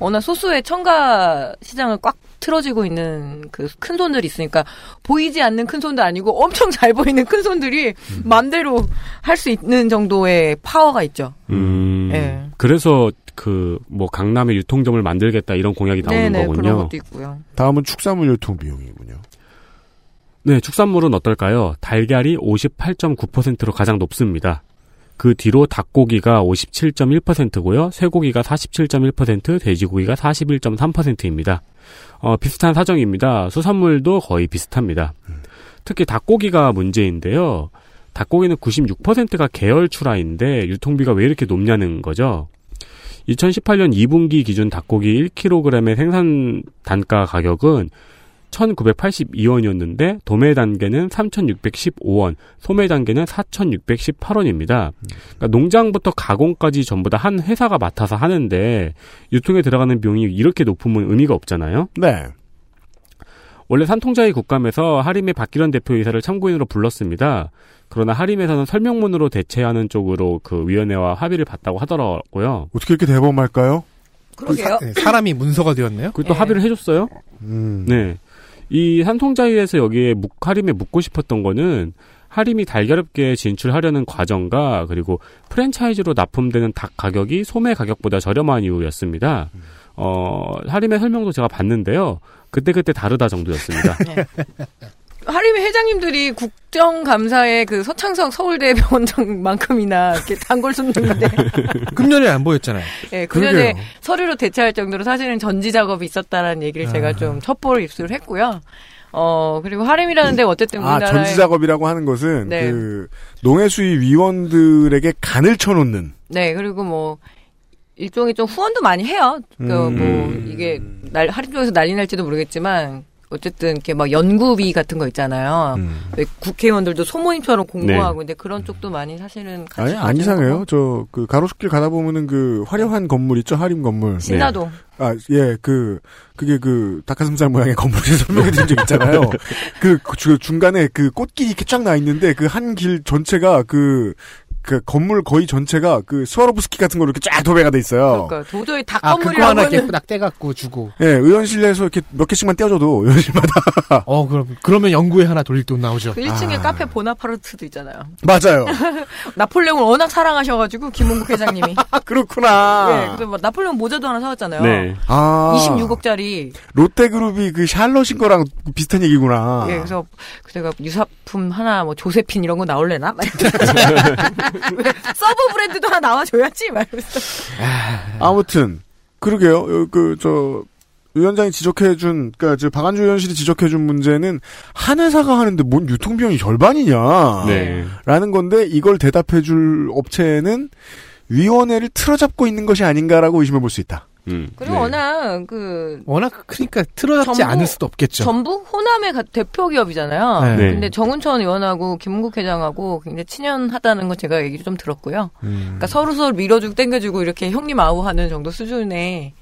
워낙 소수의 청가 시장을 꽉 틀어지고 있는 그 큰 손들이 있으니까 보이지 않는 큰 손도 아니고 엄청 잘 보이는 큰 손들이 음. 맘대로 할 수 있는 정도의 파워가 있죠. 음. 예. 그래서 그 뭐 강남에 유통점을 만들겠다 이런 공약이 나오는 네네 거군요. 그런 것도 있고요. 다음은 축산물 유통 비용이군요. 네, 축산물은 어떨까요? 달걀이 58.9%로 가장 높습니다. 그 뒤로 닭고기가 57.1%고요, 쇠고기가 47.1%, 돼지고기가 41.3%입니다. 어, 비슷한 사정입니다. 수산물도 거의 비슷합니다. 특히 닭고기가 문제인데요. 닭고기는 96%가 계열 출하인데 유통비가 왜 이렇게 높냐는 거죠. 2018년 2분기 기준 닭고기 1kg의 생산 단가 가격은 1982원이었는데 도매 단계는 3615원, 소매 단계는 4618원입니다. 그러니까 농장부터 가공까지 전부 다 한 회사가 맡아서 하는데 유통에 들어가는 비용이 이렇게 높으면 의미가 없잖아요. 네. 원래 산통자의 국감에서 하림의 박기련 대표이사를 참고인으로 불렀습니다. 그러나 하림에서는 설명문으로 대체하는 쪽으로 그 위원회와 합의를 봤다고 하더라고요. 어떻게 이렇게 대범할까요? 그러게요. 네, 사, 람이 문서가 되었네요. 그또 합의를 해줬어요. 음. 네. 이 산통자위에서 여기에 묵, 하림에 묻고 싶었던 거는 하림이 달걀업계에 진출하려는 과정과 그리고 프랜차이즈로 납품되는 닭 가격이 소매 가격보다 저렴한 이유였습니다. 어, 하림의 설명도 제가 봤는데요. 그때그때 다르다 정도였습니다. 하림의 회장님들이 국정감사에 그 서창석 서울대 병원장만큼이나 이렇게 단골 손님인데, 금년에 안 보였잖아요. 예, 그년에 그러게요. 서류로 대체할 정도로 사실은 전지 작업이 있었다라는 얘기를 아. 제가 좀 첩보를 입수를 했고요. 어, 그리고 하림이라는 데가 어쨌든 아, 우리나라의 전지 작업이라고 하는 것은 네. 그 농해수위 위원들에게 간을 쳐놓는 네, 그리고 뭐 일종의 좀 후원도 많이 해요. 그 뭐 음. 이게 날 하림 쪽에서 난리 날지도 모르겠지만 어쨌든 이렇게 막 연구비 같은 거 있잖아요. 왜 국회의원들도 소모임처럼 공모하고 음. 네. 근데 그런 쪽도 많이 사실은 같이 아니 안 가지는 이상해요. 저 그 가로수길 가다 보면은 그 화려한 건물 있죠 하림 건물. 신라동. 아 예 그 그게 그 닭가슴살 모양의 건물이 설명해드린 적 있잖아요. 그, 그 주- 중간에 그 꽃길이 이렇게 쫙 나 있는데 그 한 길 전체가 그. 그 건물 거의 전체가 그 스와로브스키 같은 걸로 이렇게 쫙 도배가 돼 있어요. 그러니까 아, 도저히 그거 하나 닭건물이라고는 이렇게 딱 떼갖고 주고. 예, 의원실 내에서 이렇게 몇 개씩만 떼어줘도 의원실마다. 어, 그럼, 그러면 연구에 하나 돌릴 돈 나오죠. 그 1층에 카페 보나파르트도 있잖아요. 맞아요. 나폴레옹을 워낙 사랑하셔가지고 김홍국 회장님이. 아, 그렇구나. 네, 아. 그래서 막 나폴레옹 모자도 하나 사왔잖아요. 네. 아. 26억짜리. 롯데그룹이 그 샬럿인 거랑 비슷한 아. 얘기구나. 예, 그래서 제가 유사품 하나 뭐 조세핀 이런 거 나올래나? 막 이러면서 서브 브랜드도 하나 나와줘야지 말면서 아무튼 그러게요. 그 저 위원장이 지적해준 그러니까 저 박안주 위원실이 지적해준 문제는 한 회사가 하는데 뭔 유통비용이 아. 절반이냐? 네. 라는 건데 이걸 대답해줄 업체는 위원회를 틀어잡고 있는 것이 아닌가라고 의심해 볼 수 있다. 음, 네. 그리고 네. 워낙 그 워낙 크니까 틀어잡지 전부- 않을 수도 없겠죠. 전북 호남의 가- 대표 기업이잖아요. 네. 네. 근데 정운천 의원하고 김문국 회장하고 굉장히 친연하다는 건 제가 얘기를 좀 들었고요. 음. 그러니까 서로 서로 밀어주고 땡겨주고 이렇게 형님 아우하는 정도 수준의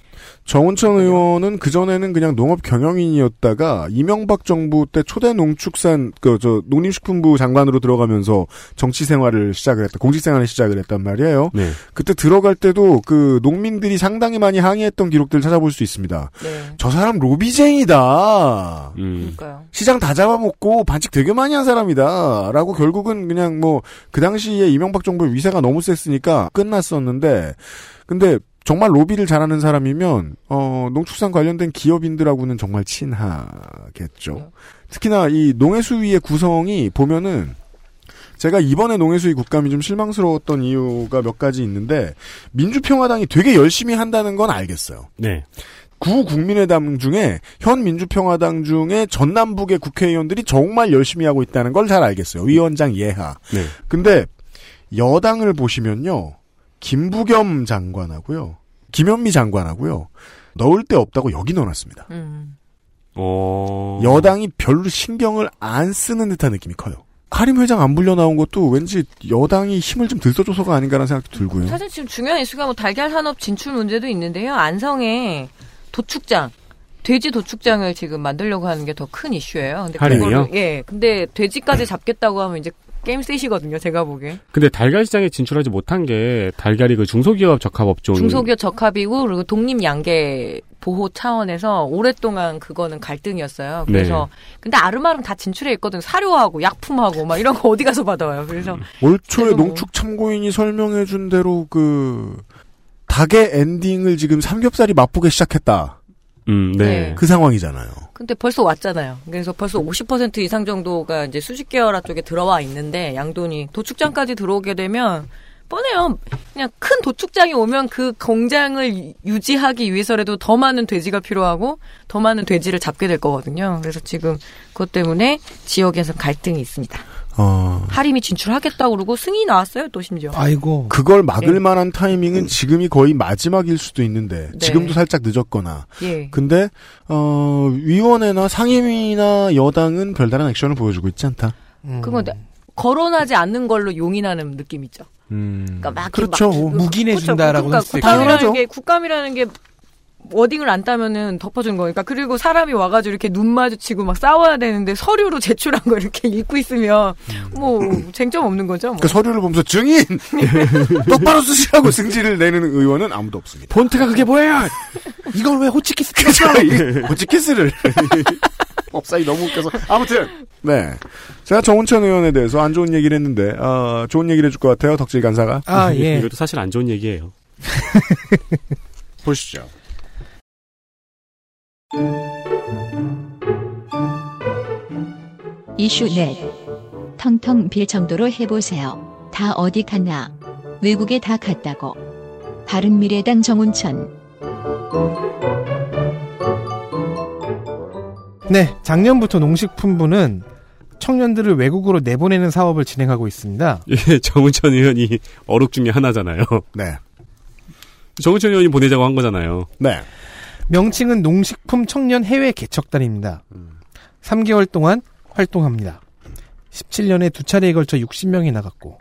정운천 의원은 그전에는 그냥 농업 경영인이었다가 이명박 정부 때 초대 농축산 그 저 농림식품부 장관으로 들어가면서 정치 생활을 시작을 했다. 공직 생활을 시작을 했단 말이에요. 네. 그때 들어갈 때도 그 농민들이 상당히 많이 항의했던 기록들을 찾아볼 수 있습니다. 네. 음. 저 사람 로비쟁이다. 음. 시장 다 잡아먹고 반칙 되게 많이 한 사람이다. 라고 결국은 그냥 뭐 그 당시에 이명박 정부의 위세가 너무 셌으니까 끝났었는데 근데 정말 로비를 잘하는 사람이면 어 농축산 관련된 기업인들하고는 정말 친하겠죠. 특히나 이 농해수위의 구성이 보면은 제가 이번에 농해수위 국감이 좀 실망스러웠던 이유가 몇 가지 있는데 민주평화당이 되게 열심히 한다는 건 알겠어요. 네. 구 국민의당 중에 현 민주평화당 중에 전남북의 국회의원들이 정말 열심히 하고 있다는 걸 잘 알겠어요. 위원장 예하. 네. 근데 여당을 보시면요. 김부겸 장관하고요. 김현미 장관하고요. 넣을 데 없다고 여기 넣어놨습니다. 음. 어. 여당이 별로 신경을 안 쓰는 듯한 느낌이 커요. 하림 회장 안 불려 나온 것도 왠지 여당이 힘을 좀 들써줘서가 아닌가라는 생각도 들고요. 사실 지금 중요한 이슈가 뭐 달걀 산업 진출 문제도 있는데요. 안성에 도축장, 돼지 도축장을 지금 만들려고 하는 게 더 큰 이슈예요. 근데 할인이요? 그거를- 예. 근데 돼지까지 잡겠다고 하면 이제 게임 셋이거든요. 제가 보기에. 근데 달걀 시장에 진출하지 못한 게 달걀이 그 중소기업 적합업종 중소기업 적합이고 그리고 독립 양계 보호 차원에서 오랫동안 그거는 갈등이었어요. 그래서 근데 아름아름 다 진출해 있거든. 요 사료하고 약품하고 막 이런 거 어디 가서 받아와요. 그래서 올 초에 농축 참고인이 설명해 준 대로 그 닭의 엔딩을 지금 삼겹살이 맛보기 시작했다. 음, 네. 그 상황이잖아요. 근데 벌써 왔잖아요. 그래서 벌써 50% 이상 정도가 이제 수직계열화 쪽에 들어와 있는데 양돈이 도축장까지 들어오게 되면 뻔해요. 그냥 큰 도축장이 오면 그 공장을 유- 유지하기 위해서라도 더 많은 돼지가 필요하고 더 많은 돼지를 잡게 될 거거든요. 그래서 지금 그것 때문에 지역에서 갈등이 있습니다. 어, 하림이 진출하겠다고 그러고 승인이 나왔어요, 또 심지어. 아이고. 그걸 막을 예. 만한 타이밍은 지금이 거의 마지막일 수도 있는데 네. 지금도 살짝 늦었거나. 예. 근데 어, 위원회나 상임위나 여당은 별다른 액션을 보여주고 있지 않다. 그건 나- 거론하지 않는 걸로 용인하는 느낌 있죠. 음. 그러니까 막 이렇게 그렇죠. 막 그러니까 국감이라는 게 국감이라는 게 워딩을 안 따면은 덮어준 거니까 그리고 사람이 와가지고 이렇게 눈 마주치고 막 싸워야 되는데 서류로 제출한 거 이렇게 읽고 있으면 뭐 쟁점 없는 거죠. 뭐. 그 서류를 보면서 증인 똑바로 쓰시라고 승질을 내는 의원은 아무도 없습니다. 본트가 그게 뭐예요? 이걸 왜 호치키스 그렇죠. 호치키스를 법사위 너무 웃겨서 아무튼 네, 제가 정운천 의원에 대해서 안 좋은 얘기를 했는데 어, 좋은 얘기를 해줄 것 같아요 덕질 간사가. 아, 예. 이것도 사실 안 좋은 얘기예요. 보시죠. 이슈 넷. 텅텅 빌 정도로 해보세요. 다 어디 갔나? 외국에 다 갔다고. 바른미래당 정운천. 네, 작년부터 농식품부는 청년들을 외국으로 내보내는 사업을 진행하고 있습니다. 예, 정은천 의원이 어록 중에 하나잖아요. 네. 정은천 의원이 보내자고 한 거잖아요. 네. 명칭은 농식품 청년 해외 개척단입니다. 3개월 동안 활동합니다. 17년에 두 차례에 걸쳐 60명이 나갔고,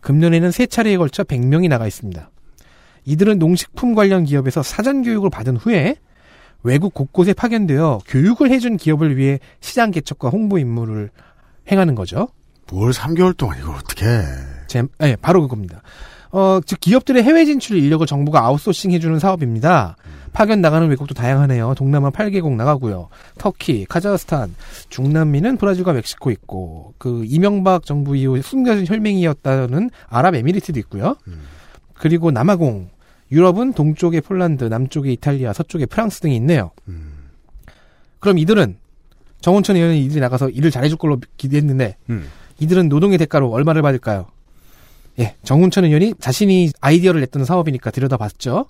금년에는 세 차례에 걸쳐 100명이 나가 있습니다. 이들은 농식품 관련 기업에서 사전 교육을 받은 후에 외국 곳곳에 파견되어 교육을 해준 기업을 위해 시장 개척과 홍보 임무를 행하는 거죠. 뭘 3개월 동안 이걸 어떻게? 제, 예, 바로 그겁니다. 어, 즉 기업들의 해외 진출 인력을 정부가 아웃소싱 해주는 사업입니다. 파견 나가는 외국도 다양하네요. 동남아 8개국 나가고요. 터키, 카자흐스탄, 중남미는 브라질과 멕시코 있고 그 이명박 정부 이후 숨겨진 혈맹이었다는 아랍에미리트도 있고요. 그리고 남아공, 유럽은 동쪽에 폴란드, 남쪽에 이탈리아, 서쪽에 프랑스 등이 있네요. 그럼 이들은 정원천 의원이 이들이 나가서 일을 잘해줄 걸로 기대했는데 이들은 노동의 대가로 얼마를 받을까요? 예, 정운천 의원이 자신이 아이디어를 냈던 사업이니까 들여다봤죠.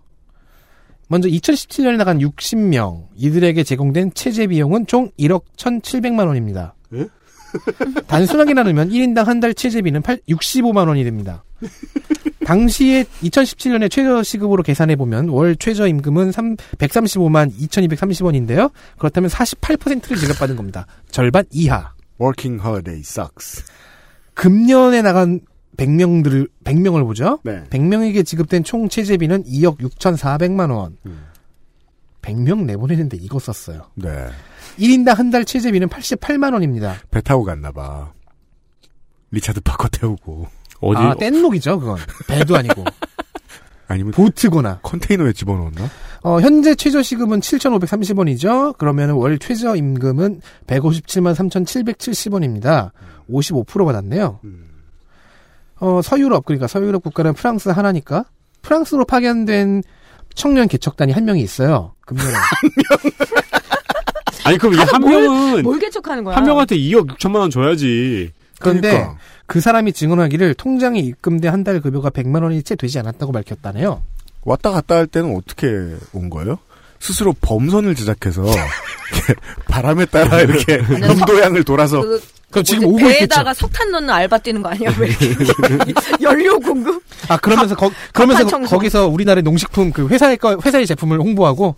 먼저 2017년에 나간 60명 이들에게 제공된 체제 비용은 총 1억 1,700만 원입니다. 단순하게 나누면 1인당 한 달 체제비는 8, 65만 원이 됩니다. 당시에 2017년에 최저 시급으로 계산해 보면 월 최저 임금은 3, 135만 2,230원인데요. 그렇다면 48%를 지급받은 겁니다. 절반 이하. Working holiday sucks. 금년에 나간 100명들을 100명을 보죠. 100명에게 지급된 총 체제비는 2억 6,400만 원. 100명 내보내는데 이거 썼어요. 네. 1인당 한 달 체제비는 88만 원입니다. 배 타고 갔나 봐. 리차드 파커 태우고. 어디? 아, 뗏목이죠, 그건. 배도 아니고. 아니면 보트거나 컨테이너에 집어넣었나? 어, 현재 최저 시급은 7,530원이죠. 그러면 월 최저 임금은 157만 3,770원입니다. 55% 받았네요. 어, 서유럽 그러니까 서유럽 국가는 프랑스 하나니까 프랑스로 파견된 청년 개척단이 한 명이 있어요. 금년에. 아니 그럼 이 한 명은 뭘 개척하는 거야? 한 명한테 2억 6천만 원 줘야지. 그런데 그 사람이 증언하기를 통장에 입금된 한 달 급여가 100만 원이 채 되지 않았다고 밝혔다네요. 왔다 갔다 할 때는 어떻게 온 거예요? 스스로 범선을 제작해서 이렇게 바람에 따라 이렇게 영도양을 돌아서 그 뭐지? 배에다가 석탄 넣는 알바 뛰는 거 아니야? 왜 이렇게 연료 공급? 아 그러면서 거, 그러면서 갑판 청소. 거기서 우리나라의 농식품 그 회사의 거- 회사의 제품을 홍보하고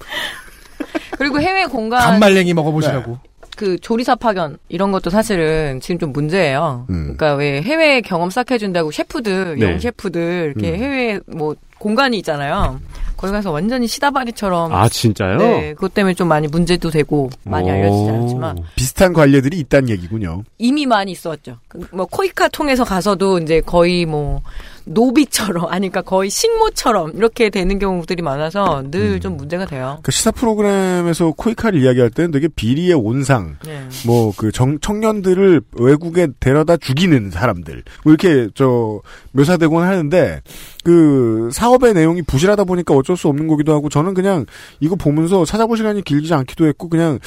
그리고 해외 공간 단말랭이 먹어보시라고. 그 조리사 파견 이런 것도 사실은 지금 좀 문제예요. 그러니까 왜 해외 경험 쌓게 해준다고 셰프들, 음. 네. 영 셰프들 이렇게 음. 해외 뭐 공간이 있잖아요. 거기 가서 완전히 시다바리처럼 아 진짜요? 네, 그것 때문에 좀 많이 문제도 되고 많이 알려지지 않았지만 비슷한 관례들이 있다는 얘기군요. 이미 많이 있었죠. 그 뭐 코이카 통해서 가서도 이제 거의 뭐 노비처럼 아니 그러니까 거의 식모처럼 이렇게 되는 경우들이 많아서 늘 음. 좀 문제가 돼요. 그 시사 프로그램에서 코이카를 이야기할 때는 되게 비리의 온상, 네. 뭐 그 청년들을 외국에 데려다 죽이는 사람들 뭐 이렇게 저 묘사되곤 하는데 그 사업의 내용이 부실하다 보니까 어쩔 수 없는 거기도 하고 저는 그냥 이거 보면서 찾아볼 시간이 길지 않기도 했고 그냥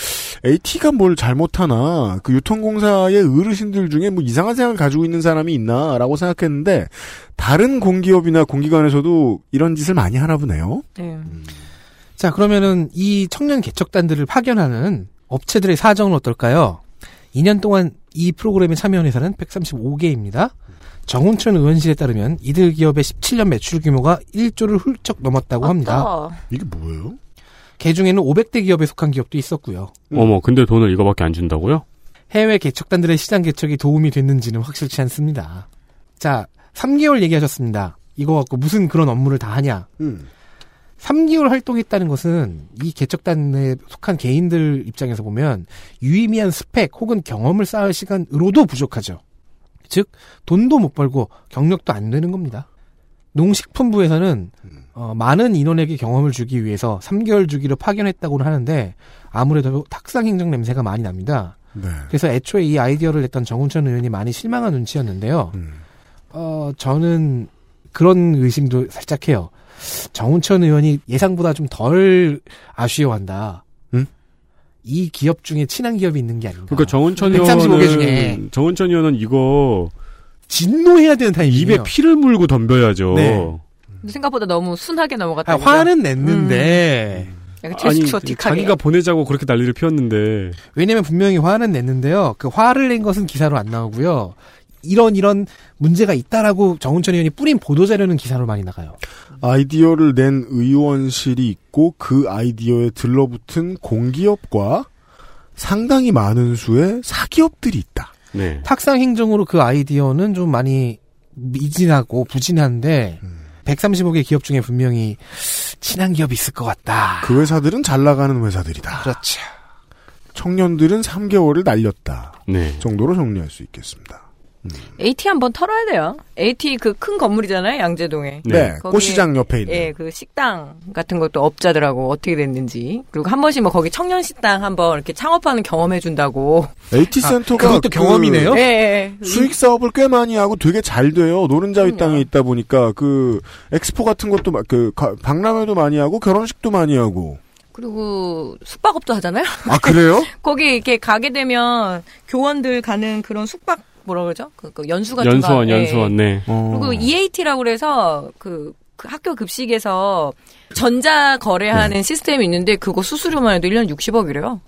AT가 뭘 잘못하나 그 유통공사의 어르신들 중에 뭐 이상한 생각을 가지고 있는 사람이 있나라고 생각했는데 다른 공기업이나 공기관에서도 이런 짓을 많이 하나 보네요. 네. 자, 그러면은 이 청년 개척단들을 파견하는 업체들의 사정은 어떨까요? 2년 동안 이 프로그램에 참여한 회사는 135개입니다. 정운천 의원실에 따르면 이들 기업의 17년 매출 규모가 1조를 훌쩍 넘었다고 합니다. 이게 뭐예요? 개 중에는 500대 기업에 속한 기업도 있었고요. 어머, 근데 돈을 이거밖에 안 준다고요? 해외 개척단들의 시장 개척이 도움이 됐는지는 확실치 않습니다. 자, 3개월 얘기하셨습니다. 이거 갖고 무슨 그런 업무를 다 하냐? 음. 3개월 활동했다는 것은 이 개척단에 속한 개인들 입장에서 보면 유의미한 스펙 혹은 경험을 쌓을 시간으로도 부족하죠. 즉, 돈도 못 벌고 경력도 안 되는 겁니다. 농식품부에서는 어, 많은 인원에게 경험을 주기 위해서 3개월 주기로 파견했다고는 하는데 아무래도 탁상 행정 냄새가 많이 납니다. 네. 그래서 애초에 이 아이디어를 냈던 정운천 의원이 많이 실망한 눈치였는데요. 음. 어, 저는 그런 의심도 살짝 해요. 정운천 의원이 예상보다 좀 덜 아쉬워한다. 응? 이 기업 중에 친한 기업이 있는 게 아닌가. 음? 그러니까 정은천 135개 중에 의원은 정은천 의원은 이거 진노해야 되는 타입이에요. 입에 피를 물고 덤벼야죠. 네. 생각보다 너무 순하게 넘어갔다. 아, 화는 냈는데 음. 약간 아니 제스처틱하게. 자기가 보내자고 그렇게 난리를 피웠는데 왜냐면 분명히 화는 냈는데요. 그 화를 낸 것은 기사로 안 나오고요. 이런 이런 문제가 있다라고 정운천 의원이 뿌린 보도 자료는 기사로 많이 나가요. 아이디어를 낸 의원실이 있고 그 아이디어에 들러붙은 공기업과 상당히 많은 수의 사기업들이 있다. 네. 탁상 행정으로 그 아이디어는 좀 많이 미진하고 부진한데 135개 기업 중에 분명히 친한 기업이 있을 것 같다. 그 회사들은 잘 나가는 회사들이다. 그렇죠. 청년들은 3개월을 날렸다. 네. 정도로 정리할 수 있겠습니다. AT 한번 털어야 돼요. AT 그 큰 건물이잖아요, 양재동에. 네, 거기에- 꽃시장 옆에 있는. 예, 그 식당 같은 것도 업자들하고 어떻게 됐는지. 그리고 한 번씩 뭐 거기 청년 식당 한번 이렇게 창업하는 경험해 준다고. AT 아, 센터가 그것도 어? 경험이네요? 예, 예. 수익 사업을 꽤 많이 하고 되게 잘 돼요. 노른자위 땅에 있다 보니까 그 엑스포 같은 것도 마- 그 가- 박람회도 많이 하고 결혼식도 많이 하고. 그리고 숙박업도 하잖아요. 아 그래요? 거기 이렇게 가게 되면 교원들 가는 그런 숙박 뭐라 그러죠? 그, 그 연수 같은 연수원 거. 예. 연수원 네. 그리고 EAT라고 그래서 그, 그 학교 급식에서 전자 거래하는 시스템이 있는데 그거 수수료만 해도 1년 60억이래요.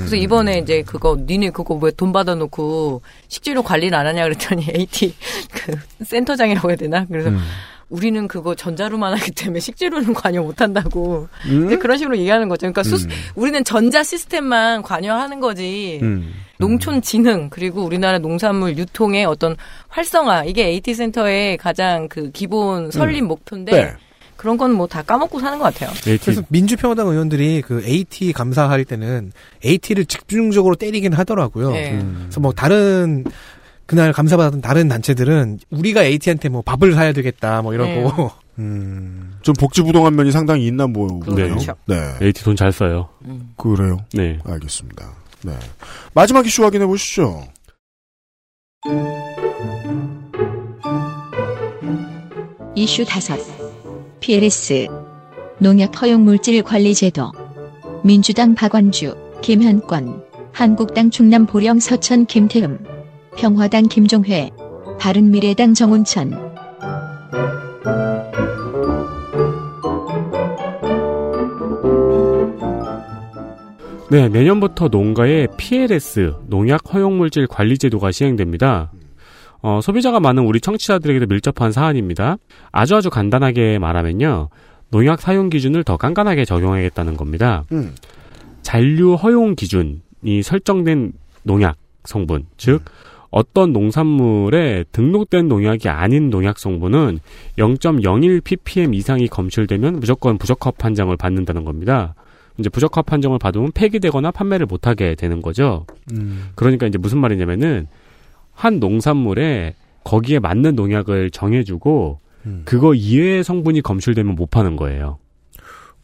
그래서 이번에 이제 그거 니네 그거 왜 돈 받아놓고 식재료 관리를 안 하냐 그랬더니 AT 그 센터장이라고 해야 되나? 그래서 우리는 그거 전자로만 하기 때문에 식재료는 관여 못 한다고. 이제 그런 식으로 얘기하는 거죠. 그러니까 수, 우리는 전자 시스템만 관여하는 거지. 농촌 진흥 그리고 우리나라 농산물 유통의 어떤 활성화 이게 AT 센터의 가장 그 기본 설립 목표인데 네. 그런 건 뭐 다 까먹고 사는 것 같아요. 네, 그래서 민주평화당 의원들이 그 AT 감사할 때는 AT를 집중적으로 때리긴 하더라고요. 네. 그래서 뭐 다른 그날 감사받았던 다른 단체들은 우리가 AT한테 뭐 밥을 사야 되겠다 뭐 이러고 음, 좀 복지부동한 면이 상당히 있나 보네요. 그렇죠. 네. AT 돈 잘 써요. 그래요. 네. 알겠습니다. 네. 마지막 이슈 확인해 보시죠. 이슈 5. PLS 농약 허용 물질 관리 제도 민주당 박원주, 김현권, 한국당 충남 보령 서천 김태흠, 평화당 김종회, 바른미래당 정운천. 네, 내년부터 농가에 PLS 농약 허용물질 관리 제도가 시행됩니다. 어, 소비자가 많은 우리 청취자들에게도 밀접한 사안입니다. 아주 아주 간단하게 말하면요. 농약 사용 기준을 더 깐깐하게 적용하겠다는 겁니다. 음. 잔류 허용 기준이 설정된 농약 성분, 즉 어떤 농산물에 등록된 농약이 아닌 농약 성분은 0.01 ppm 이상이 검출되면 무조건 부적합 판정을 받는다는 겁니다. 이제 부적합 판정을 받으면 폐기되거나 판매를 못하게 되는 거죠. 음. 그러니까 이제 무슨 말이냐면은 한 농산물에 거기에 맞는 농약을 정해주고 그거 이외의 성분이 검출되면 못 파는 거예요.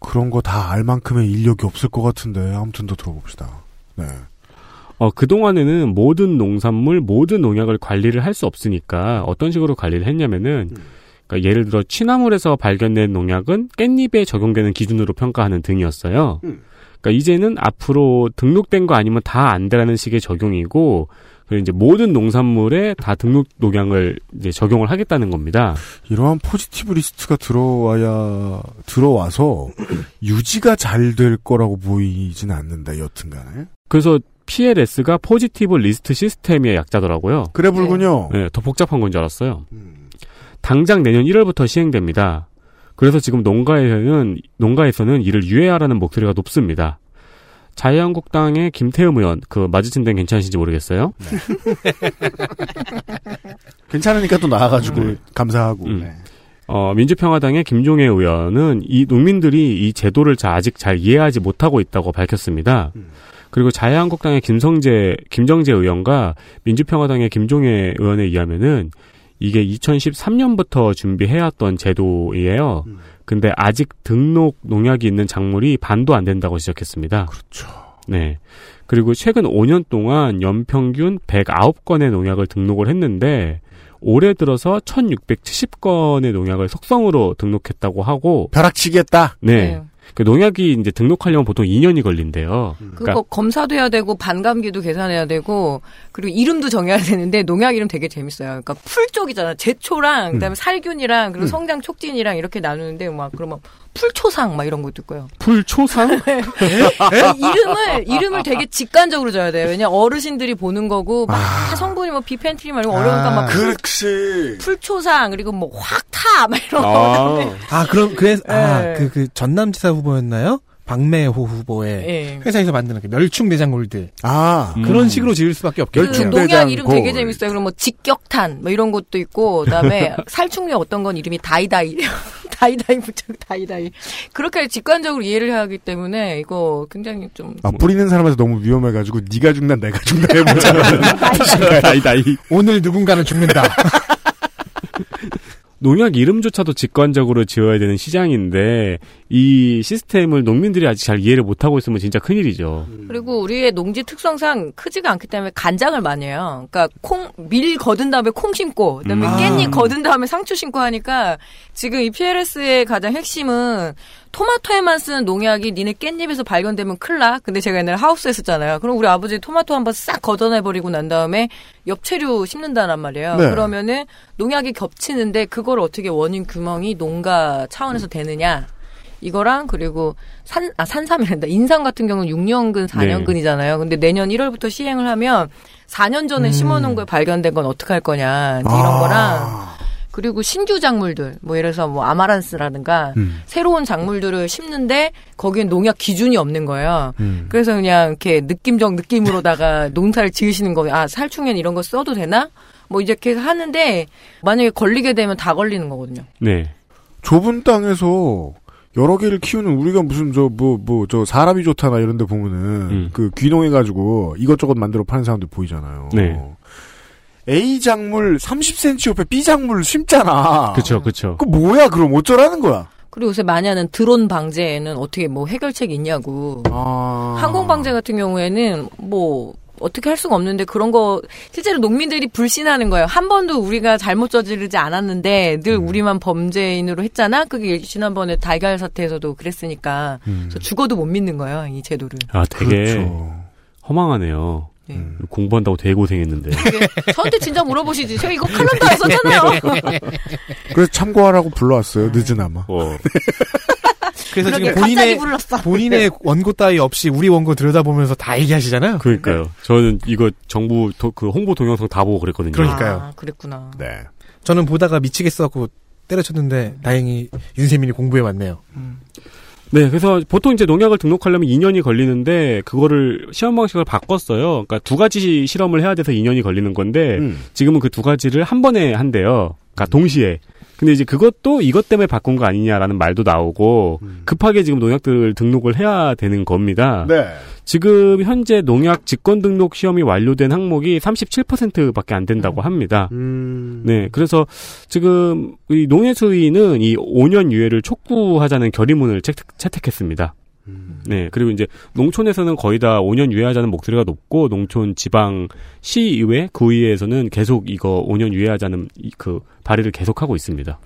그런 거 다 알 만큼의 인력이 없을 것 같은데 아무튼 더 들어봅시다. 네. 어, 그동안에는 모든 농산물, 모든 농약을 관리를 할 수 없으니까 어떤 식으로 관리를 했냐면은 그러니까 예를 들어 취나물에서 발견된 농약은 깻잎에 적용되는 기준으로 평가하는 등이었어요. 그러니까 이제는 앞으로 등록된 거 아니면 다 안 되라는 식의 적용이고 그리고 이제 모든 농산물에 다 등록 농약을 이제 적용을 하겠다는 겁니다. 이러한 포지티브 리스트가 들어와야 들어와서 유지가 잘 될 거라고 보이진 않는다 여튼간에 그래서 PLS가 포지티브 리스트 시스템의 약자더라고요. 그래 불군요. 네, 더 복잡한 건 줄 알았어요. 당장 내년 1월부터 시행됩니다. 그래서 지금 농가에서는 농가에서는 이를 유예하라는 목소리가 높습니다. 자유한국당의 김태흠 의원 그 마주친 데는 괜찮으신지 모르겠어요. 괜찮으니까 또 나와가지고 감사하고 네. 어, 민주평화당의 김종혜 의원은 이 농민들이 이 제도를 자- 아직 잘 이해하지 못하고 있다고 밝혔습니다. 그리고 자유한국당의 김성재, 김정재 의원과 민주평화당의 김종혜 의원에 의하면은 이게 2013년부터 준비해왔던 제도예요. 근데 아직 등록 농약이 있는 작물이 반도 안 된다고 지적했습니다. 그렇죠. 네. 그리고 최근 5년 동안 연평균 109건의 농약을 등록을 했는데 올해 들어서 1670건의 농약을 속성으로 등록했다고 하고 벼락치기했다. 네. 그 농약이 이제 등록하려면 보통 2년이 걸린대요. 그러니까 그거 검사도 해야 되고 반감기도 계산해야 되고 그리고 이름도 정해야 되는데 농약 이름 되게 재밌어요. 그러니까 풀 쪽이잖아. 제초랑 그다음에 살균이랑 그리고 음. 성장 촉진이랑 이렇게 나누는데 막 그러면 풀초상 막 이런 것도 있고요. 풀초상? 아. 이름을 이름을 되게 직관적으로 줘야 돼요. 왜냐 어르신들이 보는 거고 막 다 성분이 뭐 비펜트리 말고 어려우니까 막 풀, 그렇지. 풀초상 그리고 뭐 확타 막 이런 거. 아, 그럼 그래서 아, 그, 그 전남지사 후보였나요? 박매호 후보의 예. 회사에서 만드는 그 멸충대장 골드. 아 그런 음. 식으로 지을 수밖에 그 없겠죠. 농약 이름 되게 재밌어요. 그럼 뭐 직격탄 뭐 이런 것도 있고 그다음에 살충류 어떤 건 이름이 다이다이 다이다이 붙여 다이다이 그렇게 직관적으로 이해를 해야 하기 때문에 이거 굉장히 좀 아 뿌리는 사람한테 너무 위험해가지고 네가 죽나 내가 죽나 해보자. 오늘 누군가는 죽는다. 농약 이름조차도 직관적으로 지어야 되는 시장인데 이 시스템을 농민들이 아직 잘 이해를 못하고 있으면 진짜 큰일이죠. 그리고 우리의 농지 특성상 크지가 않기 때문에 간장을 많이 해요. 그러니까 콩 밀 거둔 다음에 콩 심고 그다음에 음. 깻잎 거둔 다음에 상추 심고 하니까 지금 이 PLS의 가장 핵심은 토마토에만 쓰는 농약이 니네 깻잎에서 발견되면 큰일 나. 근데 제가 옛날에 하우스에 썼잖아요. 그럼 우리 아버지 토마토 한번 싹 걷어내버리고 난 다음에 엽채류 심는다란 말이에요. 네. 그러면은 농약이 겹치는데 그걸 어떻게 원인 규명이 농가 차원에서 되느냐. 이거랑 그리고 산, 아, 산삼이란다. 인삼 같은 경우는 6년근, 네. 4년근이잖아요. 근데 내년 1월부터 시행을 하면 4년 전에 음. 심어놓은 거에 발견된 건 어떻게 할 거냐. 이제 아. 이런 거랑. 그리고 신규 작물들, 뭐 예를 들어서 뭐 아마란스라든가 음. 새로운 작물들을 심는데 거기엔 농약 기준이 없는 거예요. 음. 그래서 그냥 이렇게 느낌적 느낌으로다가 농사를 지으시는 거예요. 아, 살충엔 이런 거 써도 되나? 뭐 이제 이렇게 하는데 만약에 걸리게 되면 다 걸리는 거거든요. 네. 좁은 땅에서 여러 개를 키우는 우리가 무슨 저 뭐 뭐 저 사람이 좋다나 이런 데 보면은 음. 그 귀농해 가지고 이것저것 만들어 파는 사람들 보이잖아요. 네. A 작물 30cm 옆에 B 작물 심잖아. 그렇죠, 그렇죠. 그 뭐야 그럼 어쩌라는 거야? 그리고 요새 많이 하는 드론 방제에는 어떻게 뭐 해결책이 있냐고. 아. 아. 항공 방제 같은 경우에는 뭐 어떻게 할 수가 없는데 그런 거 실제로 농민들이 불신하는 거예요. 한 번도 우리가 잘못 저지르지 않았는데 늘 음. 우리만 범죄인으로 했잖아. 그게 지난번에 달걀 사태에서도 그랬으니까 음. 그래서 죽어도 못 믿는 거예요. 이 제도를. 아, 되게 그렇죠. 허망하네요. 공부한다고 되게 고생했는데. 저한테 진짜 물어보시지. 제가 이거 칼럼다에 썼잖아요. 그래서 참고하라고 불러왔어요. 네. 늦으나마. 그래서 그러게, 지금 갑자기 본인의 불렀어. 네. 본인의 원고 따위 없이 우리 원고 들여다보면서 다 얘기하시잖아요. 그러니까요. 저는 이거 정부 도- 그 홍보 동영상 다 보고 그랬거든요. 그러니까요. 아, 그랬구나. 네. 저는 보다가 미치겠어갖고 때려쳤는데 다행히 윤세민이 공부해 왔네요. 네, 그래서 보통 이제 농약을 등록하려면 2년이 걸리는데 그거를 시험 방식을 바꿨어요. 그러니까 두 가지 실험을 해야 돼서 2년이 걸리는 건데 지금은 그 두 가지를 한 번에 한대요. 그러니까 동시에. 근데 이제 그것도 이것 때문에 바꾼 거 아니냐라는 말도 나오고 급하게 지금 농약들을 등록을 해야 되는 겁니다. 네. 지금 현재 농약 직권 등록 시험이 완료된 항목이 37%밖에 안 된다고 합니다. 네, 그래서 지금 이 농해수위는 이 5년 유예를 촉구하자는 결의문을 채택, 채택했습니다. 네, 그리고 이제 농촌에서는 거의 다 5년 유예하자는 목소리가 높고 농촌 지방 시의회, 구의회에서는 계속 이거 5년 유예하자는 이- 그 발의를 계속하고 있습니다.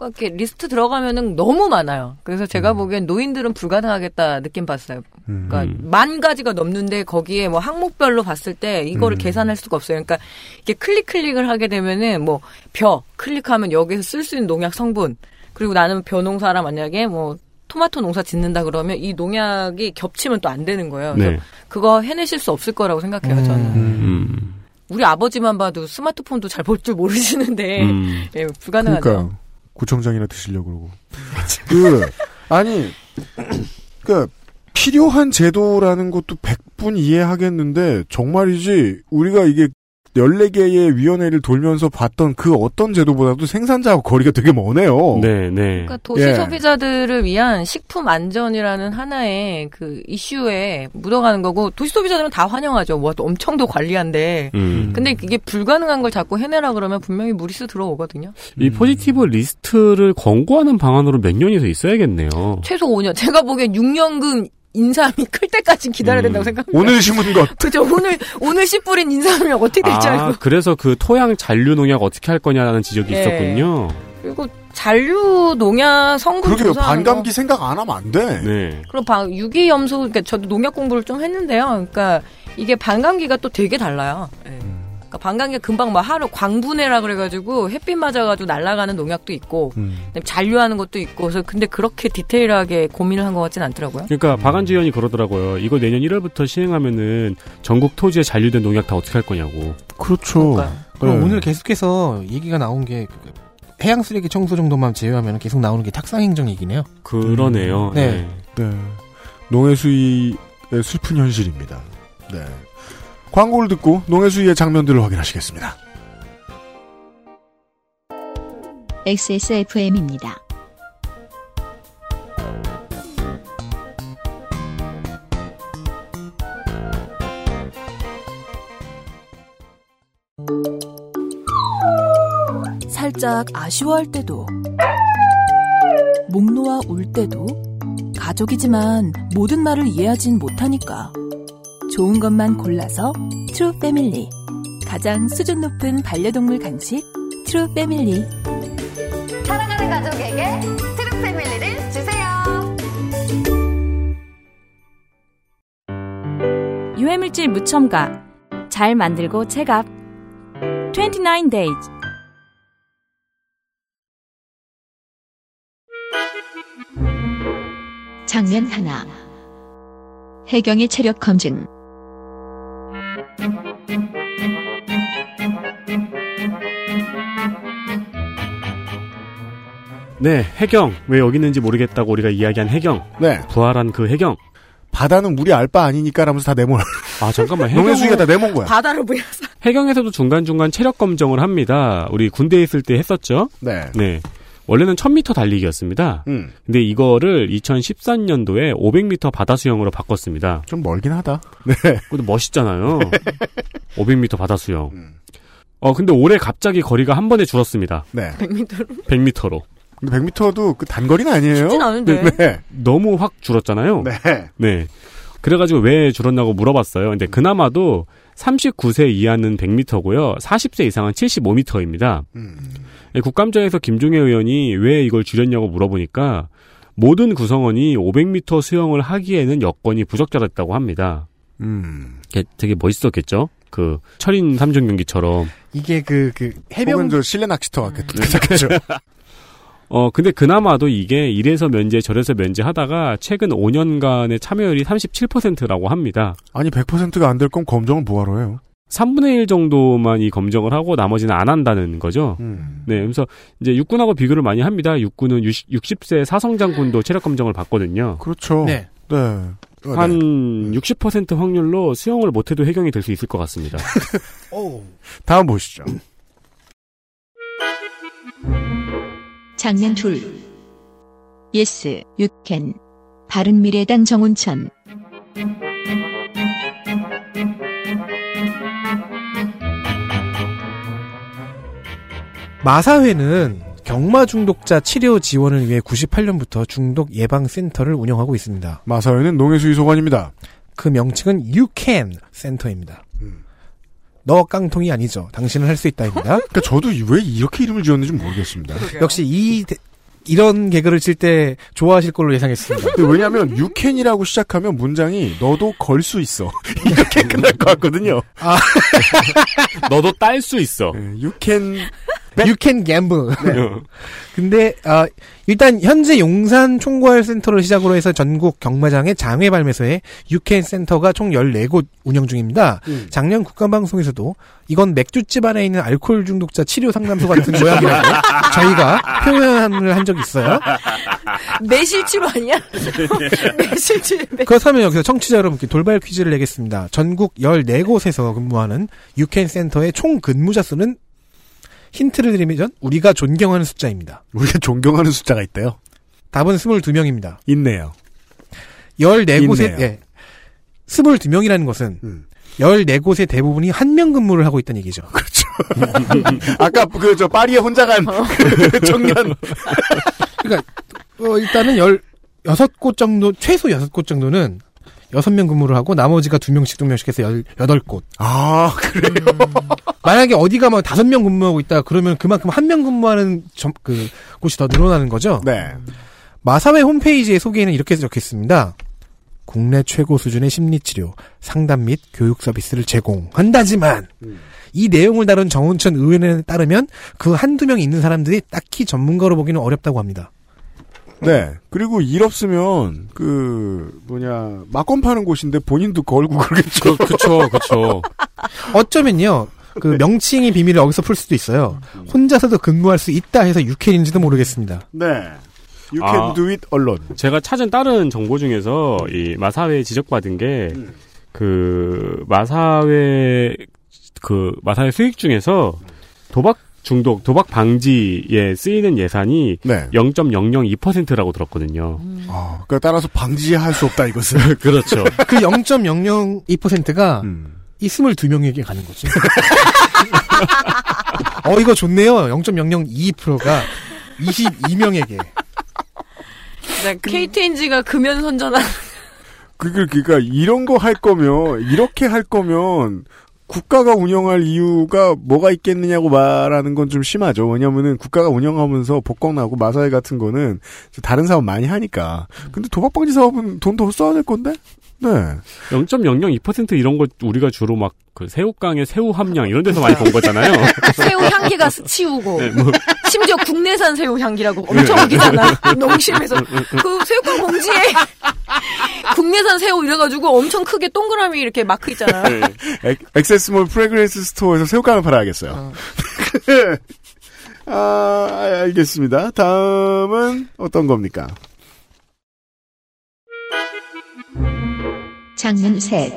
이렇게 리스트 들어가면은 너무 많아요. 그래서 제가 음. 보기엔 노인들은 불가능하겠다 느낌 봤어요. 그러니까 음. 만 가지가 넘는데 거기에 뭐 항목별로 봤을 때 이거를 음. 계산할 수가 없어요. 그러니까 이게 클릭 클릭을 하게 되면은 뭐 벼 클릭하면 여기서 쓸 수 있는 농약 성분 그리고 나는 벼 농사라 만약에 뭐 토마토 농사 짓는다 그러면 이 농약이 겹치면 또 안 되는 거예요. 그래서 네. 그거 해내실 수 없을 거라고 생각해요. 저는 음. 음. 음. 우리 아버지만 봐도 스마트폰도 잘 볼 줄 모르시는데 음. 예, 불가능하죠. 그러니까 구청장이나 드시려고 그러고. 그 아니 그러니까 필요한 제도라는 것도 100분 이해하겠는데 정말이지 우리가 이게 14개의 위원회를 돌면서 봤던 그 어떤 제도보다도 생산자하고 거리가 되게 머네요. 네, 네. 예. 그러니까 도시 소비자들을 위한 식품 안전이라는 하나의 그 이슈에 묻어가는 거고 도시 소비자들은 다 환영하죠. 와, 또 엄청 더 관리한데. 음. 근데 이게 불가능한 걸 자꾸 해내라 그러면 분명히 무리수 들어오거든요. 이 포지티브 리스트를 권고하는 방안으로 몇 년이 더 있어야겠네요. 최소 5년. 제가 보기엔 6년금 인삼이 클 때까지 음. 기다려야 된다고 생각합니다. 심은 것. 그죠. 오늘, 오늘 씨 뿌린 인삼이 어떻게 될지 아, 알고. 그래서 그 토양 잔류 농약 어떻게 할 거냐라는 지적이 예. 있었군요. 그리고 잔류 농약 성분 그러게요. 조사하는 거. 반감기 생각 안 하면 안 돼. 네. 그럼 방 유기염소 그러니까 저도 농약 공부를 좀 했는데요. 그러니까 이게 반감기가 또 되게 달라요. 예. 그러니까 반감기가 금방 막 하루 광분해라 그래가지고 햇빛 맞아가지고 날아가는 농약도 있고 그다음에 잔류하는 것도 있고 그래서 근데 그렇게 디테일하게 고민을 한 것 같진 않더라고요. 그러니까 박안지 의원이 그러더라고요. 이거 내년 1월부터 시행하면은 전국 토지에 잔류된 농약 다 어떻게 할 거냐고. 그렇죠. 그럼 네. 오늘 계속해서 얘기가 나온 게그 해양 쓰레기 청소 정도만 제외하면 계속 나오는 게 탁상 행정 얘기네요. 음. 그러네요. 네. 네. 농해수위의 슬픈 현실입니다. 네. 광고를 듣고 농해수위의 장면들을 확인하시겠습니다. XSFM입니다. 살짝 아쉬워할 때도 목 놓아 울 때도 가족이지만 모든 말을 이해하진 못하니까 좋은 것만 골라서 트루 패밀리 가장 수준 높은 반려동물 간식 트루 패밀리 사랑하는 가족에게 트루 패밀리를 주세요. 유해물질 무첨가 잘 만들고 체갑 29 days 장면 하나. 해경의 체력 검증. 네, 해경. 왜 여기 있는지 모르겠다고 우리가 이야기한 해경. 네. 부활한 그 해경. 바다는 우리 알 바 아니니까 라면서 다 내몰아. 아, 잠깐만. 해경은- 농해수위가 다 내몬 거야. 바다를 보여서 해경에서도 중간중간 체력 검정을 합니다. 우리 군대에 있을 때 했었죠? 네. 원래는 1000m 달리기였습니다. 음. 근데 이거를 2013년도에 500m 바다 수영으로 바꿨습니다. 좀 멀긴 하다. 근데 멋있잖아요. 500m 바다 수영. 어, 근데 올해 갑자기 거리가 한 번에 줄었습니다. 네. 100m로. 100m로. 근데 100m도 그 단거리는 아니에요? 쉽진 않은데. 네, 네. 너무 확 줄었잖아요. 네. 그래가지고 왜 줄었냐고 물어봤어요. 근데 그나마도 39세 이하는 100m고요. 40세 이상은 75m입니다. 예, 국감장에서 김종혜 의원이 왜 이걸 줄였냐고 물어보니까 모든 구성원이 500m 수영을 하기에는 여건이 부적절했다고 합니다. 음. 이게 되게 멋있었겠죠? 그 철인 삼종 경기처럼. 이게 그, 그, 해병. 네. 그렇죠. 저 실내 낚시터 같겠죠. 어, 근데 그나마도 이게 이래서 면제 저래서 면제 하다가 최근 5년간의 참여율이 37%라고 합니다. 아니, 100%가 안 될 건 검정을 뭐하러 해요? 3분의 1 정도만 이 검정을 하고 나머지는 안 한다는 거죠. 네, 그래서 이제 육군하고 비교를 많이 합니다. 육군은 60, 세 사성장군도 체력 검정을 받거든요. 그렇죠. 네. 네. 한 60% 확률로 수영을 못해도 해경이 될 수 있을 것 같습니다. 다음 보시죠. 장면 둘. 예스, 유캔. 바른미래당 정운천. 마사회는 경마 중독자 치료 지원을 위해 98년부터 중독 예방 센터를 운영하고 있습니다. 마사회는 농해수위 소관입니다. 그 명칭은 You Can 센터입니다. 너 깡통이 아니죠. 당신은 할 수 있다입니다. 그러니까 저도 왜 이렇게 이름을 지었는지 모르겠습니다. 역시 이 대- 이런 개그를 칠 때 좋아하실 걸로 예상했습니다. 근데 왜냐하면 you can이라고 시작하면 문장이 너도 걸 수 있어 이렇게 끝날 것 같거든요. 너도 딸 수 있어. You can You can gamble. 근데 아, 일단 현재 용산 총괄 센터를 시작으로 해서 전국 경마장의 장외 발매소에 유캔 센터가 총 14곳 운영 중입니다. 작년 국간방송에서도 이건 맥주집 안에 있는 알코올 중독자 치료 상담소 같은 모양이라고 저희가 표현을 한 적이 있어요. 매실치로 아니야? 매실치. 매... 그렇다면 여기서 청취자 여러분께 돌발 퀴즈를 내겠습니다. 전국 14곳에서 근무하는 유캔 센터의 총 근무자 수는 힌트를 드리면 우리가 존경하는 숫자입니다. 우리가 존경하는 숫자가 있대요. 답은 22명입니다. 있네요. 14곳에 있네요. 예. 22명이라는 것은 14곳의 대부분이 한 명 근무를 하고 있다는 얘기죠. 아까 그 저 파리에 혼자 간 그 청년 어, 일단은 16곳 정도 최소 6곳 정도는 6명 근무를 하고 나머지가 2명씩 2명씩 해서 18곳. 아, 그래요. 만약에 어디가 막 5명 근무하고 있다 그러면 그만큼 한 명 근무하는 점, 그 곳이 더 늘어나는 거죠. 네. 마사회 홈페이지의 소개에는 이렇게 적혀 있습니다. 국내 최고 수준의 심리치료, 상담 및 교육 서비스를 제공한다지만, 이 내용을 다룬 정운천 의원에 따르면 그 한두 명 있는 사람들이 딱히 전문가로 보기는 어렵다고 합니다. 네. 그리고 일 없으면 그 뭐냐 막건 파는 곳인데 본인도 걸고 그러겠죠. 그쵸, 그쵸. 어쩌면요. 그 명칭이 비밀을 여기서 풀 수도 있어요. 혼자서도 근무할 수 있다 해서 유캔인지도 모르겠습니다. 네. You 아. can do it alone. 제가 찾은 다른 정보 중에서 이 마사회에 지적받은 게 그 마사회 그 마사회 수익 중에서 도박 중독, 도박 방지에 쓰이는 예산이 0.002%라고 들었거든요. 아, 그 따라서 방지할 수 없다 이것은. 그렇죠. 그 0.002%가 이 22명에게 가는 거죠. 어, 이거 좋네요. 0.002%가 22명에게. 난 KTNG가 금연 선전한. 그, 그, 그니까, 이런 거 할 거면, 이렇게 할 거면, 국가가 운영할 이유가 뭐가 있겠느냐고 말하는 건 좀 심하죠. 왜냐면은 국가가 운영하면서 복권하고 마사회 같은 거는 다른 사업 많이 하니까. 근데 도박방지 사업은 돈 더 써야 될 건데? 네. 0.002% 이런 거 우리가 주로 막 그 새우깡의 새우 함량 이런 데서 많이 본 거잖아요. 새우 향기가 스치우고. 네, 뭐. 심지어 국내산 새우 향기라고 엄청 네. 우기잖아. 농심에서. 그 새우깡 봉지에 국내산 새우 이래가지고 엄청 크게 동그라미 이렇게 마크 있잖아. 네. 액- 액세스몰 프레그랜스 스토어에서 새우깡을 팔아야겠어요. 아, 알겠습니다. 다음은 어떤 겁니까? 장면 셋.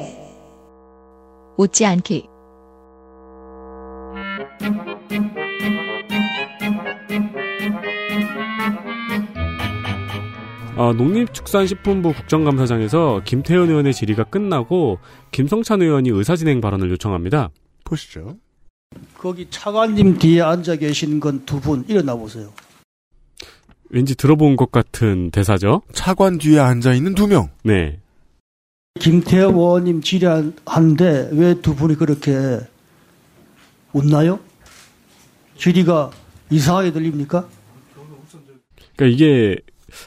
웃지 않기. 어, 농림축산식품부 국정감사장에서 김태현 의원의 질의가 끝나고 김성찬 의원이 의사진행 발언을 요청합니다. 보시죠. 거기 차관님 뒤에 앉아 계신 건 두 분 일어나 보세요. 왠지 들어본 것 같은 대사죠. 차관 뒤에 앉아 있는 두 명. 네. 김태원님 질의하는데 왜 두 분이 그렇게 웃나요? 질의가 이상하게 들립니까? 그러니까 이게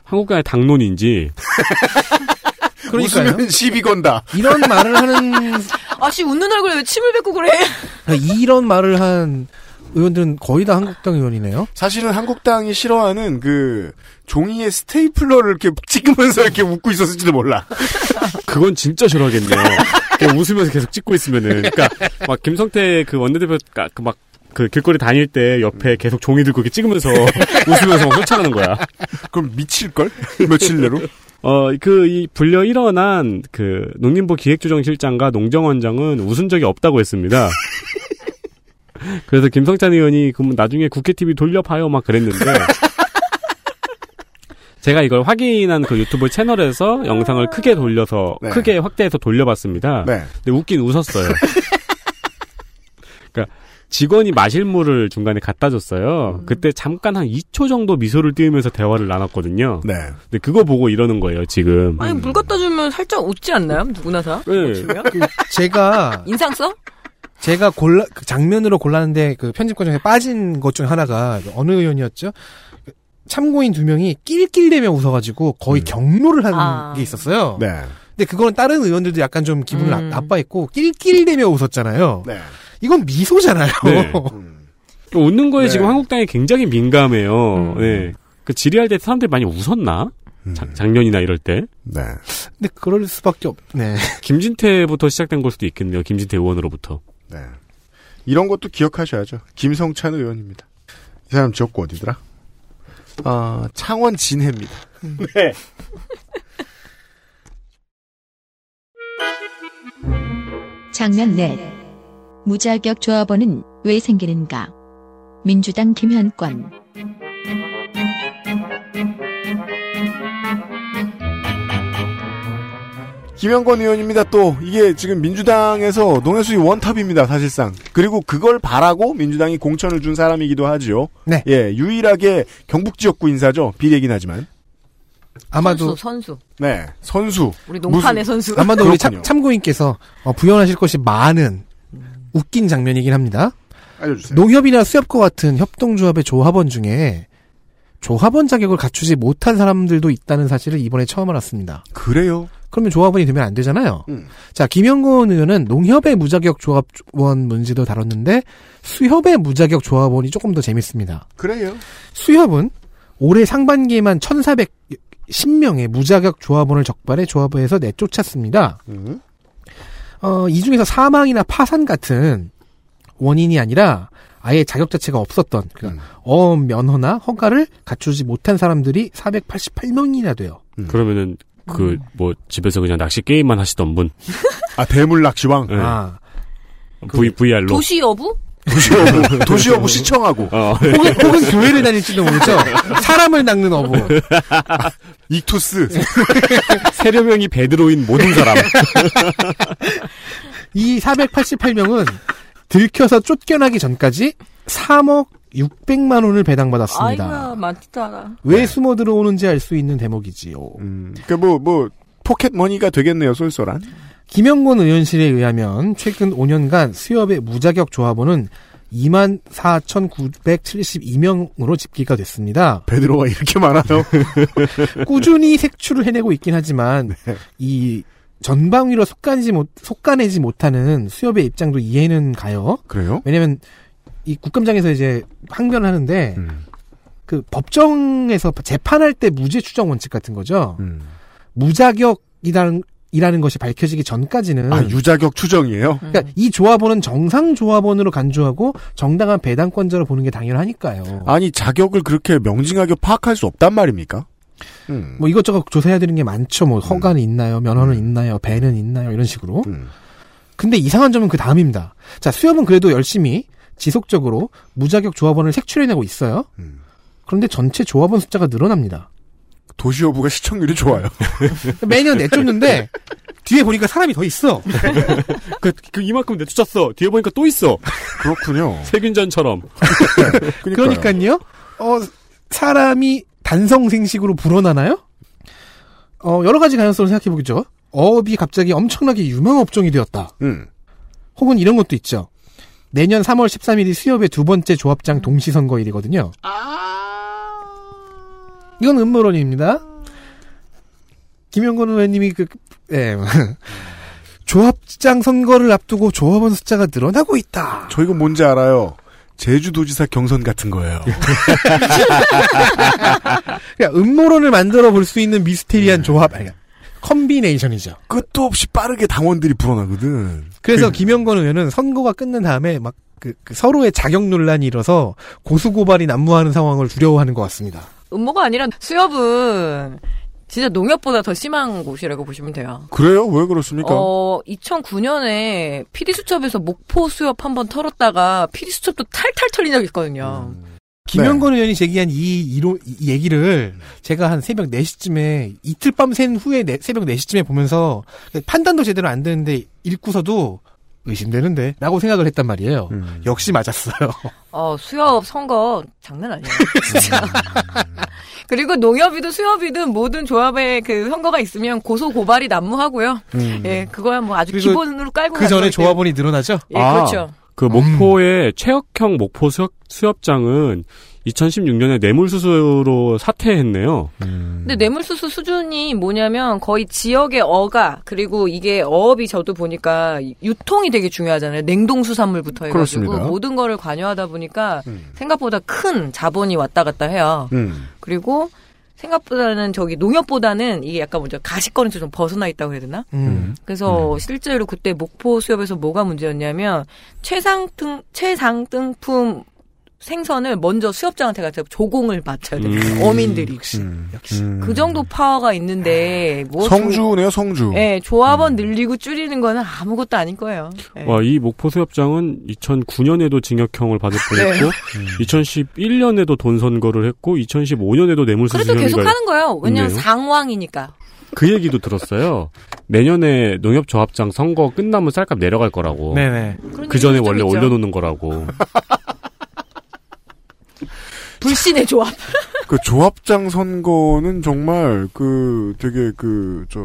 한국과의 당론인지 그러니까요. 웃으면 시비 건다. 이런 말을 하는 아씨 웃는 얼굴에 왜 침을 뱉고 그래? 이런 말을 한 의원들은 거의 다 한국당 의원이네요. 사실은 한국당이 싫어하는 그 종이에 스테이플러를 이렇게 찍으면서 이렇게 웃고 있었을지도 몰라. 그건 진짜 싫어하겠네요. 그냥 웃으면서 계속 찍고 있으면은 그러니까 막 김성태 그 원내대표가 막 그 길거리 다닐 때 옆에 계속 종이 들고 이렇게 찍으면서 웃으면서 막 쫓아가는 거야. 그럼 미칠걸? 며칠 내로? 어, 그, 이, 불려 일어난, 그, 농림부 기획조정실장과 농정원장은 웃은 적이 없다고 했습니다. 그래서 김성찬 의원이, 그럼 나중에 국회TV 돌려봐요, 막 그랬는데. 제가 이걸 확인한 그 유튜브 채널에서 영상을 크게 돌려서, 네. 크게 확대해서 돌려봤습니다. 네. 근데 웃긴 웃었어요. 그러니까 직원이 마실 물을 중간에 갖다 줬어요. 음. 그때 잠깐 한 2초 정도 미소를 띄우면서 대화를 나눴거든요. 네. 근데 그거 보고 이러는 거예요, 지금. 아니 물 갖다 주면 살짝 웃지 않나요? 누구나 다. 네. 그 제가 인상 써? 제가 골라 그 장면으로 골랐는데 그 편집 과정에 빠진 것 중 하나가 어느 의원이었죠? 참고인 두 명이 낄낄대며 웃어가지고 거의 경로를 하는 게 있었어요. 네. 근데 그거는 다른 의원들도 약간 좀 기분을 나- 나빠했고 낄낄대며 웃었잖아요. 네. 이건 미소잖아요. 뭐. 네. 음. 또 웃는 네. 거에 지금 한국당이 굉장히 민감해요. 음. 네. 그 질의할 때 사람들이 많이 웃었나? 음. 작- 작년이나 이럴 때. 네. 근데 그럴 수밖에 없. 네. 김진태부터 시작된 걸 수도 있겠네요. 김진태 의원으로부터. 네. 이런 것도 기억하셔야죠. 김성찬 의원입니다. 이 사람 지역구 어디더라? 아, 창원 진해입니다. 네. 장면 넷. 무자격 조합원은 왜 생기는가? 민주당 김현권. 김영권 의원입니다. 또 이게 지금 민주당에서 농해수위 원탑입니다. 사실상 그리고 그걸 바라고 민주당이 공천을 준 사람이기도 하지요. 네. 예, 유일하게 경북 지역구 인사죠. 비례긴 하지만 아마도 선수. 네 선수 우리 농판의 무슨- 선수. 아마도 우리 그렇군요. 참, 참고인께서 어, 부연하실 것이 많은 웃긴 장면이긴 합니다. 알려주세요. 농협이나 수협과 같은 협동조합의 조합원 중에 조합원 자격을 갖추지 못한 사람들도 있다는 사실을 이번에 처음 알았습니다. 그래요? 그러면 조합원이 되면 안 되잖아요. 음. 자, 김영건 의원은 농협의 무자격 조합원 문제도 다뤘는데 수협의 무자격 조합원이 조금 더 재밌습니다. 그래요. 수협은 올해 상반기에만 1,410명의 무자격 조합원을 적발해 조합에서 내쫓았습니다. 어, 이 중에서 사망이나 파산 같은 원인이 아니라 아예 자격 자체가 없었던 그러니까 어업 면허나 허가를 갖추지 못한 사람들이 488명이나 돼요. 음. 그러면은 그 뭐 집에서 그냥 낚시 게임만 하시던 분. 아 대물 낚시왕. 아. V VR로. 그 도시 여부? 도시어부 네. 도시어부 시청하고 혹은, 혹은 교회를 다닐지도 모르죠. 사람을 낚는 어부. 익투스. 세례명이 베드로인 모든 사람. 이 488명은 들켜서 쫓겨나기 전까지 3억 600만 원을 배당받았습니다. 아이가 많다. 왜 숨어 들어오는지 알 수 있는 대목이지요. 그 뭐 뭐 포켓머니가 되겠네요. 쏠쏠한. 김영곤 의원실에 의하면 최근 5년간 수협의 무자격 조합원은 24,972명으로 집계가 됐습니다. 베드로가 이렇게 많아요. 꾸준히 색출을 해내고 있긴 하지만 이 전방위로 속간지 못 속간내지 못하는 수협의 입장도 이해는 가요. 그래요? 왜냐면 이 국감장에서 이제 항변을 하는데 음. 그 법정에서 재판할 때 무죄 추정 원칙 같은 거죠. 음. 무자격이라는 이라는 것이 밝혀지기 전까지는 아 유자격 추정이에요. 그러니까 이 조합원은 정상 조합원으로 간주하고 정당한 배당권자로 보는 게 당연하니까요. 아니 자격을 그렇게 명징하게 파악할 수 없단 말입니까? 뭐 이것저것 조사해야 되는 게 많죠. 뭐 허가는 있나요? 면허는 있나요? 배는 있나요? 이런 식으로. 근데 이상한 점은 그 다음입니다. 자, 수협은 그래도 열심히 지속적으로 무자격 조합원을 색출해내고 있어요. 그런데 전체 조합원 숫자가 늘어납니다. 도시어부가 시청률이 좋아요. 매년 내쫓는데 뒤에 보니까 사람이 더 있어. 그, 그 이만큼 내쫓았어. 뒤에 보니까 또 있어. 그렇군요. 세균전처럼. 그러니까요. 어, 사람이 단성생식으로 불어나나요? 어, 여러 가지 가능성을 생각해보겠죠. 어업이 갑자기 엄청나게 유명 업종이 되었다. 혹은 이런 것도 있죠. 내년 3월 13일이 수협의 두 번째 조합장 동시선거일이거든요. 이건 음모론입니다. 김영건 의원님이 그, 예. 조합장 선거를 앞두고 조합원 숫자가 늘어나고 있다. 저 이거 뭔지 알아요. 제주도지사 경선 같은 거예요. 그러니까 음모론을 만들어 볼 수 있는 미스테리한 조합, 아니, 컴비네이션이죠. 끝도 없이 빠르게 당원들이 불어나거든. 그래서 김영건 의원은 선거가 끝난 다음에 막 그, 그 서로의 자격 논란이 일어서 고소고발이 난무하는 상황을 두려워하는 것 같습니다. 음모가 아니라 수협은 진짜 농협보다 더 심한 곳이라고 보시면 돼요. 그래요? 왜 그렇습니까? 그러니까. 어, 2009년에 피디수첩에서 목포 수협 한번 털었다가 피디수첩도 탈탈 털린 적이 있거든요. 음. 김영건 의원이 제기한 이, 이로, 이 얘기를 제가 한 새벽 4시쯤에 이틀 밤 샌 후에 네- 새벽 4시쯤에 보면서 판단도 제대로 안 되는데 읽고서도 의심되는데 라고 생각을 했단 말이에요. 역시 맞았어요. 어, 수협 선거 장난 아니에요. 진짜. 음. 그리고 농협이든 수협이든 모든 조합의 그 선거가 있으면 고소 고발이 난무하고요. 예, 그거야 뭐 아주 음. 그리고 기본으로 깔고 그 전에 아. 가는 건데. 그렇죠. 조합원이 늘어나죠? 음. 예, 그렇죠. 그 목포의 최혁형 목포 수협, 장은 2016년에 뇌물수수로 사퇴했네요. 근데 뇌물수수 수준이 뭐냐면 거의 지역의 어가 그리고 이게 어업이 저도 보니까 유통이 되게 중요하잖아요. 냉동수산물부터 해가지고 그렇습니다. 음. 모든 거를 관여하다 보니까 생각보다 큰 자본이 왔다 갔다 해요. 그리고 생각보다는 저기 농협보다는 이게 약간 먼저 가시거리에서 좀 벗어나 있다고 해야 되나? 아. 음. 그래서 네. 실제로 그때 목포 수협에서 뭐가 문제였냐면 최상등 최상등품 생선을 먼저 수협장한테 가서 조공을 받쳐야 됩니 음. 어민들이 그 정도 파워가 있는데 뭐 성주네요, 음. 성주. 조, 예, 조합원 늘리고 줄이는 거는 아무것도 아닌 거예요. 예. 와, 이 목포수협장은 2009년에도 징역형을 받을 네. 뻔했고, 2011년에도 돈 선거를 했고, 2015년에도 뇌물수수 그래도 계속 혐의가 하는 거예요. 왜냐면 있네요. 상황이니까. 그 얘기도 들었어요. 내년에 농협조합장 선거 끝나면 쌀값 내려갈 거라고. 네네. 그 전에 원래 있죠. 올려놓는 거라고. 불신의 조합. 그 조합장 선거는 정말 그 되게 그 저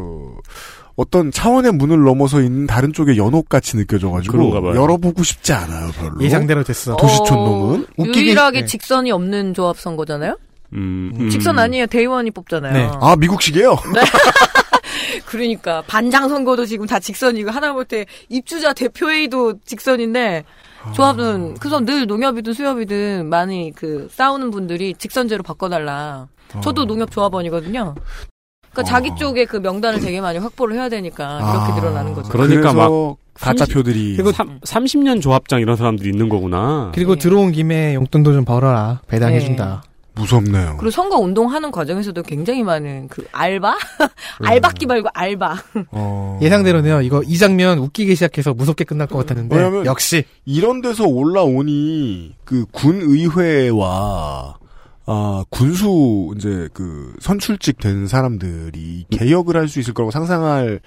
어떤 차원의 문을 넘어서 있는 다른 쪽의 연옥 같이 그런가 느껴져가지고 봐요. 열어보고 싶지 않아요 별로. 예상대로 됐어. 도시촌 놈은 어, 유일하게 직선이 없는 조합 선거잖아요. 음, 음. 직선 아니에요. 대의원이 뽑잖아요. 네. 아 미국식이에요. 그러니까 반장 선거도 지금 다 직선이고 하다못해 입주자 대표회의도 직선인데 조합은 그래서 늘 농협이든 수협이든 많이 그 싸우는 분들이 직선제로 바꿔달라. 어. 어. 저도 농협 조합원이거든요. 그러니까 자기 쪽에 그 명단을 되게 많이 확보를 해야 되니까 아. 이렇게 늘어나는 거죠. 그러니까 막 가짜표들이 그리고 30년 조합장 이런 사람들이 있는 예. 거구나. 그리고 들어온 김에 용돈도 좀 벌어라. 배당해준다. 무섭네요. 그리고 선거 운동하는 과정에서도 굉장히 많은 그 알바? 알바기 말고 알바. 어. 예상대로네요. 이거 이 장면 웃기기 시작해서 무섭게 끝날 것 같았는데. 왜냐면 역시 이런 데서 올라오니 그 군의회와 아 군수 이제 그 선출직 된 사람들이 개혁을 할 수 있을 거라고 상상할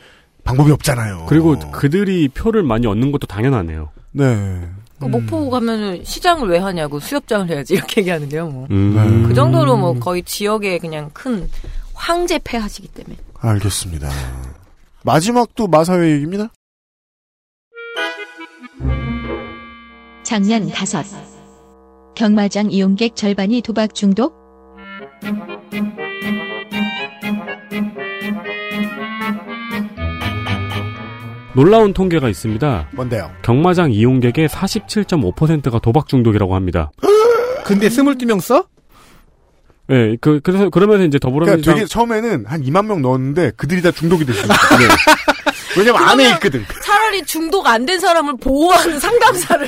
방법이 없잖아요. 어. 그리고 그들이 표를 많이 얻는 것도 당연하네요. 네. 그 목포 가면은 시장을 왜 하냐고 수협장을 해야지 이렇게 얘기하는데요. 뭐. 음. 그 정도로 뭐 거의 지역에 그냥 큰 황제패 하시기 때문에. 알겠습니다. 마지막도 마사회 얘기입니다. 장난 다섯. 경마장 이용객 절반이 도박 중독? 놀라운 통계가 있습니다. 뭔데요? 경마장 이용객의 47.5%가 도박 중독이라고 합니다. 근데 22명 써? 예, 그, 그래서, 그러면서 이제 그러니까 더불어민주당. 되게 처음에는 한 2만 명 넣었는데 그들이 다 중독이 됐습니다. 네. 왜냐면 안에 있거든. 차라리 중독 안 된 사람을 보호하는 상담사를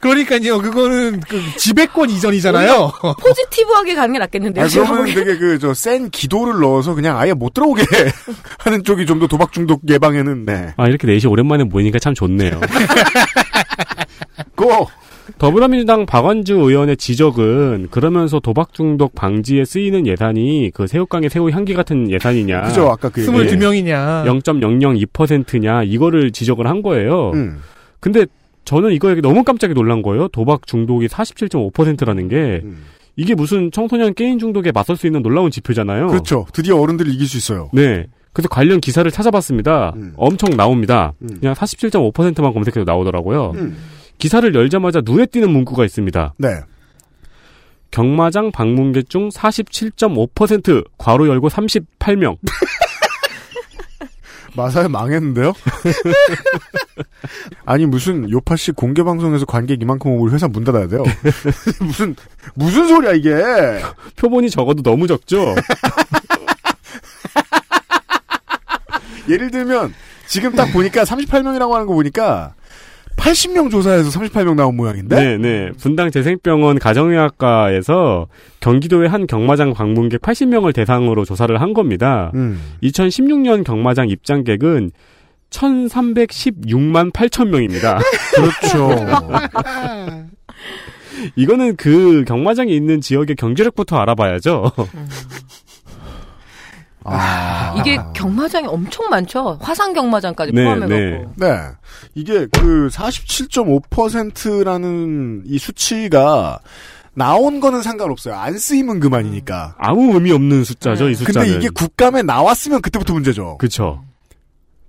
그러니까요. 그거는 그 지배권 이전이잖아요. 오히려 네, 포지티브하게 가는 게 낫겠는데요. 아, 제가 그러면 보기엔. 되게 그 저 센 기도를 넣어서 그냥 아예 못 들어오게 하는 쪽이 좀 더 도박 중독 예방에는 네. 아, 이렇게 넷이 오랜만에 모이니까 참 좋네요. 고! 더불어민주당 박원주 의원의 지적은 그러면서 도박 중독 방지에 쓰이는 예산이 그 새우깡의 새우 향기 같은 예산이냐. 그죠, 아까 그 얘기. 예. 22명이냐. 0.002%냐 이거를 지적을 한 거예요. 음. 근데 저는 이거에 너무 깜짝 놀란 거예요. 도박 중독이 47.5%라는 게 음. 이게 무슨 청소년 게임 중독에 맞설 수 있는 놀라운 지표잖아요. 그렇죠. 드디어 어른들을 이길 수 있어요. 네. 그래서 관련 기사를 찾아봤습니다. 음. 엄청 나옵니다. 그냥 47.5%만 검색해도 나오더라고요. 음. 기사를 열자마자 눈에 띄는 문구가 있습니다. 네. 경마장 방문객 중 47.5% 괄호 열고 38명. 마사회 망했는데요? 아니 무슨 요파 씨 공개 방송에서 관객 이만큼 오면 우리 회사 문 닫아야 돼요. 무슨 무슨 소리야 이게? 표본이 적어도 너무 적죠. 예를 들면 지금 딱 보니까 38명이라고 하는 거 보니까 80명 조사해서 38명 나온 모양인데. 네, 네. 분당 재생병원 가정의학과에서 경기도의 한 경마장 방문객 80명을 대상으로 조사를 한 겁니다. 음. 2016년 경마장 입장객은 1,316만 8천 명입니다. 그렇죠. 이거는 그 경마장이 있는 지역의 경제력부터 알아봐야죠. 아. 그- 이게 경마장이 엄청 많죠. 화산 경마장까지 포함해갖고. 네. 이게 그 47.5%라는 이 수치가 나온 거는 상관없어요. 안 쓰임은 그만이니까. 아무 의미 없는 숫자죠, 이 네. 근데 숫자는. 이게 국감에 나왔으면 그때부터 문제죠. 그쵸.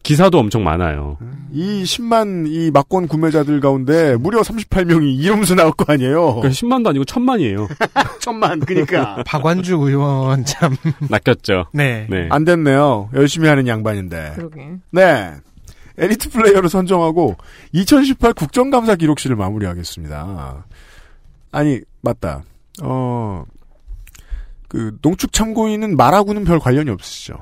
기사도 엄청 많아요. 어. 이 10만 이 막권 구매자들 가운데 무려 38명이 이름수 나올 거 아니에요. 그러니까 10만도 아니고 1000만이에요. 천만 그러니까. 박완주 의원 참 낚였죠. 네. 안 됐네요. 열심히 하는 양반인데. 그러게. 네. 엘리트 플레이어를 선정하고 2018 국정감사 기록실을 마무리하겠습니다. 아니, 맞다. 어, 그, 농축 참고인은 말하고는 별 관련이 없으시죠?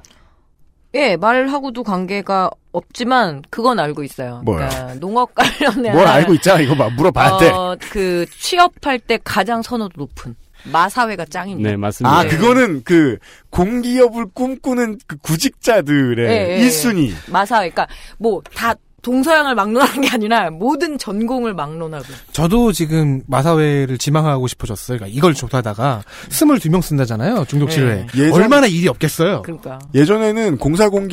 예, 말하고도 관계가 없지만 그건 알고 있어요. 뭐요? 그러니까 농업 관련해 뭘 알고 있잖아, 이거 봐. 물어봐야 돼. 어, 그 취업할 때 가장 선호도 높은 마사회가 짱입니다. 네, 맞습니다. 아, 그거는 그, 공기업을 꿈꾸는 그 예, 구직자들의 예, 일순위 예. 마사회. 그러니까 뭐 다 동서양을 막론하는 게 아니라 모든 전공을 막론하고. 저도 지금 마사회를 지망하고 싶어졌어요. 그러니까 이걸 조사하다가 22명 쓴다잖아요. 중독실에. 네. 예전- 얼마나 일이 없겠어요. 그러니까. 예전에는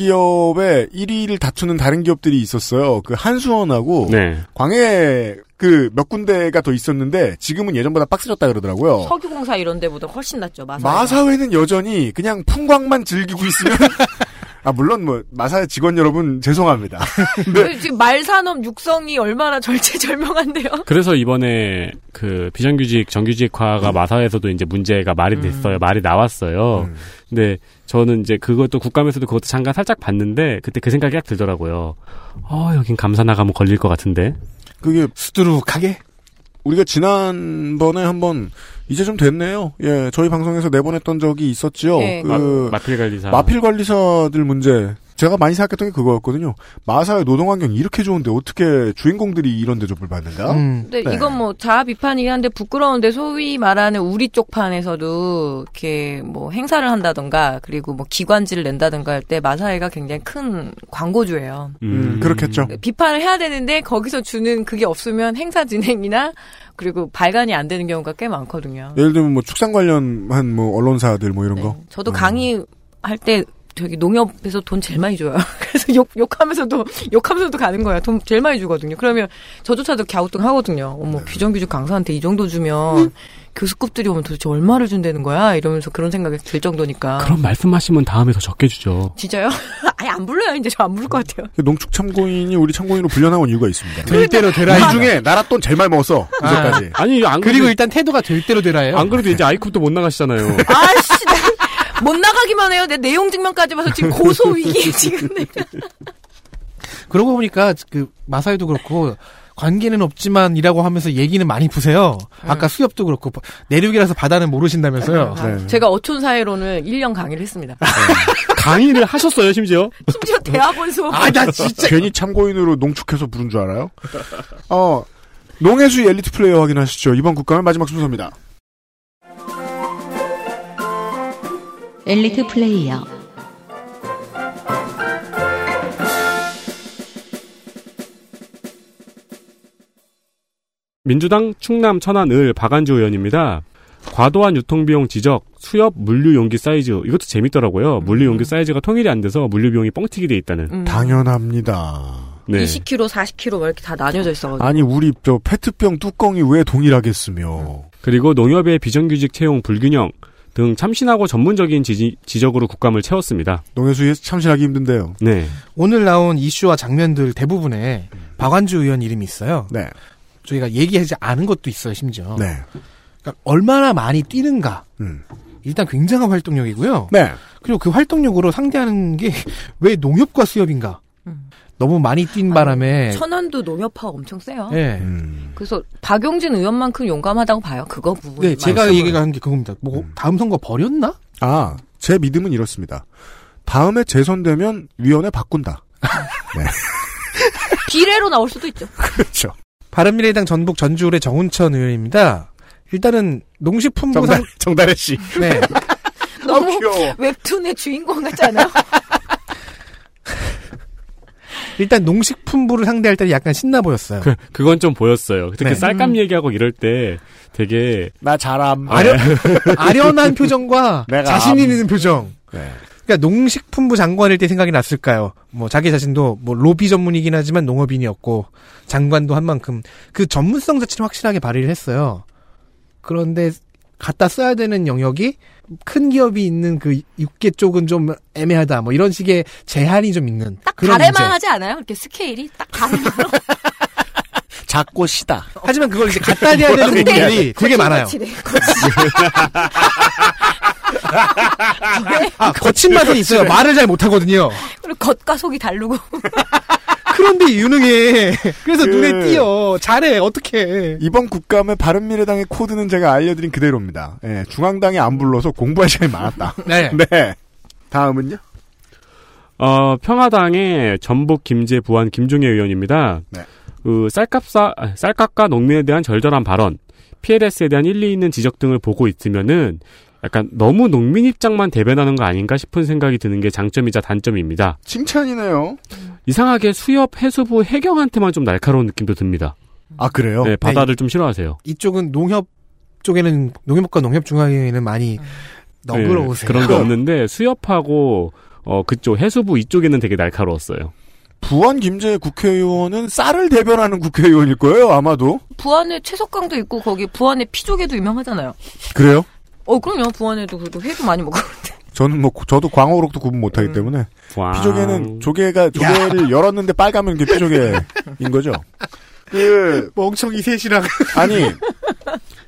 공사공기업의 1위를 다투는 다른 기업들이 있었어요. 그 한수원하고 네. 광해 그 몇 군데가 더 있었는데 지금은 예전보다 빡세졌다 그러더라고요. 석유공사 이런 데보다 훨씬 낫죠, 마사회. 어. 마사회는 여전히 그냥 풍광만 즐기고 있으면 아 물론 뭐 마사 직원 여러분 죄송합니다. 그 네. 지금 말산업 육성이 얼마나 절체절명한데요. 그래서 이번에 그 비정규직 정규직화가 마사에서도 이제 문제가 음. 말이 됐어요. 말이 나왔어요. 근데 저는 이제 그것도 국감에서도 그것도 잠깐 살짝 봤는데 그때 그 생각이 딱 들더라고요. 어 여긴 감사 나가면 걸릴 것 같은데. 그게 수두룩하게 우리가 지난번에 한번 이제 좀 됐네요. 예, 저희 방송에서 내보냈던 적이 있었지요. 네. 그 마- 마필 관리사. 마필 관리사들 문제. 제가 많이 생각했던 게 그거였거든요. 마사의 노동 환경 이렇게 좋은데 어떻게 주인공들이 이런 대접을 받는가? 음. 근데 네. 이건 뭐 자아 비판이긴 한데 부끄러운데 소위 말하는 우리 쪽 판에서도 이렇게 뭐 행사를 한다던가 그리고 뭐 기관지를 낸다던가 할 때 마사회가 굉장히 큰 광고주예요. 음, 그렇겠죠. 비판을 해야 되는데 거기서 주는 그게 없으면 행사 진행이나 그리고 발간이 안 되는 경우가 꽤 많거든요. 네. 예를 들면 뭐 축산 관련한 뭐 언론사들 뭐 이런 거. 저도 강의 할 때 되게 농협에서 돈 제일 많이 줘요. 그래서 욕 욕하면서도 욕하면서도 가는 거야. 돈 제일 많이 주거든요. 그러면 저조차도 갸우뚱 하거든요. 네. 어머 비정규직 강사한테 이 정도 주면 교수급들이 오면 도대체 얼마를 준다는 거야? 이러면서 그런 생각이 들 정도니까. 그런 말씀하시면 다음에 더 적게 주죠. 진짜요? 아예 안 불러요. 이제 저 안 부를 것 같아요. 농축 참고인이 우리 참고인으로 불려나온 이유가 있습니다. 될 대로 되라. 네. 나중에 나라 돈 제일 많이 먹었어. 이제까지. 아, 니안 그리고 그래도- 일단 태도가 될 대로 되라예요. 안 그래도 이제 아이쿱도 못 나가시잖아요. 아씨, 못 나가기만 해요. 내 내용 증명까지 봐서 지금 고소 위기에 지금 내가. 그러고 보니까 그 마사이도 그렇고 관계는 없지만이라고 하면서 얘기는 많이 푸세요. 네. 아까 수협도 그렇고 내륙이라서 바다는 모르신다면서요. 아, 네. 제가 어촌 사회론을 1년 강의를 했습니다. 강의를 하셨어요, 심지어? 심지어 대학원 수업. 괜히 참고인으로 농축해서 부른 줄 알아요? 어, 농해수 엘리트 플레이어 확인하시죠. 이번 국감의 마지막 순서입니다. 엘리트 플레이어 민주당 충남 천안을 박안주 의원입니다. 과도한 유통비용 지적, 수협 물류용기 사이즈 이것도 재밌더라고요. 물류용기 사이즈가 통일이 안 돼서 물류비용이 뻥튀기 돼 있다는. 네. 음. 당연합니다. 20kg, 40kg 막뭐 이렇게 다 나뉘어져 있어가지고. 아니 우리 저 페트병 뚜껑이 왜 동일하겠으며. 그리고 농협의 비정규직 채용 불균형 등 참신하고 전문적인 지적으로 국감을 채웠습니다. 농해수에서 참신하기 힘든데요. 네. 오늘 나온 이슈와 장면들 대부분에 음. 박완주 의원 이름이 있어요. 네. 저희가 얘기하지 않은 것도 있어요, 심지어. 네. 그러니까 얼마나 많이 뛰는가. 음. 일단 굉장한 활동력이고요. 네. 그리고 그 활동력으로 상대하는 게 왜 농협과 수협인가. 너무 많이 뛴 음. 바람에 천안도 농협화 엄청 세요. 예. 음. 그래서 박용진 의원만큼 용감하다고 봐요. 그거 부분. 네, 제가 얘기가 한 게 그겁니다. 뭐 다음 선거 버렸나? 아, 제 믿음은 이렇습니다. 다음에 재선되면 위원회 바꾼다. 비례로 나올 수도 있죠. 그렇죠. 바른미래당 전북 전주울의 정운천 의원입니다. 일단은 농식품부 상... 정다래 씨. 네. 너무 웹툰의 주인공 같지 않아요? 일단 농식품부를 상대할 때 약간 신나 보였어요. 그, 그건 좀 보였어요. 특히 네. 쌀값 얘기하고 이럴 때 되게 나 잘함. 아련, 아련한 표정과 그, 내가 자신 암. 네. 있는 표정. 그러니까 농식품부 장관일 때 생각이 났을까요? 뭐 자기 자신도 뭐 로비 전문이긴 하지만 농업인이었고 장관도 한 만큼 그 전문성 자체는 확실하게 발휘를 했어요. 그런데 갖다 써야 되는 영역이 큰 기업이 있는 그 육계 쪽은 좀 애매하다. 뭐 이런 식의 제한이 좀 있는 그런 문제. 가래만 하지 않아요? 이렇게 스케일이 딱 가래. 작고 시다. 하지만 그걸 이제 갖다 대야 되는 근데 부분들이 되게 거친 많아요. 거칠해, 거칠- 아, 거친 맛은 있어요. 말을 잘 못하거든요. 그리고 겉과 속이 다르고. 그런데 유능해. 그래서 그- 눈에 띄어. 잘해. 어떻게? 이번 국감의 바른미래당의 코드는 제가 알려드린 그대로입니다. 예, 중앙당이 안 불러서 공부할 시간이 많았다. 네. 다음은요? 어, 평화당의 전북 김제 부안 김종혜 의원입니다. 네. 그 쌀값사, 아, 쌀값과 농민에 대한 절절한 발언, PLS에 대한 일리 있는 지적 등을 보고 있으면은 약간 너무 농민 입장만 대변하는 거 아닌가 싶은 생각이 드는 게 장점이자 단점입니다. 칭찬이네요. 이상하게 수협 해수부 해경한테만 좀 날카로운 느낌도 듭니다. 아 그래요? 네, 바다를 좀 싫어하세요. 이쪽은 농협 쪽에는 농협과 농협중앙위에는 많이 너그러우세요. 네, 그런 게 없는데 수협하고 어, 그쪽 해수부 이쪽에는 되게 날카로웠어요. 부안 김제 국회의원은 쌀을 대변하는 국회의원일 거예요, 아마도. 부안에 채석강도 있고 거기 부안에 피조개도 유명하잖아요. 그래요? 어 그럼요. 부안에도 그래도 회도 많이 먹어. 저는 뭐 저도 광어록도 구분 못하기 때문에 아. 피조개는 조개가 조개를 열었는데 빨가면 그게 피조개인 거죠. 그 멍청이 셋이랑 아니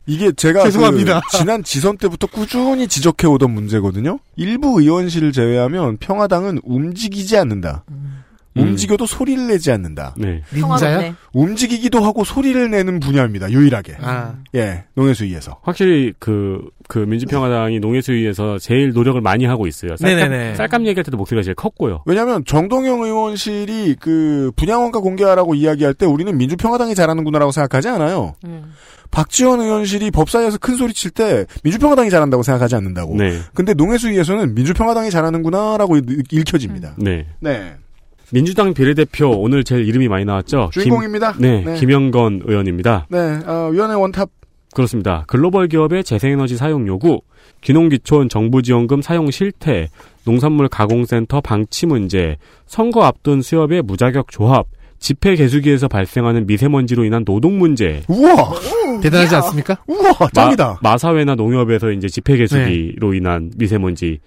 이게 제가 죄송합니다. 그 지난 지선 때부터 꾸준히 지적해 오던 문제거든요. 일부 의원실을 제외하면 평화당은 움직이지 않는다. 음. 움직여도 소리를 내지 않는다. 네. 평화롭네. 움직이기도 하고 소리를 내는 분야입니다. 유일하게. 아. 예, 농해수위에서. 확실히 그, 그 민주평화당이 농해수위에서 제일 노력을 많이 하고 있어요. 쌀값, 네네네. 쌀값 얘기할 때도 목소리가 제일 컸고요. 왜냐하면 정동영 의원실이 그 분양원가 공개하라고 이야기할 때 우리는 민주평화당이 잘하는구나라고 생각하지 않아요. 박지원 의원실이 법사위에서 큰 소리 칠 때 민주평화당이 잘한다고 생각하지 않는다고. 네. 근데 농해수위에서는 민주평화당이 잘하는구나라고 일- 읽혀집니다. 네. 네. 민주당 비례대표 오늘 제일 이름이 많이 나왔죠. 김- 주인공입니다. 네, 네. 김영건 의원입니다. 네, 어, 위원회 원탑 그렇습니다. 글로벌 기업의 재생에너지 사용 요구, 귀농귀촌 정부지원금 사용 실태, 농산물 가공센터 방치 문제, 선거 앞둔 수협의 무자격 조합, 집회 개수기에서 발생하는 미세먼지로 인한 노동 문제. 우와! 대단하지 않습니까? 우와, 짱이다. 마, 사회나 농협에서 이제 집회 개수기로 인한 미세먼지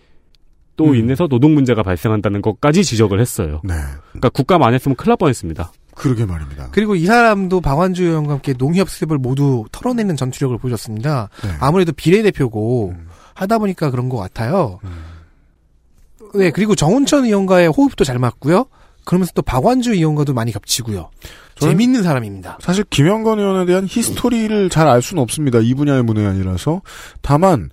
또 인해서 노동 문제가 발생한다는 것까지 지적을 했어요. 그러니까 국감 안 했으면 큰일 날 뻔했습니다. 네. 그러게 말입니다. 그리고 이 사람도 방완주 의원과 함께 농협 수협을 모두 털어내는 전투력을 보셨습니다. 네. 아무래도 비례대표고 음. 하다 보니까 그런 것 같아요. 네, 그리고 정운천 의원과의 호흡도 잘 맞고요. 그러면서 또 박완주 의원과도 많이 겹치고요. 저는- 재밌는 사람입니다. 사실 김영건 의원에 대한 히스토리를 잘 알 수는 없습니다. 이 분야의 문외한이라서. 다만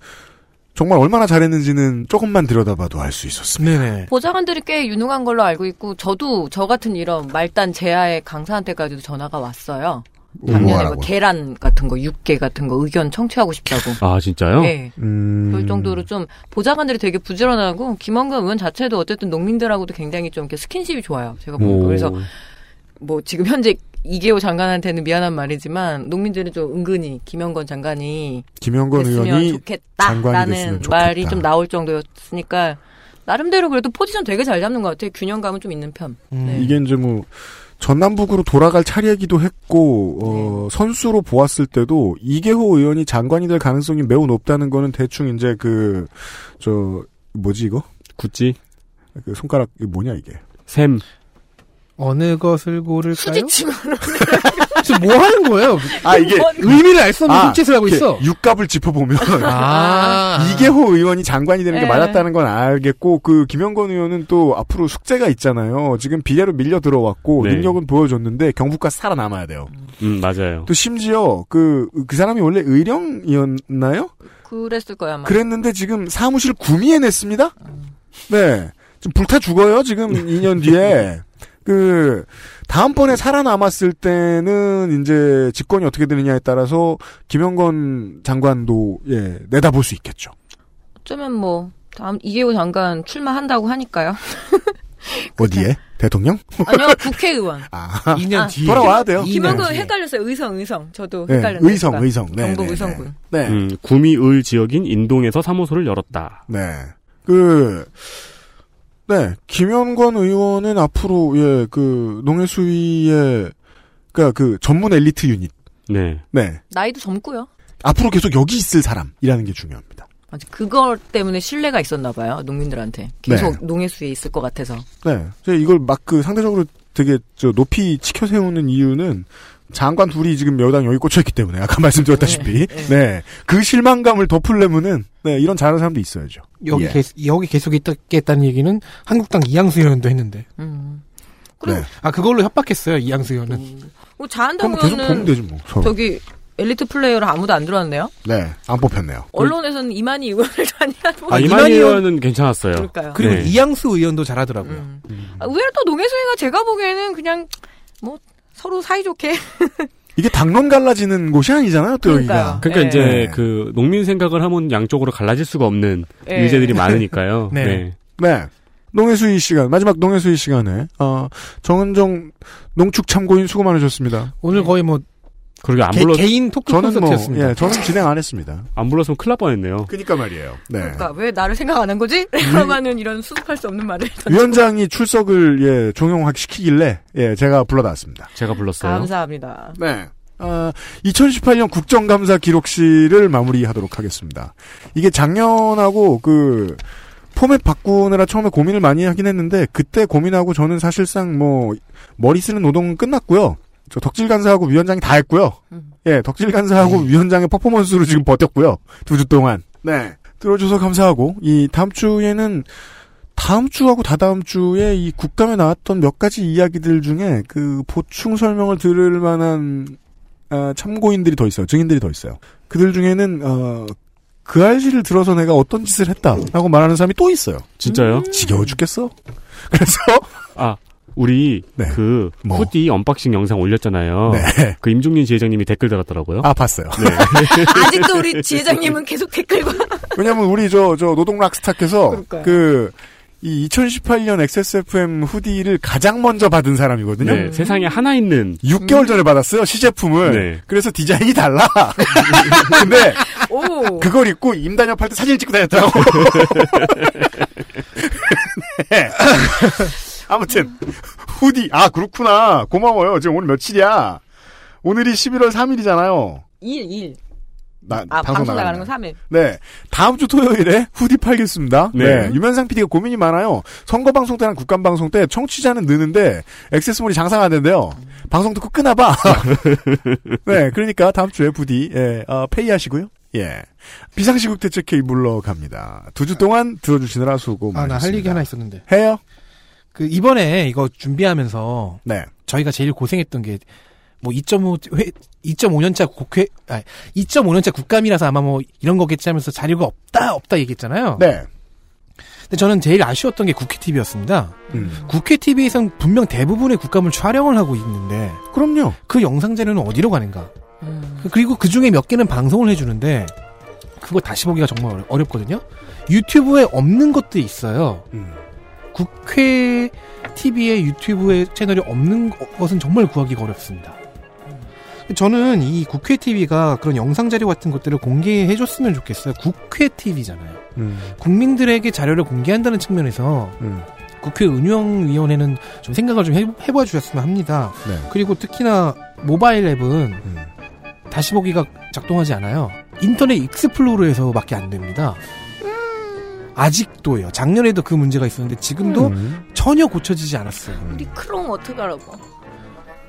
정말 얼마나 잘했는지는 조금만 들여다봐도 알 수 있었습니다. 네네. 보좌관들이 꽤 유능한 걸로 알고 있고 저도 저 같은 이런 말단 제하의 강사한테까지도 전화가 왔어요. 음. 작년에 뭐 뭐하라고요? 계란 같은 거, 육개 같은 거 의견 청취하고 싶다고. 아 진짜요? 네. 그럴 정도로 좀 보좌관들이 되게 부지런하고 김원근 의원 자체도 어쨌든 농민들하고도 굉장히 좀 이렇게 스킨십이 좋아요. 제가 보니까 오. 그래서 뭐 지금 현재 이계호 장관한테는 미안한 말이지만 농민들은 좀 은근히 김영건 장관이 김영건 됐으면 의원이 장관이 좋겠다라는 됐으면 좋겠다. 말이 좀 나올 정도였으니까 나름대로 그래도 포지션 되게 잘 잡는 것 같아요. 균형감은 좀 있는 편. 네. 이게 이제 뭐 전남북으로 돌아갈 차례이기도 했고 어, 선수로 보았을 때도 이계호 의원이 장관이 될 가능성이 매우 높다는 거는 대충 이제 그 저 뭐지 이거 구찌 그 손가락 이거 뭐냐 이게 샘 어느 것을 고를까요? 수지침을 지금 뭐 하는 거예요? 의미를 알 수 없는 손짓을 하고 아, 이렇게 있어. 육갑을 짚어보면 아. 이계호 의원이 장관이 되는 게 네. 맞았다는 건 알겠고 그 김영건 의원은 또 앞으로 숙제가 있잖아요. 지금 비례로 밀려 들어왔고 네. 능력은 보여줬는데 경북과 살아남아야 돼요. 음 맞아요. 또 심지어 그, 그 사람이 원래 의령이었나요? 그랬을 거야 아마. 그랬는데 지금 사무실 구미해냈습니다? 네. 지금 불타 죽어요, 지금 2년 뒤에. 그, 다음번에 살아남았을 때는 이제 집권이 어떻게 되느냐에 따라서 김영건 장관도, 예, 내다볼 수 있겠죠. 어쩌면 뭐 다음 이계호 장관 출마한다고 하니까요. 어디에? 대통령? 아니요 국회의원. 아, 아, 돌아와야 돼요. 김영근 네. 헷갈렸어요. 의성 의성. 저도 네, 헷갈렸어요. 의성, 의성. 네, 경북 네, 의성군. 음, 구미을 지역인 인동에서 사무소를 열었다. 네. 그, 네, 김현권 의원은 앞으로, 예, 그, 농해수위의, 그니까 그, 전문 엘리트 유닛. 네. 네. 나이도 젊고요. 앞으로 계속 여기 있을 사람이라는 게 중요합니다. 맞아. 그걸 때문에 신뢰가 있었나 봐요. 농민들한테. 계속 농해수에 있을 것 같아서. 네. 제가 이걸 막 그 상대적으로 되게 저 높이 치켜 세우는 이유는 장관 둘이 지금 여당 여기 꽂혀있기 때문에 아까 말씀드렸다시피 네, 그 실망감을 덮으려면은 네, 이런 잘하는 사람도 있어야죠. 여기 예. 계속, 여기 계속 있겠다는 얘기는 한국당 이양수 의원도 했는데. 음. 네. 그럼- 아 그걸로 협박했어요 이양수 의원은. 뭐 자한당 그럼 계속 보면 되지 의원은 뭐, 서로. 저기 엘리트 플레이어로 아무도 안 들어왔네요. 네, 안 뽑혔네요. 그 언론에서는 이만희 의원을 다니라고. 아, 이만희 의원은 괜찮았어요. 어, 그럴까요? 그리고 네. 이양수 의원도 잘하더라고요. 아, 의외로 또 농해수위가 제가 보기에는 그냥 뭐 서로 사이좋게 이게 당론 갈라지는 곳이 아니잖아요, 또 여기가. 그러니까 이제 네. 그 농민 생각을 하면 양쪽으로 갈라질 수가 없는 예. 의제들이 많으니까요. 네. 네. 네. 농해수의 시간, 마지막 농해수의 시간에, 어, 정은정 농축 참고인 수고 많으셨습니다. 오늘 거의 뭐, 그러게 안 개- 불러 개인 토크 저는 뭐, 콘서트였습니다. 예, 저는 진행 안 했습니다. 안 불렀으면 큰일 날 뻔했네요. 그니까 말이에요. 네. 그러니까 왜 나를 생각 안 한 거지? 라고는 이런 수습할 수 없는 말을 던지고. 위원장이 출석을, 예, 종용학 시키길래, 예, 제가 불러다 왔습니다. 제가 불렀어요. 감사합니다. 네. 2018년 국정감사 기록실을 마무리하도록 하겠습니다. 이게 작년하고 그 포맷 바꾸느라 처음에 고민을 많이 하긴 했는데 그때 고민하고 저는 사실상 뭐 머리 쓰는 노동은 끝났고요. 저 덕질 간사하고 위원장이 다 했고요. 예, 덕질 간사하고 위원장의 퍼포먼스로 지금 버텼고요. 두 주 동안. 네. 들어줘서 감사하고 이 다음 주에는 다음 주하고 다다음 주에 이 국감에 나왔던 몇 가지 이야기들 중에 그 보충 설명을 들을 만한 아, 참고인들이 더 있어요. 증인들이 더 있어요. 그들 중에는 어, 그 알씨를 들어서 내가 어떤 짓을 했다라고 말하는 사람이 또 있어요. 진짜요? 지겨워 죽겠어. 그래서 아 우리 그 후디 언박싱 영상 올렸잖아요. 뭐? 네. 그 임종민 지회장님이 댓글 달았더라고요. 아 봤어요. 아직도 우리 지회장님은 계속 댓글과 왜냐면 우리 저 저 노동 락스타께서 그러니까요. 그 이 2018년 XSFM 후디를 가장 먼저 받은 사람이거든요. 네, 세상에 하나 있는 6개월 음. 전에 받았어요 시제품을. 그래서 디자인이 달라. 근데 오. 그걸 입고 임단협 할 때 사진 찍고 다녔다고. 네. 아무튼 후디 아 그렇구나 고마워요 지금 오늘 며칠이야. 오늘이 11월 3일이잖아요. 일, 일. 나 아, 방송 나가는 나가는 날. 건 3일. 네. 다음 주 토요일에 후디 팔겠습니다. 네. 네. 유면상 PD가 고민이 많아요. 선거 방송 때랑 국감 방송 때 청취자는 느는데 액세스몰이 장사가 안 된대요. 방송 듣고 끊어봐. 네. 그러니까 다음 주에 부디, 예, 어, 페이하시고요. 예. 비상시국 대책회의 물러갑니다. 두 주 동안 들어주시느라 수고 아, 많으셨습니다. 나 할 얘기 하나 있었는데. 해요? 그, 이번에 이거 준비하면서. 네. 저희가 제일 고생했던 게, 뭐, 2.5, 회, 2.5년차 국회, 아, 2.5년차 국감이라서 아마 뭐, 이런 거겠지 하면서 자료가 없다, 없다 얘기했잖아요. 네. 근데 저는 제일 아쉬웠던 게 국회 TV였습니다. 국회 TV에선 분명 대부분의 국감을 촬영을 하고 있는데. 그럼요. 그 영상 자료는 어디로 가는가. 그리고 그 중에 몇 개는 방송을 해주는데, 그거 다시 보기가 정말 어렵- 어렵거든요. 유튜브에 없는 것도 있어요. 국회 TV에 유튜브에 채널이 없는 거- 것은 정말 구하기가 어렵습니다. 저는 이 국회 TV가 그런 영상 자료 같은 것들을 공개해 줬으면 좋겠어요. 국회 TV잖아요. 음, 국민들에게 자료를 공개한다는 측면에서 국회 운영위원회는 좀 생각을 좀 해- 해봐 주셨으면 합니다. 네. 그리고 특히나 모바일 앱은 음. 다시 보기가 작동하지 않아요. 인터넷 익스플로러에서밖에 안 됩니다. 아직도요. 작년에도 그 문제가 있었는데 지금도 음. 전혀 고쳐지지 않았어요. 우리 크롱 어떡하라고.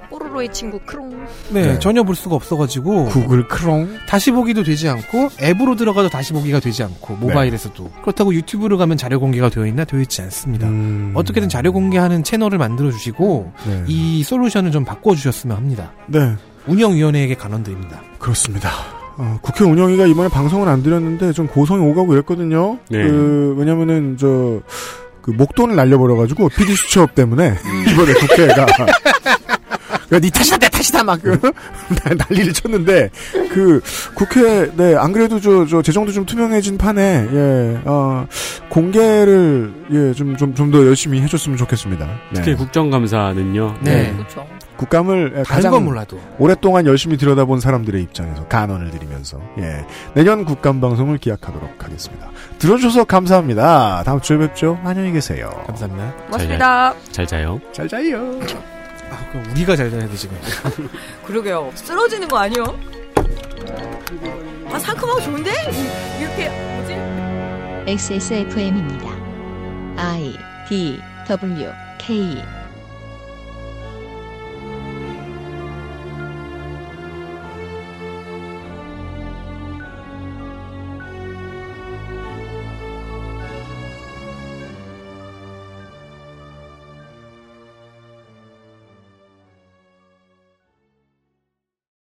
뽀로로의 친구 크롱. 네, 전혀 볼 수가 없어가지고 구글 크롬 다시 보기도 되지 않고 앱으로 들어가도 다시 보기가 되지 않고 모바일에서도 그렇다고 유튜브로 가면 자료 공개가 되어 있나 되어 있지 않습니다. 어떻게든 자료 공개하는 채널을 만들어 주시고 음. 네. 이 솔루션을 좀 바꿔 주셨으면 합니다. 네. 운영위원회에게 간원드립니다. 그렇습니다. 어, 국회 운영위가 이번에 방송을 안 드렸는데 좀 고성이 오가고 이랬거든요. 네. 그 왜냐면은 저. 그 목돈을 날려버려가지고 PD 수첩 때문에 이번에 국회가 야니 음. 그러니까 네 탓이다 내 탓이다 막 그 난리를 쳤는데 그 국회 네안 그래도 저 저 재정도 좀 투명해진 판에 예 어, 공개를 예좀 좀 좀 더 열심히 해줬으면 좋겠습니다. 네. 특히 국정감사는요. 네. 그렇죠. 국감을 예, 가장 건 몰라도. 오랫동안 열심히 들여다본 사람들의 입장에서 간언을 드리면서 예, 내년 국감 방송을 기약하도록 하겠습니다. 들어주셔서 감사합니다. 다음 주에 뵙죠. 안녕히 계세요. 감사합니다. 고맙습니다. 잘 자요. 잘 자요. 우리가 아, 잘 돼야 돼 지금. 그러게요. 쓰러지는 거 아니요? 아 상큼하고 좋은데? 이- 이렇게 뭐지? XSFM입니다. I D W K